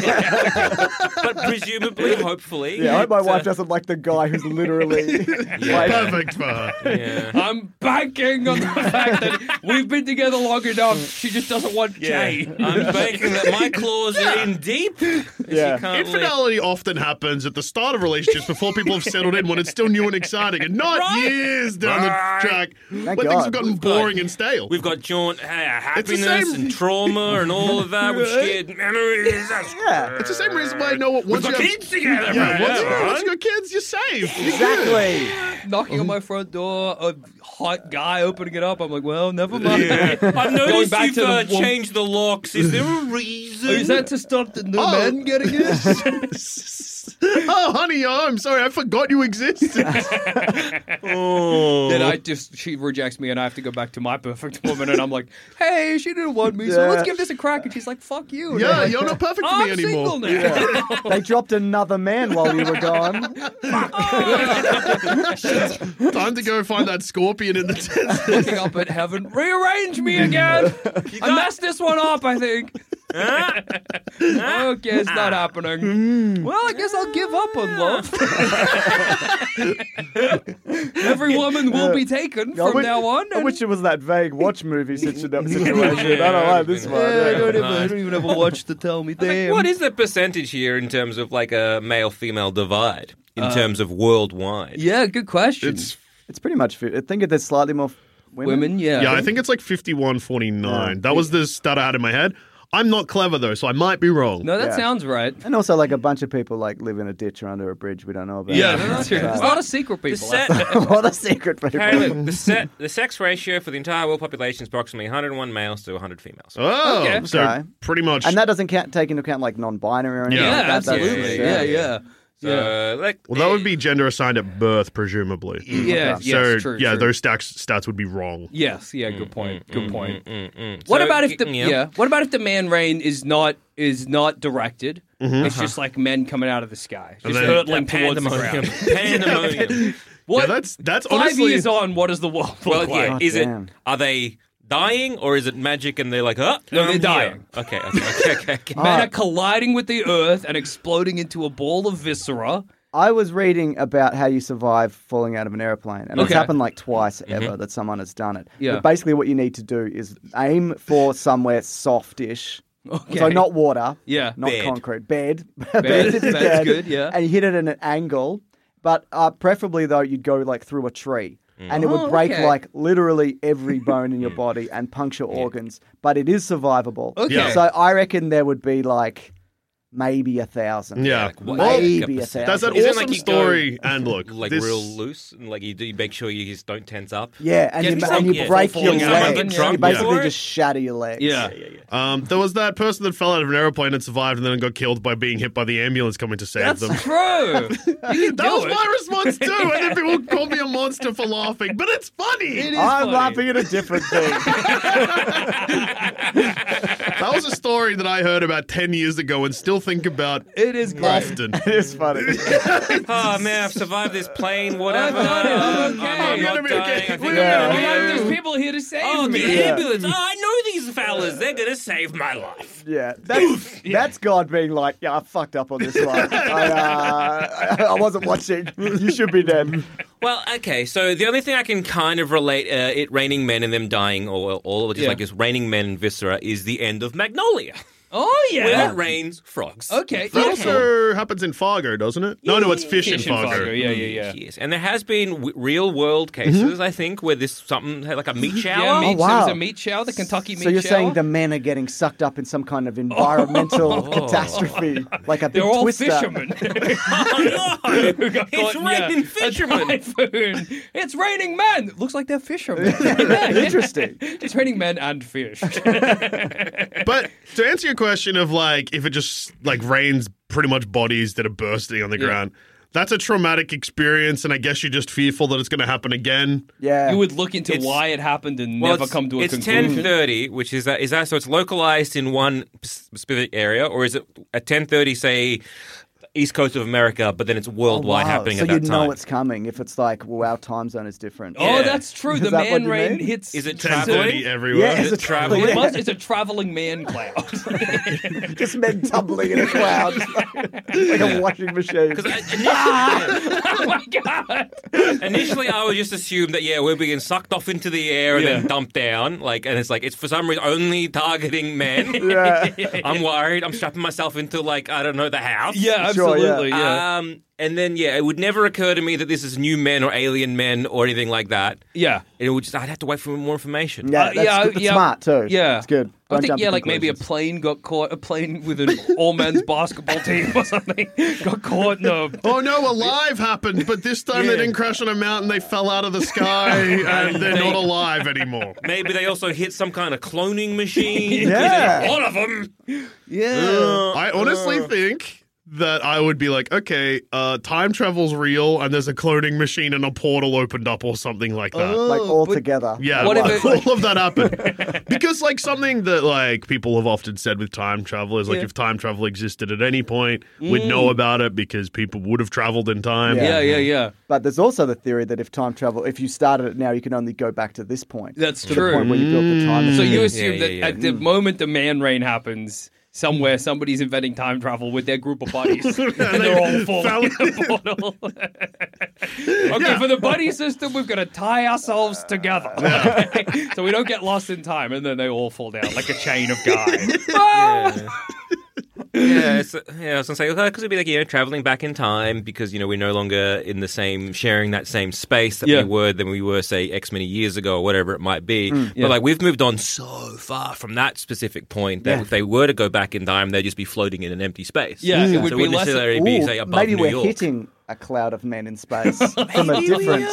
[SPEAKER 7] but presumably, hopefully,
[SPEAKER 6] Yeah, I hope my
[SPEAKER 7] it's a-
[SPEAKER 6] wife doesn't like the guy who's literally like,
[SPEAKER 4] Perfect for her.
[SPEAKER 7] Yeah.
[SPEAKER 5] I'm banking on the fact that we've been together long enough. She just doesn't want Jay.
[SPEAKER 7] I'm banking that my claws are in deep. and she
[SPEAKER 6] Yeah.
[SPEAKER 7] can't leave.
[SPEAKER 4] Infidelity often happens at the start of relationships before people have settled in when it's still new and exciting and not years down the track when things have
[SPEAKER 6] God.
[SPEAKER 4] gotten
[SPEAKER 7] got-
[SPEAKER 4] boring and stale.
[SPEAKER 7] We've got jaunt, uh,
[SPEAKER 4] the
[SPEAKER 7] happiness
[SPEAKER 4] same-
[SPEAKER 7] and trauma and all of that. We've shared memories.
[SPEAKER 6] yeah,
[SPEAKER 4] it's the same reason why I know what once
[SPEAKER 7] We've
[SPEAKER 4] you
[SPEAKER 7] got
[SPEAKER 4] have
[SPEAKER 7] kids together.
[SPEAKER 4] yeah,
[SPEAKER 7] man.
[SPEAKER 4] once, you,
[SPEAKER 7] Yeah.
[SPEAKER 4] once you got kids, you're safe. You're good.
[SPEAKER 6] exactly.
[SPEAKER 5] Knocking on my front door, a hot guy opening it up. I'm like, "Well, never mind."
[SPEAKER 7] I've noticed
[SPEAKER 5] back
[SPEAKER 7] you've
[SPEAKER 5] to the
[SPEAKER 7] uh,
[SPEAKER 5] wom-
[SPEAKER 7] changed the locks. Is there a reason?
[SPEAKER 5] Is that to stop the new
[SPEAKER 4] Oh.
[SPEAKER 5] men getting in?
[SPEAKER 4] oh, honey, oh, I'm sorry, I forgot you existed.
[SPEAKER 5] Then I just she rejects me, and I have to go back to my perfect woman, and I'm like, "Hey, she didn't want me, so
[SPEAKER 6] Yeah.
[SPEAKER 5] let's give this a crack." And she's like, "Fuck you." And I'm
[SPEAKER 4] yeah,
[SPEAKER 5] like,
[SPEAKER 4] you're not perfect for
[SPEAKER 5] I'm
[SPEAKER 4] me anymore.
[SPEAKER 5] single now.
[SPEAKER 6] They dropped another man while you were gone.
[SPEAKER 4] Time to go find that scorpion in the desert.
[SPEAKER 5] Looking up at heaven, rearrange me again. I messed this one up, I think. okay, it's not happening. Well, I guess I'll give up on love. Every woman will be taken
[SPEAKER 6] I
[SPEAKER 5] from
[SPEAKER 6] wish-
[SPEAKER 5] now on.
[SPEAKER 6] I
[SPEAKER 5] and-
[SPEAKER 6] wish it was that vague watch movie situ- situation. I don't like this
[SPEAKER 7] Yeah,
[SPEAKER 6] one.
[SPEAKER 5] Yeah, I, don't ever,
[SPEAKER 6] Yeah.
[SPEAKER 5] I don't even have a watch to tell me. Damn.
[SPEAKER 7] What is the percentage here in terms of like a male-female divide in
[SPEAKER 5] Uh,
[SPEAKER 7] terms of worldwide?
[SPEAKER 5] Yeah, good question.
[SPEAKER 4] It's-
[SPEAKER 6] It's pretty much. fi- I think there's slightly more f- women.
[SPEAKER 5] women, yeah.
[SPEAKER 4] yeah, I think it's like 5149. That was the stat I had in my head. I'm not clever though, so I might be wrong.
[SPEAKER 5] No, that
[SPEAKER 6] Yeah.
[SPEAKER 5] sounds right.
[SPEAKER 6] And also, like a bunch of people like live in a ditch or under a bridge we don't know about.
[SPEAKER 4] Yeah,
[SPEAKER 5] That's true. There's a lot of secret
[SPEAKER 7] The
[SPEAKER 5] people. out
[SPEAKER 7] set,
[SPEAKER 5] there.
[SPEAKER 6] what a secret people.
[SPEAKER 7] apparently, the, set, the sex ratio for the entire world population is approximately 101 males to 100 females.
[SPEAKER 4] Oh,
[SPEAKER 5] Okay.
[SPEAKER 4] so
[SPEAKER 6] Okay.
[SPEAKER 4] pretty much.
[SPEAKER 6] And that doesn't count, take into account like non-binary or anything.
[SPEAKER 4] Yeah,
[SPEAKER 5] Yeah,
[SPEAKER 6] like that. That's-
[SPEAKER 5] absolutely. Yeah, yeah.
[SPEAKER 7] So,
[SPEAKER 5] yeah.
[SPEAKER 7] like,
[SPEAKER 4] well, that would be gender assigned at birth, presumably.
[SPEAKER 5] Yeah,
[SPEAKER 4] So
[SPEAKER 5] yes, true,
[SPEAKER 4] yeah,
[SPEAKER 5] true.
[SPEAKER 4] those stats stats would be wrong.
[SPEAKER 5] Yes, yeah, good point. Good point.
[SPEAKER 7] Mm,
[SPEAKER 5] What
[SPEAKER 7] so,
[SPEAKER 5] about
[SPEAKER 7] y-
[SPEAKER 5] if the yeah. What about if the man rain is not is not directed? It's just like men coming out of the sky, just
[SPEAKER 4] then-
[SPEAKER 5] hurtling towards the
[SPEAKER 7] pandemonium?
[SPEAKER 5] ground.
[SPEAKER 7] pandemonium.
[SPEAKER 5] What?
[SPEAKER 4] Yeah, that's that's
[SPEAKER 5] Five
[SPEAKER 4] honestly.
[SPEAKER 5] years on, what does the world look
[SPEAKER 7] Well,
[SPEAKER 5] like?
[SPEAKER 7] yeah.
[SPEAKER 6] God
[SPEAKER 7] Is it?
[SPEAKER 6] damn.
[SPEAKER 7] Are they dying or is it magic? And they're like, oh,
[SPEAKER 5] No, they're
[SPEAKER 7] I'm here."
[SPEAKER 5] dying.
[SPEAKER 7] Okay, okay, okay, okay. okay.
[SPEAKER 5] Men are colliding with the earth and exploding into a ball of viscera.
[SPEAKER 6] I was reading about how you survive falling out of an airplane, and it's
[SPEAKER 5] Okay. Mm-hmm.
[SPEAKER 6] happened like twice ever that someone has done it.
[SPEAKER 5] Yeah.
[SPEAKER 6] But basically, what you need to do is aim for somewhere softish.
[SPEAKER 5] Okay.
[SPEAKER 6] So not water.
[SPEAKER 5] Yeah.
[SPEAKER 6] Not
[SPEAKER 7] Bed.
[SPEAKER 6] concrete. Bed.
[SPEAKER 5] Bed.
[SPEAKER 6] if you
[SPEAKER 5] Bed's
[SPEAKER 6] can.
[SPEAKER 5] good, yeah.
[SPEAKER 6] And you hit it at an angle, but uh, preferably though you'd go like through a tree. And it would
[SPEAKER 5] Oh,
[SPEAKER 6] break
[SPEAKER 5] okay.
[SPEAKER 6] like literally every bone in your body and puncture organs, but it is survivable.
[SPEAKER 5] Okay.
[SPEAKER 6] So I reckon there would be like maybe a thousand.
[SPEAKER 4] Yeah.
[SPEAKER 6] Like,
[SPEAKER 4] Well,
[SPEAKER 6] maybe a thousand.
[SPEAKER 4] That's an
[SPEAKER 7] Isn't it
[SPEAKER 4] awesome
[SPEAKER 7] like you go-
[SPEAKER 4] story. and look,
[SPEAKER 7] like
[SPEAKER 4] this-
[SPEAKER 7] real loose, and like you do you make sure you just don't tense up.
[SPEAKER 6] yeah, and
[SPEAKER 7] Get
[SPEAKER 6] you,
[SPEAKER 7] drunk,
[SPEAKER 6] and you
[SPEAKER 7] yeah.
[SPEAKER 6] break
[SPEAKER 7] Fall
[SPEAKER 6] your
[SPEAKER 7] in love and get
[SPEAKER 6] legs.
[SPEAKER 7] drunk
[SPEAKER 6] You basically
[SPEAKER 7] for it.
[SPEAKER 6] just shatter your legs.
[SPEAKER 4] Yeah. Um, there was that person that fell out of an aeroplane and survived and then got killed by being hit by the ambulance coming to save
[SPEAKER 5] That's
[SPEAKER 4] them.
[SPEAKER 5] true.
[SPEAKER 4] That was my response too. And then people called me a monster for laughing, but it's funny.
[SPEAKER 6] I'm laughing at a different thing.
[SPEAKER 4] That was a story that I heard about 10 years ago and still think about
[SPEAKER 5] it is great.
[SPEAKER 4] often.
[SPEAKER 6] it's funny.
[SPEAKER 7] Oh man, I've survived this plane. Whatever. Oh,
[SPEAKER 5] I've done it, I'm okay.
[SPEAKER 7] I'm
[SPEAKER 5] I'm
[SPEAKER 7] not
[SPEAKER 4] gonna be
[SPEAKER 7] dying.
[SPEAKER 4] okay.
[SPEAKER 7] I think
[SPEAKER 4] Wait a
[SPEAKER 7] I'm
[SPEAKER 5] I'm
[SPEAKER 7] gonna
[SPEAKER 5] like,
[SPEAKER 7] be
[SPEAKER 5] there's people here to save
[SPEAKER 7] Oh, the
[SPEAKER 5] me.
[SPEAKER 7] ambulance! Oh, I know these fellas. They're gonna save my life.
[SPEAKER 6] Yeah, that's, that's God being like, yeah, I fucked up on this one. I, uh, I wasn't watching. You should be dead.
[SPEAKER 7] Well, okay. So the only thing I can kind of relate uh, it raining men and them dying, or or just
[SPEAKER 5] Yeah.
[SPEAKER 7] like this raining men and viscera, is the end of Magnolia.
[SPEAKER 5] Oh
[SPEAKER 7] Where it
[SPEAKER 5] yeah.
[SPEAKER 7] rains, frogs.
[SPEAKER 5] Okay.
[SPEAKER 4] That
[SPEAKER 5] yeah.
[SPEAKER 4] also happens in Fargo, doesn't it? No, no, it's fish, in Fargo.
[SPEAKER 5] Yeah, yeah, Mm-hmm. yeah.
[SPEAKER 7] Mm, Yes, and there has been w- real world cases, I think, where this something like a
[SPEAKER 5] Mm-hmm.
[SPEAKER 7] meat shower.
[SPEAKER 5] meat,
[SPEAKER 6] Oh, wow.
[SPEAKER 5] There was a meat shower, the Kentucky meat
[SPEAKER 6] So you're
[SPEAKER 5] shower.
[SPEAKER 6] saying the men are getting sucked up in some kind of environmental catastrophe, like a big
[SPEAKER 5] Oh. They're all
[SPEAKER 6] twister.
[SPEAKER 5] fishermen.
[SPEAKER 7] Oh, no.
[SPEAKER 5] Who got
[SPEAKER 7] It's
[SPEAKER 5] caught in, yeah,
[SPEAKER 7] raining
[SPEAKER 5] a
[SPEAKER 7] fishermen.
[SPEAKER 5] typhoon. It's raining men. Looks like they're fishermen.
[SPEAKER 6] Interesting.
[SPEAKER 5] it's raining men and fish.
[SPEAKER 4] But to answer your question of like if it just like rains pretty much bodies that are bursting on the ground, that's a traumatic experience, and I guess you're just fearful that it's going to happen again.
[SPEAKER 6] Yeah.
[SPEAKER 5] you would look into
[SPEAKER 7] It's-
[SPEAKER 5] why it happened and
[SPEAKER 7] Well,
[SPEAKER 5] never
[SPEAKER 7] it's-
[SPEAKER 5] come to a
[SPEAKER 7] It's ten
[SPEAKER 5] conclusion.
[SPEAKER 7] thirty, which is that is that so? It's localized in one s- specific area, or is it at ten thirty, say, east coast of America, but then it's worldwide
[SPEAKER 6] Oh, Wow,
[SPEAKER 7] happening
[SPEAKER 6] so
[SPEAKER 7] at that
[SPEAKER 6] you
[SPEAKER 7] time?
[SPEAKER 6] know it's coming if it's like, well, our time zone is different.
[SPEAKER 5] Oh,
[SPEAKER 7] Yeah.
[SPEAKER 5] that's true. The
[SPEAKER 6] Is that what
[SPEAKER 5] man
[SPEAKER 6] you
[SPEAKER 5] rain
[SPEAKER 6] mean?
[SPEAKER 5] hits.
[SPEAKER 7] Is it
[SPEAKER 5] so-
[SPEAKER 4] Ten
[SPEAKER 7] Traveling?
[SPEAKER 4] thirty everywhere.
[SPEAKER 6] yeah, it's a travel.
[SPEAKER 5] It
[SPEAKER 6] Yeah.
[SPEAKER 5] must, it's a traveling man cloud.
[SPEAKER 6] Just men tumbling in a cloud, like a washing machine.
[SPEAKER 7] Initially,
[SPEAKER 5] oh my god!
[SPEAKER 7] initially, I would just assume that yeah, we're being sucked off into the air and then
[SPEAKER 5] Yeah.
[SPEAKER 7] dumped down, like, and it's like it's for some reason only targeting men.
[SPEAKER 6] Yeah.
[SPEAKER 7] I'm worried. I'm strapping myself into like I don't know the house.
[SPEAKER 5] Yeah,
[SPEAKER 6] Sure, yeah.
[SPEAKER 5] absolutely. yeah.
[SPEAKER 7] Um, and then yeah, it would never occur to me that this is new men or alien men or anything like that.
[SPEAKER 5] yeah.
[SPEAKER 7] It would just I'd have to wait for more information.
[SPEAKER 6] Yeah,
[SPEAKER 5] Uh,
[SPEAKER 6] that's,
[SPEAKER 5] yeah,
[SPEAKER 6] that's
[SPEAKER 5] yeah.
[SPEAKER 6] smart too.
[SPEAKER 5] Yeah,
[SPEAKER 6] it's good.
[SPEAKER 5] I
[SPEAKER 6] Don't
[SPEAKER 5] think
[SPEAKER 6] jump
[SPEAKER 5] yeah,
[SPEAKER 6] to
[SPEAKER 5] like maybe a
[SPEAKER 6] conclusions.
[SPEAKER 5] plane got caught. A plane with an all-men's basketball team or something got caught in a
[SPEAKER 4] Oh no, a live happened, but this time they
[SPEAKER 5] Yeah.
[SPEAKER 4] didn't crash on a mountain. They fell out of the sky, and they're not alive anymore.
[SPEAKER 7] Maybe they also hit some kind of cloning machine.
[SPEAKER 6] Yeah.
[SPEAKER 7] All of them.
[SPEAKER 5] yeah.
[SPEAKER 4] I honestly think that I would be like, okay, uh, time travel's real, and there's a cloning machine and a portal opened up or something like that.
[SPEAKER 6] like all together.
[SPEAKER 4] yeah,
[SPEAKER 5] What if
[SPEAKER 4] like,
[SPEAKER 5] it-
[SPEAKER 4] all of that happened because, like, something that like people have often said with time travel is like,
[SPEAKER 5] Yeah.
[SPEAKER 4] if time travel existed at any point, we'd know about it because people would have traveled in time.
[SPEAKER 5] yeah,
[SPEAKER 6] Yeah.
[SPEAKER 5] yeah, yeah.
[SPEAKER 6] But there's also the theory that if time travel, if you started it now, you can only go back to this point.
[SPEAKER 5] That's
[SPEAKER 6] to
[SPEAKER 5] true.
[SPEAKER 6] The point where you built the time.
[SPEAKER 5] So you
[SPEAKER 6] machine.
[SPEAKER 5] assume
[SPEAKER 7] Mm. yeah,
[SPEAKER 5] that
[SPEAKER 7] yeah. Mm.
[SPEAKER 5] at the moment the man rain happens, somewhere somebody's inventing time travel with their group of buddies, and they're all falling in a portal. okay, for the buddy system, we've got to tie ourselves together, so we don't get lost in time, and then they all fall down like a chain of guys.
[SPEAKER 7] Yeah. yeah, it's, yeah, I was gonna say because it'd be like you know traveling back in time because you know we're no longer in the same sharing that same space that
[SPEAKER 5] Yeah.
[SPEAKER 7] we were than we were say X many years ago or whatever it might be.
[SPEAKER 5] yeah.
[SPEAKER 7] But like we've moved on so far from that specific point that if they were to go back in time, they'd just be floating in an empty space.
[SPEAKER 5] Yeah, it
[SPEAKER 7] So
[SPEAKER 5] would be
[SPEAKER 7] wouldn't
[SPEAKER 5] less-
[SPEAKER 7] necessarily be say
[SPEAKER 6] Ooh,
[SPEAKER 7] above
[SPEAKER 6] maybe
[SPEAKER 7] New
[SPEAKER 6] we're
[SPEAKER 7] York.
[SPEAKER 6] hitting a cloud of men in space from a different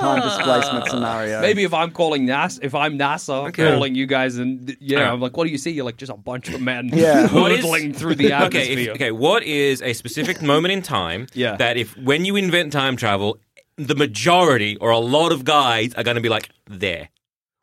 [SPEAKER 6] time displacement scenario.
[SPEAKER 5] Maybe if I'm calling NASA, if I'm NASA calling you guys, and yeah, I'm like, what do you see? You're like just a bunch of men
[SPEAKER 6] Yeah.
[SPEAKER 7] What is-
[SPEAKER 5] hurtling through the atmosphere.
[SPEAKER 7] Okay, if, okay. What is a specific moment in time
[SPEAKER 5] Yeah.
[SPEAKER 7] that if when you invent time travel, the majority or a lot of guys are going to be like, there,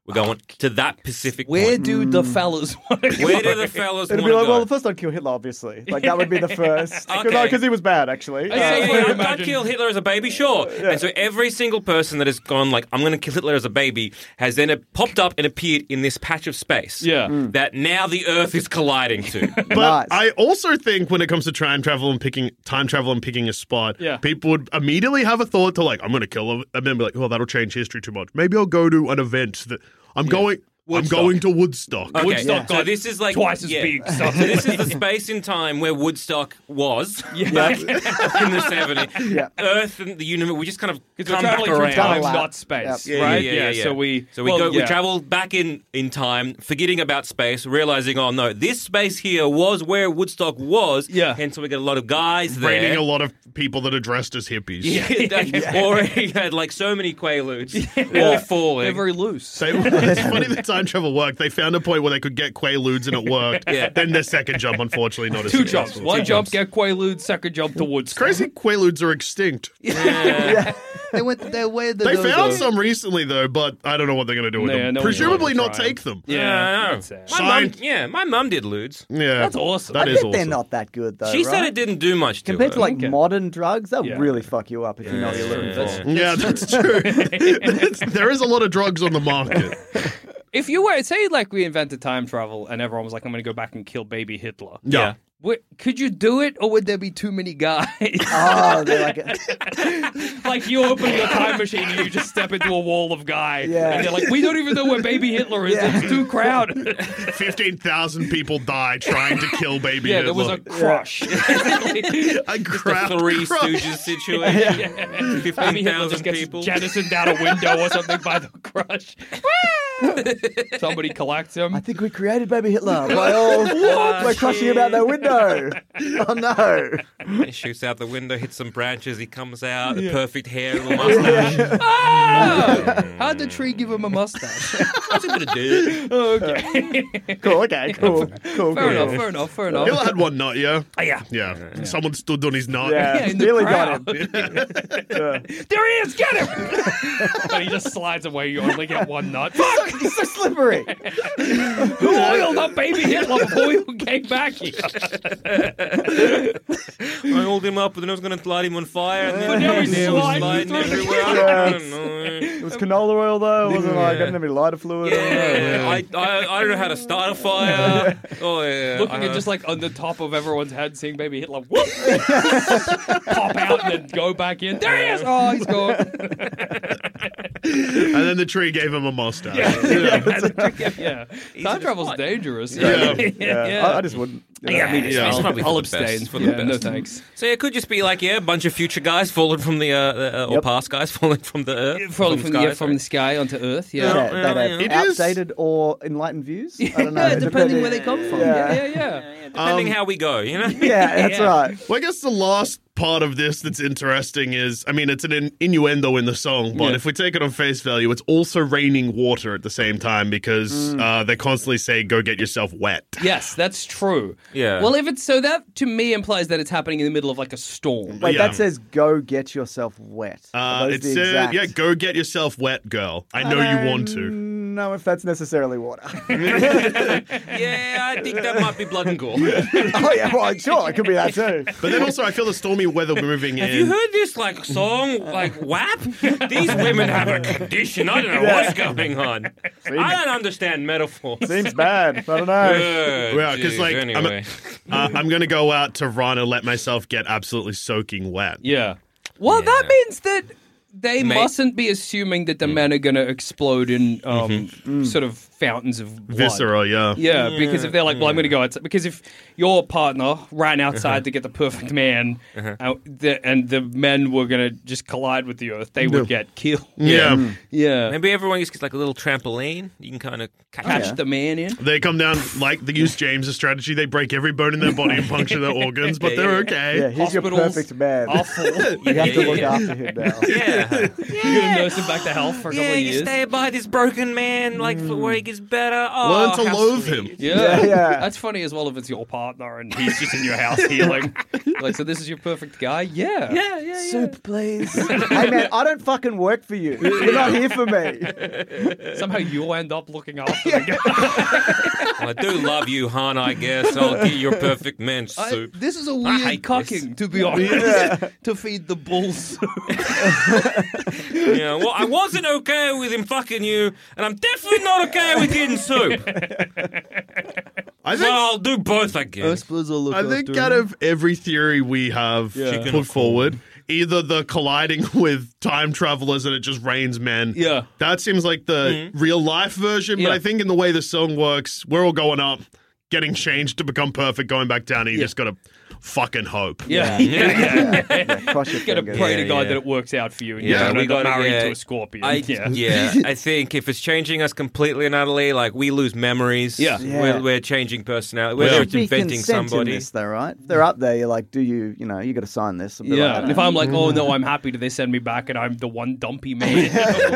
[SPEAKER 7] we're going to that specific
[SPEAKER 5] Where
[SPEAKER 7] point.
[SPEAKER 5] do the fellas want to
[SPEAKER 7] Where do the fellas want
[SPEAKER 6] It'd
[SPEAKER 7] to
[SPEAKER 6] be like,
[SPEAKER 7] go?
[SPEAKER 6] well, the first I'd kill Hitler, obviously. Like that would be the first, because
[SPEAKER 7] Okay.
[SPEAKER 6] he was bad, actually.
[SPEAKER 7] yeah,
[SPEAKER 5] Yeah,
[SPEAKER 7] yeah,
[SPEAKER 5] yeah,
[SPEAKER 7] yeah.
[SPEAKER 5] imagine.
[SPEAKER 7] I'd kill Hitler as a baby, sure. And so every single person that has gone like, I'm going to kill Hitler as a baby, has then uh, popped up and appeared in this patch of space.
[SPEAKER 5] Yeah.
[SPEAKER 7] that now the Earth is colliding to.
[SPEAKER 4] But
[SPEAKER 6] Nice.
[SPEAKER 4] I also think when it comes to time travel and picking time travel and picking a spot,
[SPEAKER 5] Yeah.
[SPEAKER 4] people would immediately have a thought oh, to like, I'm going to kill him, and then be like, well, that'll change history too much. Maybe I'll go to an event that I'm going.
[SPEAKER 7] Woodstock.
[SPEAKER 4] I'm going to Woodstock.
[SPEAKER 7] Okay,
[SPEAKER 4] Woodstock.
[SPEAKER 6] Woodstock
[SPEAKER 7] so this is like
[SPEAKER 5] Twice as
[SPEAKER 7] yeah.
[SPEAKER 5] big.
[SPEAKER 7] So this is the space in time where Woodstock was back in the 70s.
[SPEAKER 6] Yeah.
[SPEAKER 7] Earth and the universe, we just kind of
[SPEAKER 8] Because we're
[SPEAKER 7] come back
[SPEAKER 8] traveling through
[SPEAKER 7] around.
[SPEAKER 8] time,
[SPEAKER 6] Time
[SPEAKER 8] not
[SPEAKER 6] lapse.
[SPEAKER 8] space,
[SPEAKER 6] Yeah.
[SPEAKER 7] Yeah,
[SPEAKER 8] right?
[SPEAKER 7] Yeah, yeah, yeah.
[SPEAKER 8] So we
[SPEAKER 7] so we
[SPEAKER 8] well,
[SPEAKER 7] go, we
[SPEAKER 8] yeah.
[SPEAKER 7] travel back in in time, forgetting about space, realizing, oh no, this space here was where Woodstock was.
[SPEAKER 8] Yeah.
[SPEAKER 7] hence we get a lot of guys there.
[SPEAKER 4] Raining a lot of people that are dressed as hippies.
[SPEAKER 7] yeah. Or he had like so many quaaludes all falling.
[SPEAKER 5] They're very loose.
[SPEAKER 4] They, it's funny that time travel worked. They found a point where they could get Quaaludes and it worked.
[SPEAKER 7] Yeah.
[SPEAKER 4] Then their second jump, unfortunately, not as
[SPEAKER 5] Two jumps.
[SPEAKER 4] successful.
[SPEAKER 5] One jump, get Quaalude. Second jump to Woods.
[SPEAKER 4] Crazy Quaaludes are extinct.
[SPEAKER 5] They went their way.
[SPEAKER 4] They found some recently though, but I don't know what they're going to do with
[SPEAKER 5] Yeah,
[SPEAKER 4] them.
[SPEAKER 5] no one's
[SPEAKER 4] Presumably
[SPEAKER 5] gonna
[SPEAKER 4] not
[SPEAKER 5] try.
[SPEAKER 4] take them.
[SPEAKER 5] Yeah,
[SPEAKER 7] yeah, I know.
[SPEAKER 5] that's sad.
[SPEAKER 7] My mum,
[SPEAKER 4] Signed.
[SPEAKER 7] yeah, my mum did ludes.
[SPEAKER 4] Yeah.
[SPEAKER 5] That's awesome.
[SPEAKER 4] That
[SPEAKER 6] I
[SPEAKER 4] is
[SPEAKER 6] bet they're
[SPEAKER 4] awesome.
[SPEAKER 6] not that good though.
[SPEAKER 7] She said
[SPEAKER 6] right?
[SPEAKER 7] it didn't do much to
[SPEAKER 6] Compared
[SPEAKER 7] her.
[SPEAKER 6] to like
[SPEAKER 5] Okay.
[SPEAKER 6] modern drugs, they'll
[SPEAKER 5] Yeah.
[SPEAKER 6] really fuck you up if you know what you're looking for.
[SPEAKER 4] Yeah, that's true. That's- there is a lot of drugs on the market.
[SPEAKER 5] If you were say like we invented time travel and everyone was like, I'm going to go back and kill baby Hitler.
[SPEAKER 4] Yeah.
[SPEAKER 5] Would- could you do it, or would there be too many guys?
[SPEAKER 6] Oh, they're like,
[SPEAKER 5] like you open your time machine and you just step into a wall of guy.
[SPEAKER 6] Yeah.
[SPEAKER 5] And they're like, we don't even know where baby Hitler is.
[SPEAKER 6] Yeah.
[SPEAKER 5] It's too crowded.
[SPEAKER 4] 15,000 people die trying to kill baby
[SPEAKER 5] yeah,
[SPEAKER 4] Hitler.
[SPEAKER 5] there was a crush. Yeah.
[SPEAKER 4] a
[SPEAKER 7] the
[SPEAKER 4] crowd
[SPEAKER 7] Three
[SPEAKER 4] crush.
[SPEAKER 7] Stooges situation. Fifteen thousand people.
[SPEAKER 5] jettisoned out a window or something by the crush. Somebody collects him.
[SPEAKER 6] I think we created baby Hitler. By all, we're crushing him out that window. Ah, Oh no!
[SPEAKER 7] He shoots out the window, hits some branches. He comes out, the perfect hair, little mustache.
[SPEAKER 5] Oh! How'd the tree give him a mustache?
[SPEAKER 7] What's he gonna do?
[SPEAKER 5] oh, okay.
[SPEAKER 6] Cool. Okay. Cool. Cool.
[SPEAKER 5] Fair
[SPEAKER 6] cool.
[SPEAKER 5] enough, fair enough, fair enough.
[SPEAKER 4] Hitler had one nut, yeah?
[SPEAKER 5] Oh, yeah.
[SPEAKER 4] Yeah. Someone stood on his nut.
[SPEAKER 6] Yeah,
[SPEAKER 5] Yeah, in the
[SPEAKER 6] really
[SPEAKER 5] crowd.
[SPEAKER 6] got him.
[SPEAKER 5] There he is, get him! but he just slides away, you only get one nut. Fuck!
[SPEAKER 6] He's so slippery.
[SPEAKER 5] Who oiled up baby Hitler before we came back here?
[SPEAKER 7] I oiled him up, but then I was gonna light him on fire. And
[SPEAKER 5] But
[SPEAKER 7] then
[SPEAKER 5] now he's
[SPEAKER 7] nails
[SPEAKER 5] sliding
[SPEAKER 7] sliding
[SPEAKER 5] through the-
[SPEAKER 7] everywhere. I don't know.
[SPEAKER 6] It was canola oil though. It wasn't like I didn't have any lighter fluid.
[SPEAKER 7] Yeah, I, I, I don't know how to start a fire. Oh yeah,
[SPEAKER 5] Looking
[SPEAKER 7] I-
[SPEAKER 5] at just like on the top of everyone's head, seeing baby Hitler whoop, pop out and then go back in. There he is! Oh, he's gone.
[SPEAKER 4] And then the tree gave him a mustache. Um,
[SPEAKER 5] yeah, time travel's dangerous.
[SPEAKER 4] Yeah.
[SPEAKER 5] yeah.
[SPEAKER 6] Yeah,
[SPEAKER 5] yeah.
[SPEAKER 6] I, I just wouldn't. you know.
[SPEAKER 5] Yeah, I mean, it's,
[SPEAKER 4] Yeah.
[SPEAKER 5] it's
[SPEAKER 4] It's
[SPEAKER 7] probably for
[SPEAKER 5] I'll
[SPEAKER 7] the best,
[SPEAKER 5] abstain.
[SPEAKER 7] for the
[SPEAKER 5] yeah,
[SPEAKER 7] best.
[SPEAKER 5] No thanks.
[SPEAKER 7] So it could just be like yeah, a bunch of future guys fallen from the uh, the- uh, or
[SPEAKER 6] Yep.
[SPEAKER 7] past guys fallen from the earth,
[SPEAKER 5] Probably from,
[SPEAKER 7] sky,
[SPEAKER 5] yeah, from
[SPEAKER 7] sorry.
[SPEAKER 5] the sky onto Earth.
[SPEAKER 6] Yeah,
[SPEAKER 5] Yeah,
[SPEAKER 6] that have
[SPEAKER 4] It is-
[SPEAKER 6] outdated or enlightened views. I don't know.
[SPEAKER 5] yeah depending where they come from. Yeah,
[SPEAKER 6] Yeah.
[SPEAKER 5] yeah, yeah.
[SPEAKER 7] depending how we go, you know.
[SPEAKER 6] Yeah, that's
[SPEAKER 5] Yeah.
[SPEAKER 6] right.
[SPEAKER 4] Well, I guess the last part of this that's interesting is I mean, it's an in- innuendo in the song, but
[SPEAKER 5] Yeah.
[SPEAKER 4] if we take it on face value, it's also raining water at the same time because uh, they constantly say, go get yourself wet.
[SPEAKER 5] Yes, that's true.
[SPEAKER 7] Yeah.
[SPEAKER 5] Well, if it's so, that to me implies that it's happening in the middle of like a storm.
[SPEAKER 6] Wait,
[SPEAKER 4] Yeah.
[SPEAKER 6] that says go get yourself wet.
[SPEAKER 4] Uh,
[SPEAKER 6] Are those
[SPEAKER 4] it
[SPEAKER 6] the
[SPEAKER 4] said,
[SPEAKER 6] exact-
[SPEAKER 4] yeah, go get yourself wet, girl. I know you want to.
[SPEAKER 6] No, if that's necessarily water.
[SPEAKER 7] Yeah, I think that might be blood and gore. Have
[SPEAKER 6] oh yeah, well sure, it could be that too.
[SPEAKER 4] But then also, I feel the stormy weather moving in.
[SPEAKER 7] you heard this like song, like WAP? These women have a condition. I don't know what's going on. I don't understand metaphors.
[SPEAKER 6] Seems bad. I don't know.
[SPEAKER 4] Well, 'cause, like, I'm a-
[SPEAKER 7] anyway.
[SPEAKER 4] uh, I'm going to go out to run and let myself get absolutely soaking wet.
[SPEAKER 5] Yeah. Mm. Well, that
[SPEAKER 7] Yeah.
[SPEAKER 5] means that they
[SPEAKER 7] Mate.
[SPEAKER 5] mustn't be assuming that the men are going to explode in um, sort of fountains of blood.
[SPEAKER 4] Viscera, yeah.
[SPEAKER 5] Yeah, because if they're like, well, I'm going to go outside. Because if your partner ran outside to get the perfect man, uh, the, and the men were going to just collide with the earth, they would get killed.
[SPEAKER 4] Yeah.
[SPEAKER 5] Yeah.
[SPEAKER 7] Maybe everyone just gets like a little trampoline. You can kind of catch.
[SPEAKER 5] Catch the man in.
[SPEAKER 4] They come down like they use James' strategy. They break every bone in their body and puncture their organs, but they're okay.
[SPEAKER 6] Yeah, he's your
[SPEAKER 5] Hospitals
[SPEAKER 6] perfect man.
[SPEAKER 5] Awful.
[SPEAKER 6] You have to look
[SPEAKER 7] Yeah.
[SPEAKER 6] after him now.
[SPEAKER 7] Yeah,
[SPEAKER 5] You're going to nurse him back to health for a couple
[SPEAKER 7] yeah.
[SPEAKER 5] of
[SPEAKER 7] You
[SPEAKER 5] years.
[SPEAKER 7] stay by this broken man, like for where he gets better. Oh,
[SPEAKER 4] Learn to
[SPEAKER 7] how
[SPEAKER 4] loathe
[SPEAKER 7] sweet.
[SPEAKER 4] him.
[SPEAKER 5] Yeah.
[SPEAKER 6] Yeah, yeah.
[SPEAKER 5] That's funny as well if it's your partner and he's just in your house healing. like, so this is your perfect guy? Yeah.
[SPEAKER 7] Yeah, yeah, yeah.
[SPEAKER 6] Soup, please. hey man, I don't fucking work for you. You're not here for me.
[SPEAKER 5] Somehow you'll end up looking after the guy.
[SPEAKER 7] I do love you, Han. I guess I'll give your perfect man
[SPEAKER 5] I-
[SPEAKER 7] soup.
[SPEAKER 5] this is a
[SPEAKER 7] I
[SPEAKER 5] weird
[SPEAKER 7] hate
[SPEAKER 5] cocking, to be honest. to feed the bulls.
[SPEAKER 7] Yeah, well, I wasn't okay with him fucking you, and I'm definitely not okay with getting soup.
[SPEAKER 4] I
[SPEAKER 7] So
[SPEAKER 4] think
[SPEAKER 7] I'll do both again.
[SPEAKER 5] suppose I'll look
[SPEAKER 4] I think out of every theory we have
[SPEAKER 7] Chicken or
[SPEAKER 4] put forward, either the colliding with time travelers and it just rains men.
[SPEAKER 5] Yeah.
[SPEAKER 4] That seems like the real life version, but
[SPEAKER 5] Yeah.
[SPEAKER 4] I think in the way the song works, we're all going up, getting changed to become perfect, going back down, and you
[SPEAKER 5] Yeah.
[SPEAKER 4] just gotta fucking hope.
[SPEAKER 5] Yeah. yeah.
[SPEAKER 6] Crush your
[SPEAKER 5] You gotta
[SPEAKER 6] fingers.
[SPEAKER 5] pray
[SPEAKER 7] Yeah,
[SPEAKER 5] to God
[SPEAKER 7] yeah.
[SPEAKER 5] that it works out for you. And
[SPEAKER 7] Yeah,
[SPEAKER 5] yeah,
[SPEAKER 7] we
[SPEAKER 5] we got
[SPEAKER 7] gotta
[SPEAKER 5] married
[SPEAKER 7] get-
[SPEAKER 5] to a scorpion.
[SPEAKER 7] I,
[SPEAKER 5] yeah.
[SPEAKER 7] yeah, I think if it's changing us completely and utterly, like we lose memories.
[SPEAKER 5] Yeah.
[SPEAKER 6] Yeah.
[SPEAKER 7] We're, we're changing personality.
[SPEAKER 4] There
[SPEAKER 7] We're
[SPEAKER 4] should
[SPEAKER 6] Should be
[SPEAKER 7] inventing
[SPEAKER 6] consent in
[SPEAKER 7] somebody.
[SPEAKER 6] this, though, right? If they're up there, you're like, do you, you know, you got to sign this. I'd be
[SPEAKER 5] Yeah,
[SPEAKER 6] like,
[SPEAKER 5] and if I'm like, oh no, I'm happy, do they send me back and I'm the one dumpy man?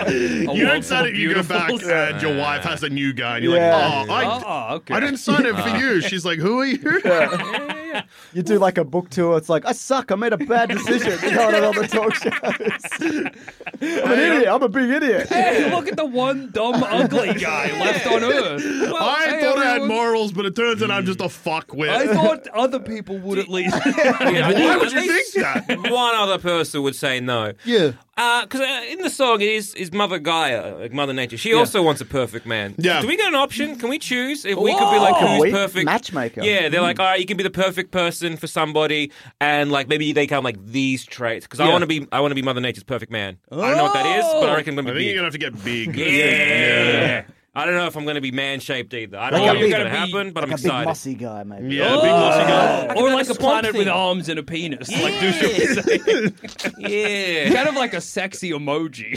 [SPEAKER 4] You don't sign it, you go back, and your wife has a new guy, and you're
[SPEAKER 6] Yeah.
[SPEAKER 4] like, oh, I,
[SPEAKER 5] Oh, okay.
[SPEAKER 4] I didn't sign it for you. She's like, who are you?
[SPEAKER 6] you do like a book tour, it's like, I suck, I made a bad decision. You know, on all the talk shows. I'm an idiot, I'm a big idiot.
[SPEAKER 5] Hey, look at the one dumb, ugly guy left on Earth. Well,
[SPEAKER 4] I
[SPEAKER 5] hey,
[SPEAKER 4] thought I had
[SPEAKER 5] everyone.
[SPEAKER 4] morals, but it turns out I'm just a fuckwit.
[SPEAKER 5] I thought other people would at least.
[SPEAKER 7] Yeah, I think
[SPEAKER 4] Why would
[SPEAKER 7] at
[SPEAKER 4] you
[SPEAKER 7] least
[SPEAKER 4] think that?
[SPEAKER 7] One other person would say no.
[SPEAKER 4] Yeah.
[SPEAKER 7] Because uh, in the song, it is, is Mother Gaia, like Mother Nature. She also wants a perfect man.
[SPEAKER 4] Yeah.
[SPEAKER 7] Do we get an option? Can we choose if we could be like
[SPEAKER 5] Whoa!
[SPEAKER 7] who's
[SPEAKER 6] Oh, We-
[SPEAKER 7] perfect
[SPEAKER 6] matchmaker. Hmm.
[SPEAKER 7] Yeah, they're like, all right, you can be the perfect person for somebody, and like maybe they come like these traits. Because I
[SPEAKER 5] Yeah.
[SPEAKER 7] want to be, I want to be Mother Nature's perfect man. I don't know what that is, but I reckon I'm
[SPEAKER 4] Oh, I think
[SPEAKER 7] gonna be.
[SPEAKER 4] you're gonna have to get big.
[SPEAKER 7] big. yeah. I don't know if I'm gonna be man shaped either. I don't
[SPEAKER 6] Like
[SPEAKER 7] know
[SPEAKER 6] a
[SPEAKER 7] what's
[SPEAKER 6] big-
[SPEAKER 7] gonna happen, but I'm
[SPEAKER 6] a big
[SPEAKER 7] excited.
[SPEAKER 6] mossy guy, maybe.
[SPEAKER 4] Yeah, big lossy guy.
[SPEAKER 5] or like a
[SPEAKER 7] Swamp
[SPEAKER 5] planet with
[SPEAKER 7] Thing.
[SPEAKER 5] arms and a penis. Like, do
[SPEAKER 7] Yeah.
[SPEAKER 5] something.
[SPEAKER 7] yeah.
[SPEAKER 5] Kind of like a sexy emoji.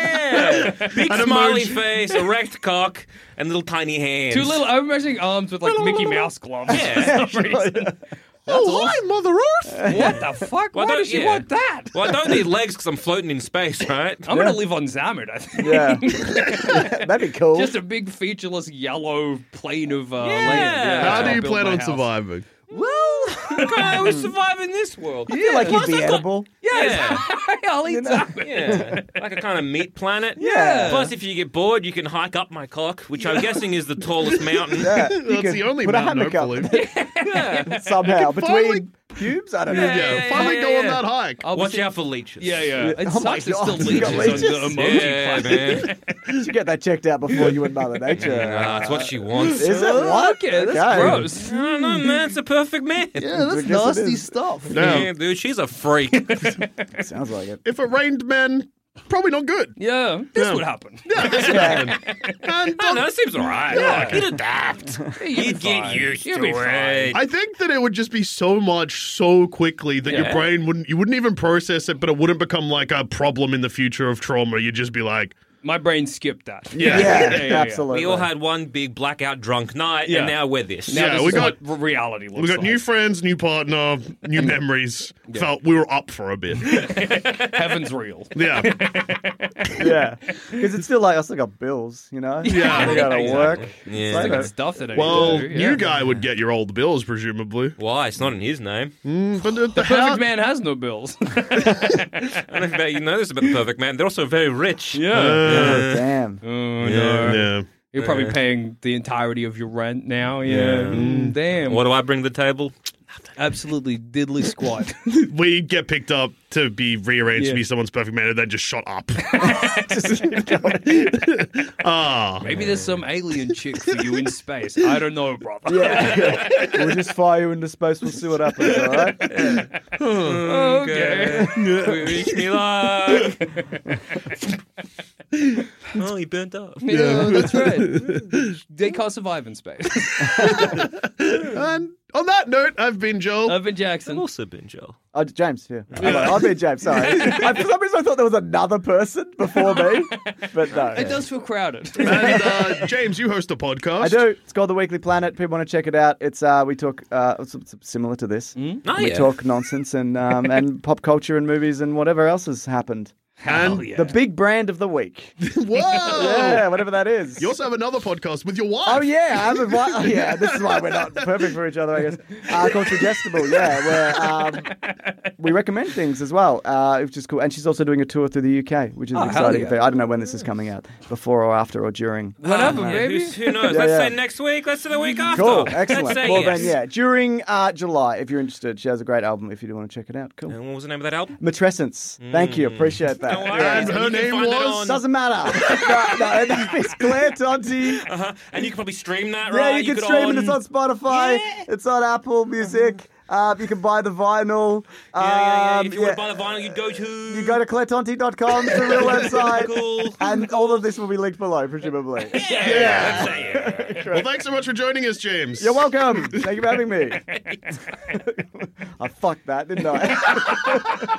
[SPEAKER 7] Yeah. Big smiley
[SPEAKER 4] emoji.
[SPEAKER 7] face, erect cock, and little tiny hands.
[SPEAKER 5] Two little. I'm imagining arms with like Mickey Mouse gloves.
[SPEAKER 7] Yeah.
[SPEAKER 5] For some reason.
[SPEAKER 4] Oh, hi, Mother Earth.
[SPEAKER 5] What the fuck? Why
[SPEAKER 7] Well, don't-
[SPEAKER 5] does she
[SPEAKER 7] yeah.
[SPEAKER 5] want that?
[SPEAKER 7] Well, I don't need legs because I'm floating in space, right?
[SPEAKER 5] I'm gonna live on Zamet. I think.
[SPEAKER 6] Yeah. That'd be cool.
[SPEAKER 5] Just a big featureless yellow plane of uh,
[SPEAKER 7] Yeah.
[SPEAKER 5] land. Yeah,
[SPEAKER 4] How
[SPEAKER 5] I'll
[SPEAKER 4] do you
[SPEAKER 5] build
[SPEAKER 4] plan
[SPEAKER 5] my
[SPEAKER 4] on
[SPEAKER 5] house.
[SPEAKER 4] surviving?
[SPEAKER 7] Well, I was surviving this world.
[SPEAKER 6] I feel like you'd be edible.
[SPEAKER 7] Yeah.
[SPEAKER 5] I'll eat Zamet.
[SPEAKER 7] Yeah. Like a kind of meat planet.
[SPEAKER 6] Yeah.
[SPEAKER 7] Plus, if you get bored, you can hike up my cock, which I'm guessing is the tallest mountain.
[SPEAKER 6] Yeah, you
[SPEAKER 4] That's
[SPEAKER 6] could
[SPEAKER 4] the only
[SPEAKER 6] put a
[SPEAKER 4] mountain,
[SPEAKER 6] hammock up
[SPEAKER 4] hopefully.
[SPEAKER 6] somehow between
[SPEAKER 4] finally-
[SPEAKER 6] pubes. I don't know.
[SPEAKER 4] Yeah,
[SPEAKER 7] yeah,
[SPEAKER 4] finally
[SPEAKER 7] yeah,
[SPEAKER 4] go on
[SPEAKER 7] yeah.
[SPEAKER 4] that hike.
[SPEAKER 5] I'll be
[SPEAKER 7] Watch
[SPEAKER 5] sick-
[SPEAKER 7] out for leeches.
[SPEAKER 5] Yeah, yeah. It
[SPEAKER 6] Oh my
[SPEAKER 5] sucks. It's
[SPEAKER 6] God,
[SPEAKER 5] still
[SPEAKER 6] you got
[SPEAKER 5] leeches, on the
[SPEAKER 6] leeches?
[SPEAKER 5] emoji
[SPEAKER 7] Yeah,
[SPEAKER 5] planet.
[SPEAKER 7] man.
[SPEAKER 6] You should get that checked out before you went Mother Nature.
[SPEAKER 7] Nah, that's what she wants. Mm.
[SPEAKER 6] Is it? What?
[SPEAKER 5] Okay, that's
[SPEAKER 6] Okay.
[SPEAKER 5] gross.
[SPEAKER 7] I don't know, man. It's a perfect man. Yeah,
[SPEAKER 6] I guess it is.
[SPEAKER 8] stuff.
[SPEAKER 4] Now,
[SPEAKER 7] dude, she's a freak.
[SPEAKER 6] Sounds like it.
[SPEAKER 4] if it rained men, probably not good.
[SPEAKER 5] Yeah, this
[SPEAKER 4] Yeah.
[SPEAKER 5] would happen.
[SPEAKER 4] And
[SPEAKER 7] I don't know, it seems alright. Like, you'd adapt. You'd get
[SPEAKER 5] fine.
[SPEAKER 7] used
[SPEAKER 5] You'd
[SPEAKER 7] to
[SPEAKER 5] be
[SPEAKER 7] it.
[SPEAKER 4] I think that it would just be so much so quickly that your
[SPEAKER 7] Yeah.
[SPEAKER 4] brain wouldn't you wouldn't even process it, but it wouldn't become like a problem in the future of trauma. You'd just be like,
[SPEAKER 5] My brain skipped that.
[SPEAKER 4] yeah,
[SPEAKER 6] Yeah,
[SPEAKER 5] yeah, yeah.
[SPEAKER 6] absolutely.
[SPEAKER 7] We all had one big blackout drunk night,
[SPEAKER 5] Yeah.
[SPEAKER 7] and now we're this.
[SPEAKER 5] Now
[SPEAKER 4] Yeah,
[SPEAKER 5] this
[SPEAKER 4] we
[SPEAKER 5] is
[SPEAKER 4] got-
[SPEAKER 5] what r- reality looks
[SPEAKER 4] we got
[SPEAKER 5] like.
[SPEAKER 4] new friends, new partner, new memories. Felt we were up for a bit.
[SPEAKER 5] Heaven's real.
[SPEAKER 4] Yeah,
[SPEAKER 6] yeah, because it's still like I still got bills, you know.
[SPEAKER 4] Yeah.
[SPEAKER 6] I gotta work.
[SPEAKER 7] Yeah.
[SPEAKER 6] It's like
[SPEAKER 5] Got
[SPEAKER 6] a-
[SPEAKER 5] stuff that I need
[SPEAKER 4] Well,
[SPEAKER 5] to do, yeah.
[SPEAKER 4] you guy would get your old bills, presumably.
[SPEAKER 7] Why? It's not in his name.
[SPEAKER 4] But the, the
[SPEAKER 5] Perfect
[SPEAKER 4] how-
[SPEAKER 5] man has no bills.
[SPEAKER 7] I don't know if you know this about the perfect man. They're also very rich.
[SPEAKER 5] yeah.
[SPEAKER 4] Uh.
[SPEAKER 6] Oh, damn.
[SPEAKER 4] Yeah,
[SPEAKER 5] Oh, no.
[SPEAKER 4] yeah.
[SPEAKER 5] You're probably paying the entirety of your rent now. Yeah. Mm, damn.
[SPEAKER 7] What do I bring to the table?
[SPEAKER 5] Absolutely diddly squat.
[SPEAKER 4] We get picked up to be rearranged to
[SPEAKER 5] Yeah.
[SPEAKER 4] be someone's perfect man, and then just shut up. Ah,
[SPEAKER 5] Maybe there's some alien chick for you in space. I don't know, brother.
[SPEAKER 6] Yeah. we'll just fire you into space. We'll see what happens. All right.
[SPEAKER 5] Okay.
[SPEAKER 7] Wish me luck. oh, he burnt up.
[SPEAKER 5] Yeah, Oh, that's right. They can't survive in space.
[SPEAKER 4] and on that note, I've been Joel.
[SPEAKER 5] Urban Jackson.
[SPEAKER 7] Also, been Joel.
[SPEAKER 6] Oh, James. Yeah. i will be James. Sorry. I, for some reason, I thought there was another person before me, but no.
[SPEAKER 5] It does feel crowded.
[SPEAKER 4] and uh, James, you host a podcast.
[SPEAKER 6] I do. It's called The Weekly Planet. People want to check it out. It's uh, we talk uh, it's, it's similar to this.
[SPEAKER 7] Oh,
[SPEAKER 6] We
[SPEAKER 7] yeah.
[SPEAKER 6] talk nonsense and um, and pop culture and movies and whatever else has happened.
[SPEAKER 4] And
[SPEAKER 6] The big brand of the week.
[SPEAKER 4] whoa,
[SPEAKER 7] Oh.
[SPEAKER 6] Yeah, whatever that is.
[SPEAKER 4] you also have another podcast with your wife.
[SPEAKER 6] Oh yeah, I have a wi- oh, yeah. This is why we're not perfect for each other, I guess. Uh, called suggestible, yeah. Where um, we recommend things as well, uh, which is cool. And she's also doing a tour through the UK, which is
[SPEAKER 7] Oh,
[SPEAKER 6] an exciting.
[SPEAKER 5] yeah.
[SPEAKER 6] thing. I don't know when this is coming out, before or after or during.
[SPEAKER 5] Whatever,
[SPEAKER 7] Yeah,
[SPEAKER 5] baby.
[SPEAKER 7] who's- who knows?
[SPEAKER 6] Yeah,
[SPEAKER 7] Let's
[SPEAKER 6] yeah.
[SPEAKER 7] say next week. Let's say the week after.
[SPEAKER 6] Cool,
[SPEAKER 7] Let's
[SPEAKER 6] excellent.
[SPEAKER 7] say
[SPEAKER 6] Well
[SPEAKER 7] yes.
[SPEAKER 6] then, yeah, during uh, July, if you're interested, she has a great album. If you do want to check it out, cool.
[SPEAKER 7] And what was the name of that album?
[SPEAKER 6] Matrescence. Thank
[SPEAKER 1] Mm.
[SPEAKER 6] you, appreciate that.
[SPEAKER 7] Oh,
[SPEAKER 6] Yeah.
[SPEAKER 4] And her
[SPEAKER 7] you can
[SPEAKER 4] name
[SPEAKER 7] find that
[SPEAKER 4] was-
[SPEAKER 7] on-
[SPEAKER 6] Doesn't matter. no, no, it's Claire Tonti.
[SPEAKER 7] Uh-huh. And you can probably stream that,
[SPEAKER 6] Yeah,
[SPEAKER 7] right?
[SPEAKER 6] you, can
[SPEAKER 7] could
[SPEAKER 6] stream it. It's
[SPEAKER 7] own-
[SPEAKER 6] on Spotify. It's on Apple Music. Uh, you can buy the vinyl.
[SPEAKER 1] Mm-hmm. Yeah, yeah, yeah.
[SPEAKER 6] Um,
[SPEAKER 1] If you
[SPEAKER 6] yeah.
[SPEAKER 1] want to buy the vinyl, you'd go to.
[SPEAKER 6] You go to clairetonti.com, it's the real
[SPEAKER 1] Cool.
[SPEAKER 6] website, and all of this will be linked below, presumably.
[SPEAKER 1] Yeah. that's it, yeah.
[SPEAKER 4] Well, thanks so much for joining us, James.
[SPEAKER 6] You're welcome. Thank you for having me. I fucked that, didn't I?